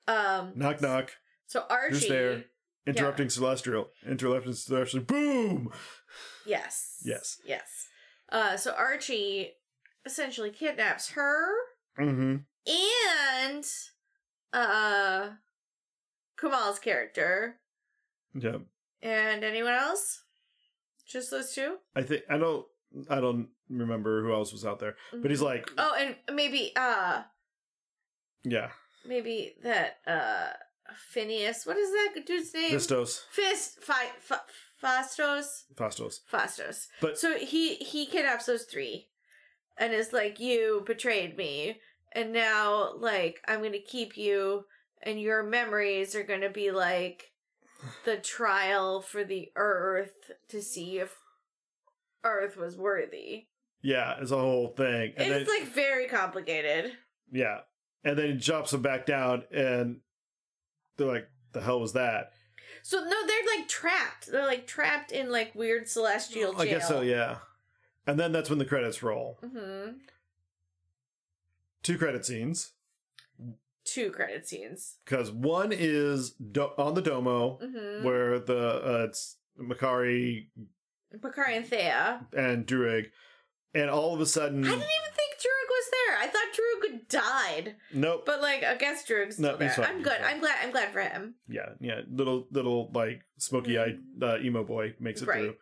[SPEAKER 2] Um
[SPEAKER 1] knock knock,
[SPEAKER 2] So Archie
[SPEAKER 1] Who's there? interrupting celestial, interrupting celestial, boom.
[SPEAKER 2] Yes.
[SPEAKER 1] Yes.
[SPEAKER 2] Yes. Uh so Archie essentially kidnaps her
[SPEAKER 1] Mm-hmm.
[SPEAKER 2] and uh Kamal's character.
[SPEAKER 1] Yeah,
[SPEAKER 2] And anyone else? Just those 2
[SPEAKER 1] I think I don't. I don't remember who else was out there, but he's like,
[SPEAKER 2] Oh, and maybe uh
[SPEAKER 1] yeah,
[SPEAKER 2] maybe that uh Phineas what is that dude's name?
[SPEAKER 1] Vistos,
[SPEAKER 2] Fist fi- fa- Fastos.
[SPEAKER 1] Fastos.
[SPEAKER 2] Fastos.
[SPEAKER 1] But-
[SPEAKER 2] so he he kidnaps those three, and is like, "You betrayed me, and now like I'm gonna keep you, and your memories are gonna be
[SPEAKER 1] [SIGHS]
[SPEAKER 2] like the trial for the Earth to see if Earth was worthy."
[SPEAKER 1] Yeah, it's a whole thing, and
[SPEAKER 2] it's
[SPEAKER 1] then
[SPEAKER 2] like very complicated.
[SPEAKER 1] yeah, and then he drops him back down, and they're like, the hell was that?
[SPEAKER 2] So no, they're like trapped. They're like trapped in like weird celestial jail.
[SPEAKER 1] I guess so, yeah. And then that's when the credits roll.
[SPEAKER 2] hmm
[SPEAKER 1] Two credit scenes.
[SPEAKER 2] Two credit scenes.
[SPEAKER 1] because one is do- on the domo
[SPEAKER 2] hmm
[SPEAKER 1] where the uh, it's Makari
[SPEAKER 2] Bakari and Thea.
[SPEAKER 1] and Druig, and all of a sudden,
[SPEAKER 2] I didn't even think Druig was there. I thought Druig died.
[SPEAKER 1] nope,
[SPEAKER 2] But like, I guess Druig's
[SPEAKER 1] No,
[SPEAKER 2] still there.
[SPEAKER 1] he's fine,
[SPEAKER 2] I'm
[SPEAKER 1] he's
[SPEAKER 2] good.
[SPEAKER 1] fine.
[SPEAKER 2] I'm glad. I'm glad for him.
[SPEAKER 1] yeah, yeah, little little like smoky eyed uh, emo boy makes it
[SPEAKER 2] Hmm. Right.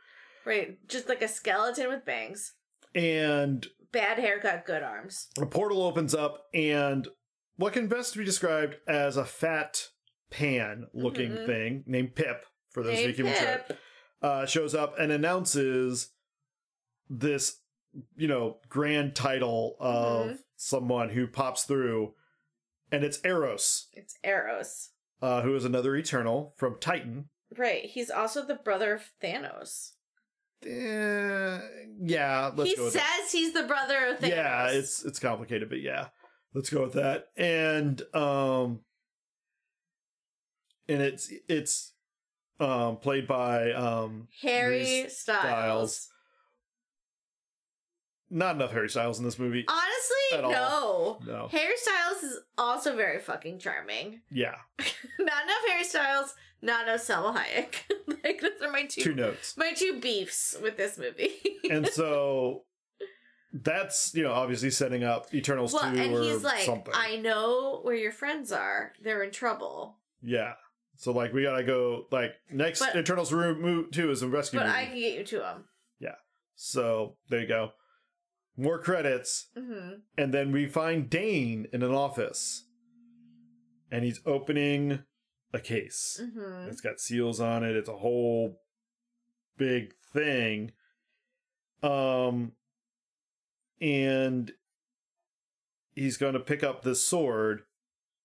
[SPEAKER 2] Right, just like a skeleton with bangs,
[SPEAKER 1] through, and
[SPEAKER 2] bad haircut, good arms.
[SPEAKER 1] a portal opens up, and what can best be described as a fat pan looking
[SPEAKER 2] Mhm.
[SPEAKER 1] thing named Pip for those
[SPEAKER 2] Hey,
[SPEAKER 1] who can try.
[SPEAKER 2] Pip.
[SPEAKER 1] uh, shows up and announces this, you know, grand title of
[SPEAKER 2] Mhm.
[SPEAKER 1] someone who pops through, and it's Eros,
[SPEAKER 2] It's Eros.
[SPEAKER 1] uh, who is another Eternal from Titan.
[SPEAKER 2] Right, he's also the brother of Thanos.
[SPEAKER 1] Eh, yeah, let's
[SPEAKER 2] he
[SPEAKER 1] go with
[SPEAKER 2] says
[SPEAKER 1] that.
[SPEAKER 2] he's the brother of Thanos.
[SPEAKER 1] Yeah, it's it's complicated, but yeah, let's go with that. And um, and it's it's um played by um
[SPEAKER 2] Harry Styles.
[SPEAKER 1] Reese Styles. not enough Harry Styles in this movie. At
[SPEAKER 2] Honestly,
[SPEAKER 1] all.
[SPEAKER 2] no.
[SPEAKER 1] No.
[SPEAKER 2] Oh, Harry Styles is also very fucking charming.
[SPEAKER 1] yeah,
[SPEAKER 2] not enough Harry Styles. Not enough Selma Hayek. [LAUGHS] like those are my
[SPEAKER 1] two notes.
[SPEAKER 2] my two beefs with this movie.
[SPEAKER 1] [LAUGHS]
[SPEAKER 2] [LAUGHS]
[SPEAKER 1] and so that's you know obviously setting up Eternals
[SPEAKER 2] well,
[SPEAKER 1] two
[SPEAKER 2] and
[SPEAKER 1] or
[SPEAKER 2] he's like,
[SPEAKER 1] something.
[SPEAKER 2] I know where your friends are. They're in trouble.
[SPEAKER 1] yeah. So like we gotta go like next
[SPEAKER 2] But-
[SPEAKER 1] Eternals room move two is a rescue.
[SPEAKER 2] But
[SPEAKER 1] movie.
[SPEAKER 2] I can get you to them.
[SPEAKER 1] So there you go. More credits,
[SPEAKER 2] hmm
[SPEAKER 1] and then we find Dane in an office, and he's opening a case.
[SPEAKER 2] hmm
[SPEAKER 1] It's got seals on it. It's a whole big thing. Um, and he's going to pick up this sword,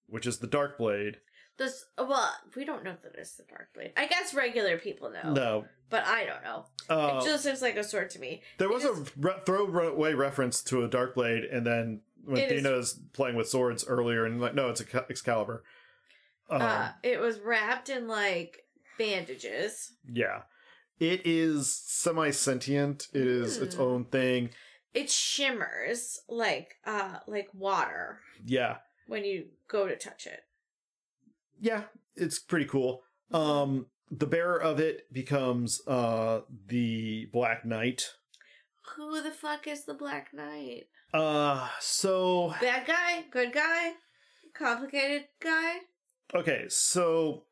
[SPEAKER 1] which is the dark blade.
[SPEAKER 2] This well, we don't know that it's the dark blade. I guess regular people know,
[SPEAKER 1] No,
[SPEAKER 2] but I don't know.
[SPEAKER 1] uh,
[SPEAKER 2] Oh. it just looks like a sword to me.
[SPEAKER 1] there
[SPEAKER 2] it
[SPEAKER 1] was a
[SPEAKER 2] is-
[SPEAKER 1] re- throwaway reference to a dark blade, and then when
[SPEAKER 2] It is-
[SPEAKER 1] Dina's playing with swords earlier, and like, no, it's Exc- Excalibur. Um,
[SPEAKER 2] uh, it was wrapped in like bandages.
[SPEAKER 1] yeah, it is semi sentient. It is its
[SPEAKER 2] Hmm.
[SPEAKER 1] own thing.
[SPEAKER 2] It shimmers like uh like water
[SPEAKER 1] Yeah,
[SPEAKER 2] when you go to touch it.
[SPEAKER 1] yeah, it's pretty cool. Um, the bearer of it becomes uh the Black Knight.
[SPEAKER 2] Who the fuck is the Black Knight?
[SPEAKER 1] Uh, so
[SPEAKER 2] Bad guy, good guy, complicated guy.
[SPEAKER 1] okay, so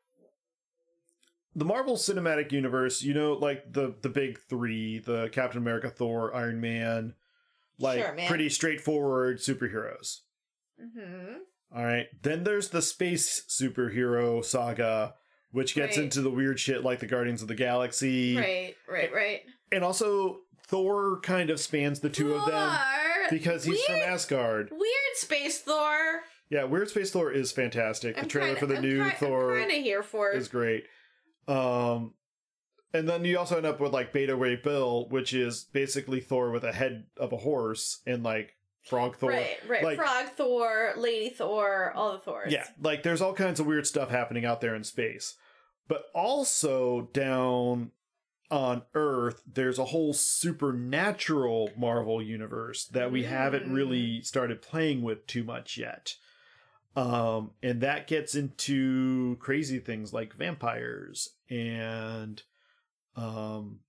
[SPEAKER 1] the Marvel Cinematic Universe, you know, like the the big three, the Captain America, Thor, Iron Man, like
[SPEAKER 2] Sure, man.
[SPEAKER 1] pretty straightforward superheroes.
[SPEAKER 2] Mm-hmm.
[SPEAKER 1] All right, then there's the space superhero saga, which gets
[SPEAKER 2] Right.
[SPEAKER 1] into the weird shit like the Guardians of the Galaxy,
[SPEAKER 2] Right, right, right.
[SPEAKER 1] and also Thor kind of spans the two of them
[SPEAKER 2] Thor!
[SPEAKER 1] because he's
[SPEAKER 2] weird,
[SPEAKER 1] from Asgard.
[SPEAKER 2] weird space Thor.
[SPEAKER 1] Yeah, Weird Space Thor is fantastic. the trailer for the new Thor
[SPEAKER 2] I'm kind of here for
[SPEAKER 1] is
[SPEAKER 2] it.
[SPEAKER 1] great. Um, and then you also end up with like Beta Ray Bill, which is basically Thor with a head of a horse and like Frog Thor.
[SPEAKER 2] Right, right.
[SPEAKER 1] like-
[SPEAKER 2] Frog Thor, Lady Thor, all the Thors.
[SPEAKER 1] Yeah, like there's all kinds of weird stuff happening out there in space. But also down on Earth, there's a whole supernatural Marvel universe that we haven't
[SPEAKER 2] Mm.
[SPEAKER 1] really started playing with too much yet. Um, and that gets into crazy things like vampires and, um,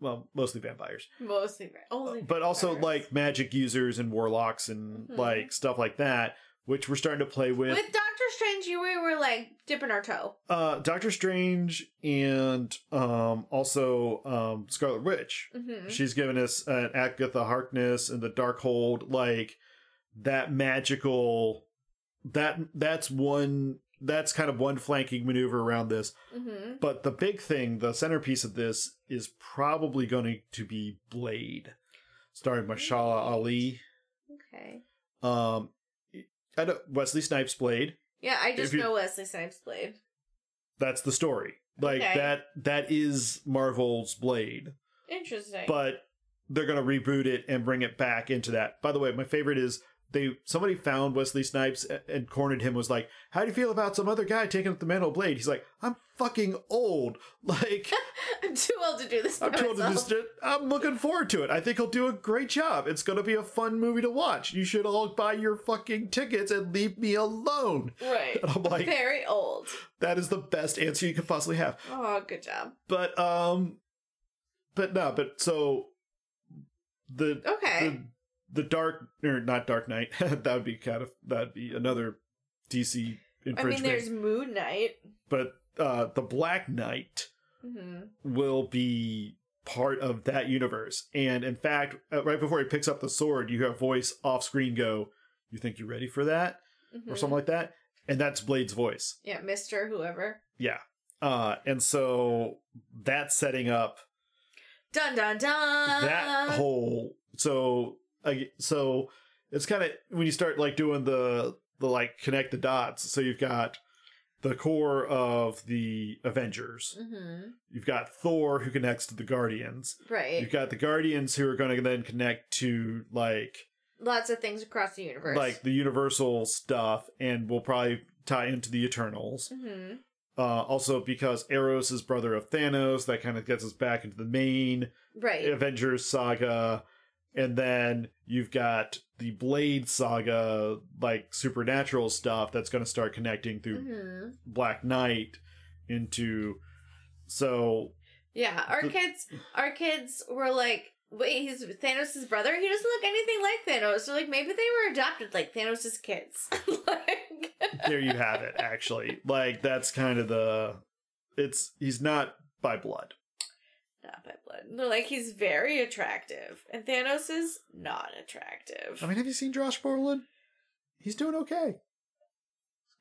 [SPEAKER 1] well, mostly vampires,
[SPEAKER 2] Mostly right. Only
[SPEAKER 1] but also
[SPEAKER 2] vampires.
[SPEAKER 1] like magic users and warlocks and
[SPEAKER 2] Mhm.
[SPEAKER 1] like stuff like that, which we're starting to play
[SPEAKER 2] with Doctor Strange, you we were like dipping our toe.
[SPEAKER 1] uh Doctor Strange and um also um Scarlet Witch.
[SPEAKER 2] Mm-hmm.
[SPEAKER 1] She's given us an Agatha Harkness and the Darkhold like that magical that that's one that's kind of one flanking maneuver around this.
[SPEAKER 2] Mm-hmm.
[SPEAKER 1] But the big thing, the centerpiece of this is probably going to be Blade starring Mashallah Ali.
[SPEAKER 2] Okay.
[SPEAKER 1] Um I don't, Wesley Snipes Blade.
[SPEAKER 2] Yeah, I just
[SPEAKER 1] If you-
[SPEAKER 2] know Wesley Snipes played.
[SPEAKER 1] That's the story. Like
[SPEAKER 2] Okay.
[SPEAKER 1] that that is Marvel's Blade.
[SPEAKER 2] Interesting.
[SPEAKER 1] but they're going to reboot it and bring it back into that. By the way, my favorite is they somebody found Wesley Snipes a- and cornered him was like, "How do you feel about some other guy taking up the mantle of blade?" He's like, "I'm fucking old. [LAUGHS] Like
[SPEAKER 2] [LAUGHS] I'm too old to do this.
[SPEAKER 1] I'm
[SPEAKER 2] by
[SPEAKER 1] told to
[SPEAKER 2] myself.
[SPEAKER 1] just I'm looking forward to it. I think he'll do a great job. It's going to be a fun movie to watch. You should all buy your fucking tickets and leave me alone."
[SPEAKER 2] Right.
[SPEAKER 1] And I'm [LAUGHS] like,
[SPEAKER 2] Very
[SPEAKER 1] [SIGHS]
[SPEAKER 2] old.
[SPEAKER 1] "That is the best answer you could possibly have."
[SPEAKER 2] Oh, good job.
[SPEAKER 1] But um but no, but so the
[SPEAKER 2] Okay.
[SPEAKER 1] the, the dark or not dark knight [LAUGHS] that would be kind of that'd be another dc
[SPEAKER 2] I mean,
[SPEAKER 1] infringement
[SPEAKER 2] there's Moon Knight.
[SPEAKER 1] but uh the black knight
[SPEAKER 2] Mm-hmm.
[SPEAKER 1] will be part of that universe and in fact uh, right before he picks up the sword you have voice off screen go you think you're ready for that
[SPEAKER 2] Hmm.
[SPEAKER 1] or something like that and that's blade's voice
[SPEAKER 2] Mm-hmm. Yeah, Mister Whoever.
[SPEAKER 1] uh and so that's setting up
[SPEAKER 2] Dun dun dun.
[SPEAKER 1] that whole so I, so it's kind of when you start like doing the the like connect the dots so you've got the core of the avengers
[SPEAKER 2] Mm-hmm.
[SPEAKER 1] you've got thor who connects to the guardians
[SPEAKER 2] Right.
[SPEAKER 1] you've got the guardians who are going to then connect to like
[SPEAKER 2] Lots of things across the universe.
[SPEAKER 1] like the universal stuff and will probably tie into the eternals
[SPEAKER 2] Mm-hmm.
[SPEAKER 1] uh also because eros is brother of thanos that kind of gets us back into the main
[SPEAKER 2] Right.
[SPEAKER 1] Avengers saga, and then you've got the Blade saga, like supernatural stuff that's going to start connecting through
[SPEAKER 2] Mm-hmm.
[SPEAKER 1] Black Knight into. So
[SPEAKER 2] Yeah. Our
[SPEAKER 1] The-
[SPEAKER 2] kids. Our kids were like. Wait, he's Thanos' brother? He doesn't look anything like Thanos. So, like, maybe they were adopted like Thanos' kids. [LAUGHS] like,
[SPEAKER 1] there you have it. Actually, like that's kind of the. It's he's not by blood.
[SPEAKER 2] not by blood. They're like, he's very attractive. And Thanos is not attractive.
[SPEAKER 1] I mean, have you seen Josh Brolin? He's doing okay.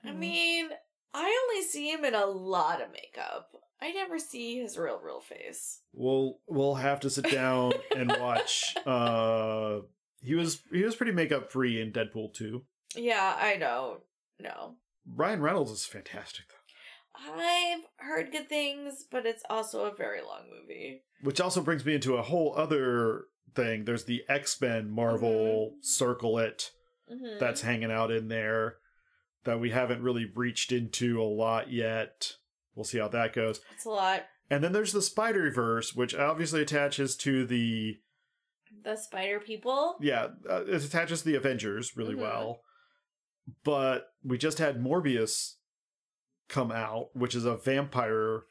[SPEAKER 1] mm.
[SPEAKER 2] I mean, I only see him in a lot of makeup. I never see his real, real face.
[SPEAKER 1] We'll we'll have to sit down and watch uh He was he was pretty makeup free in Deadpool 2.
[SPEAKER 2] Yeah, I don't know.
[SPEAKER 1] Ryan Reynolds is fantastic though.
[SPEAKER 2] I've heard good things, but it's also a very long movie.
[SPEAKER 1] Which also brings me into a whole other thing. There's the X-Men Marvel circle it
[SPEAKER 2] Mhm.
[SPEAKER 1] that's hanging out in there that we haven't really reached into a lot yet. We'll see how that goes.
[SPEAKER 2] it's a lot.
[SPEAKER 1] And then there's the Spider Verse, which obviously attaches to the
[SPEAKER 2] The spider people.
[SPEAKER 1] yeah, uh, it attaches to the Avengers really
[SPEAKER 2] Mhm.
[SPEAKER 1] well. But we just had Morbius come out, which is a vampire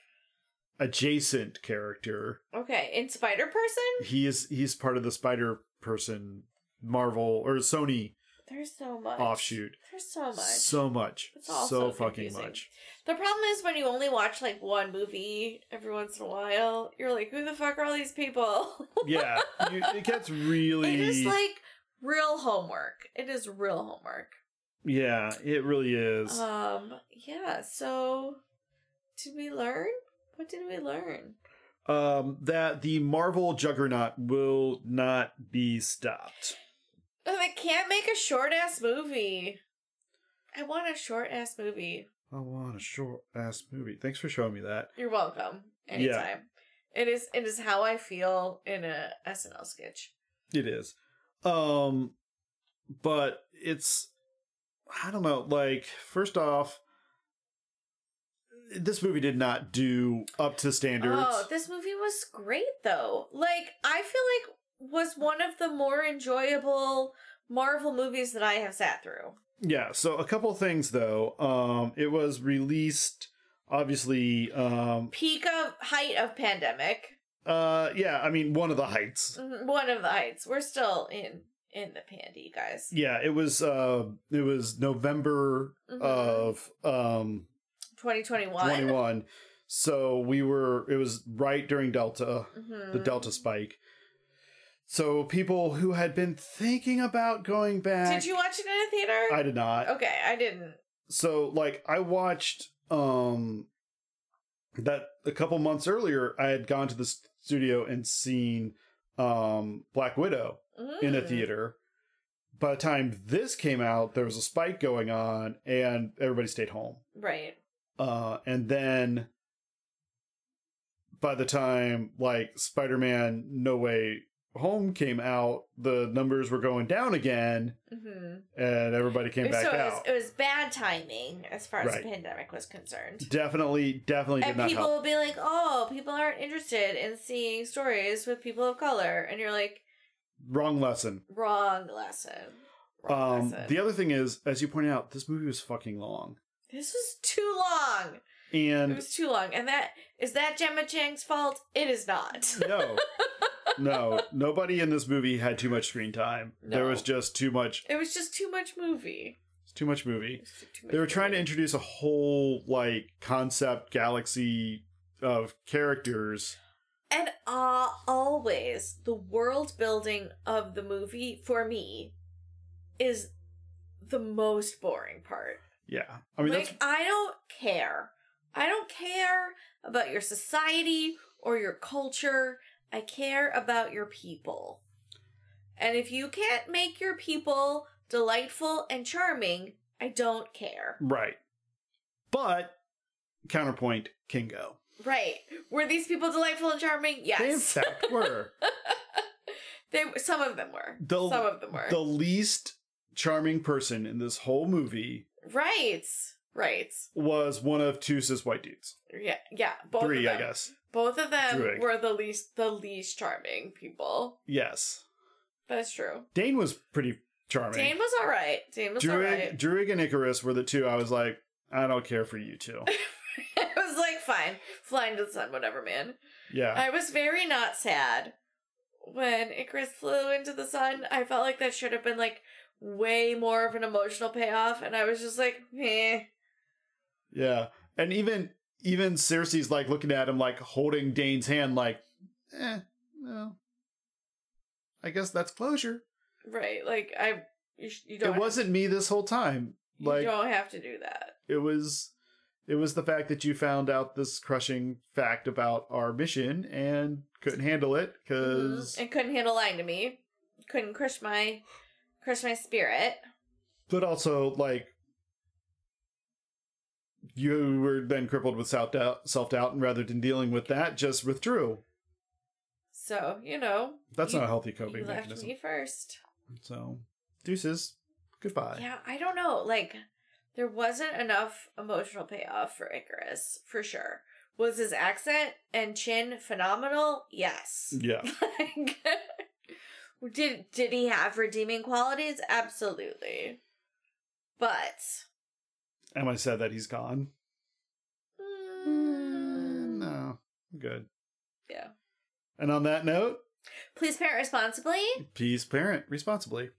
[SPEAKER 1] adjacent character.
[SPEAKER 2] Okay, and spider person.
[SPEAKER 1] He is he's part of the Spider Person Marvel or Sony
[SPEAKER 2] There's so much
[SPEAKER 1] offshoot.
[SPEAKER 2] There's so much.
[SPEAKER 1] So much,
[SPEAKER 2] It's all
[SPEAKER 1] so
[SPEAKER 2] so
[SPEAKER 1] fucking
[SPEAKER 2] confusing. [LAUGHS]
[SPEAKER 1] much.
[SPEAKER 2] the problem is when you only watch like one movie every once in a while, you're like, who the fuck are all these people? [LAUGHS]
[SPEAKER 1] Yeah, you, it gets really.
[SPEAKER 2] It is like real homework. It is real homework.
[SPEAKER 1] yeah, it really is.
[SPEAKER 2] Um, yeah, so did we learn? What did we learn?
[SPEAKER 1] um, that the Marvel juggernaut will not be stopped.
[SPEAKER 2] Oh, they can't make a short ass movie. I want a short ass movie.
[SPEAKER 1] I want a short ass movie. Thanks for showing me that.
[SPEAKER 2] You're welcome.
[SPEAKER 1] Yeah.
[SPEAKER 2] Anytime. It is it is how I feel in a SNL sketch.
[SPEAKER 1] It is. Um but it's I don't know, like first off this movie did not do up to standards.
[SPEAKER 2] Oh, this movie was great though. Like I feel like was one of the more enjoyable Marvel movies that I have sat through.
[SPEAKER 1] Yeah, so a couple things though. Um it was released obviously um
[SPEAKER 2] Peak of height of pandemic.
[SPEAKER 1] uh yeah, I mean one of the heights.
[SPEAKER 2] Mhm, One of the heights. We're still in in the pandy, guys.
[SPEAKER 1] Yeah, it was uh it was November
[SPEAKER 2] Mhm.
[SPEAKER 1] of um
[SPEAKER 2] 2021.
[SPEAKER 1] 21 so we were it was right during delta
[SPEAKER 2] Mhm.
[SPEAKER 1] the delta spike so people who had been thinking about going back
[SPEAKER 2] Did you watch it in a theater?
[SPEAKER 1] i did not
[SPEAKER 2] Okay, I didn't.
[SPEAKER 1] so like i watched um that a couple months earlier i had gone to the studio and seen um black widow in a
[SPEAKER 2] Mm.
[SPEAKER 1] theater by the time this came out there was a spike going on and everybody stayed home
[SPEAKER 2] Right.
[SPEAKER 1] uh, and then by the time like Spider-Man No Way Home came out, the numbers were going down again,
[SPEAKER 2] hmm
[SPEAKER 1] and everybody came back
[SPEAKER 2] so it was,
[SPEAKER 1] out.
[SPEAKER 2] it was bad timing as far as
[SPEAKER 1] Right.
[SPEAKER 2] the pandemic was concerned.
[SPEAKER 1] Definitely, definitely did
[SPEAKER 2] And
[SPEAKER 1] not
[SPEAKER 2] people
[SPEAKER 1] help.
[SPEAKER 2] will be like, oh, people aren't interested in seeing stories with people of color. And you're like,
[SPEAKER 1] Wrong lesson.
[SPEAKER 2] wrong lesson. Wrong
[SPEAKER 1] Um,
[SPEAKER 2] lesson.
[SPEAKER 1] the other thing is, as you pointed out, this movie was fucking long,
[SPEAKER 2] this was too long. It
[SPEAKER 1] and
[SPEAKER 2] was too long. And that is that Gemma Chang's fault? It is not.
[SPEAKER 1] [LAUGHS] no,
[SPEAKER 2] [LAUGHS]
[SPEAKER 1] no, nobody in this movie had too much screen time. There
[SPEAKER 2] No.
[SPEAKER 1] was just too much,
[SPEAKER 2] It was just too much movie.
[SPEAKER 1] too much movie.
[SPEAKER 2] It was too much
[SPEAKER 1] they were trying to
[SPEAKER 2] movie.
[SPEAKER 1] introduce a whole like concept galaxy of characters
[SPEAKER 2] And uh, always the world building of the movie for me is the most boring part.
[SPEAKER 1] yeah i mean
[SPEAKER 2] like
[SPEAKER 1] that's
[SPEAKER 2] I don't care. I don't care about your society or your culture. I care about your people. And if you can't make your people delightful and charming, I don't care.
[SPEAKER 1] right but counterpoint kingo
[SPEAKER 2] Right. Were these people delightful and charming?
[SPEAKER 1] they in
[SPEAKER 2] Yes.
[SPEAKER 1] fact
[SPEAKER 2] [LAUGHS]
[SPEAKER 1] were
[SPEAKER 2] They some of them were.
[SPEAKER 1] The-
[SPEAKER 2] some of them were.
[SPEAKER 1] the least charming person in this whole movie
[SPEAKER 2] right. Right.
[SPEAKER 1] was one of two cis white dudes
[SPEAKER 2] Yeah. Yeah. Both
[SPEAKER 1] three
[SPEAKER 2] of
[SPEAKER 1] i
[SPEAKER 2] them.
[SPEAKER 1] guess
[SPEAKER 2] Both of them
[SPEAKER 1] Three.
[SPEAKER 2] were the least the least charming people.
[SPEAKER 1] yes
[SPEAKER 2] That's true.
[SPEAKER 1] dane was pretty charming
[SPEAKER 2] Dane was all right. Dane was all
[SPEAKER 1] druig,
[SPEAKER 2] right.
[SPEAKER 1] druig and icarus were the two i was like i don't care for
[SPEAKER 2] [LAUGHS]
[SPEAKER 1] you two
[SPEAKER 2] I was like, fine, flying to the sun, whatever, man.
[SPEAKER 1] yeah
[SPEAKER 2] I was very not sad when Icarus flew into the sun. I felt like that should have been like way more of an emotional payoff, and I was just like, eh.
[SPEAKER 1] Yeah, and even even Cersei's like looking at him, like holding Dane's hand, like, eh, no. I guess that's closure.
[SPEAKER 2] Right, like I, you, sh- you don't.
[SPEAKER 1] It wasn't me this whole time. Like
[SPEAKER 2] you don't have to do that.
[SPEAKER 1] it was, it was the fact that you found out this crushing fact about our mission and couldn't handle it because
[SPEAKER 2] Mm-hmm. And couldn't handle lying to me. couldn't crush my crush my spirit.
[SPEAKER 1] But also, like, you were then crippled with self doubt, self doubt, and rather than dealing with that, just withdrew.
[SPEAKER 2] So you know
[SPEAKER 1] That's
[SPEAKER 2] You-
[SPEAKER 1] not a healthy coping
[SPEAKER 2] you left
[SPEAKER 1] mechanism.
[SPEAKER 2] me first.
[SPEAKER 1] So, deuces, goodbye.
[SPEAKER 2] Yeah, I don't know. Like, there wasn't enough emotional payoff for Icarus, for sure. Was his accent and chin phenomenal? Yes.
[SPEAKER 1] Yeah.
[SPEAKER 2] [LAUGHS] Like, did did he have redeeming qualities? Absolutely. But
[SPEAKER 1] Am I sad that he's gone?
[SPEAKER 2] mm,
[SPEAKER 1] No. Good.
[SPEAKER 2] Yeah.
[SPEAKER 1] And on that note,
[SPEAKER 2] please parent responsibly.
[SPEAKER 1] please parent responsibly.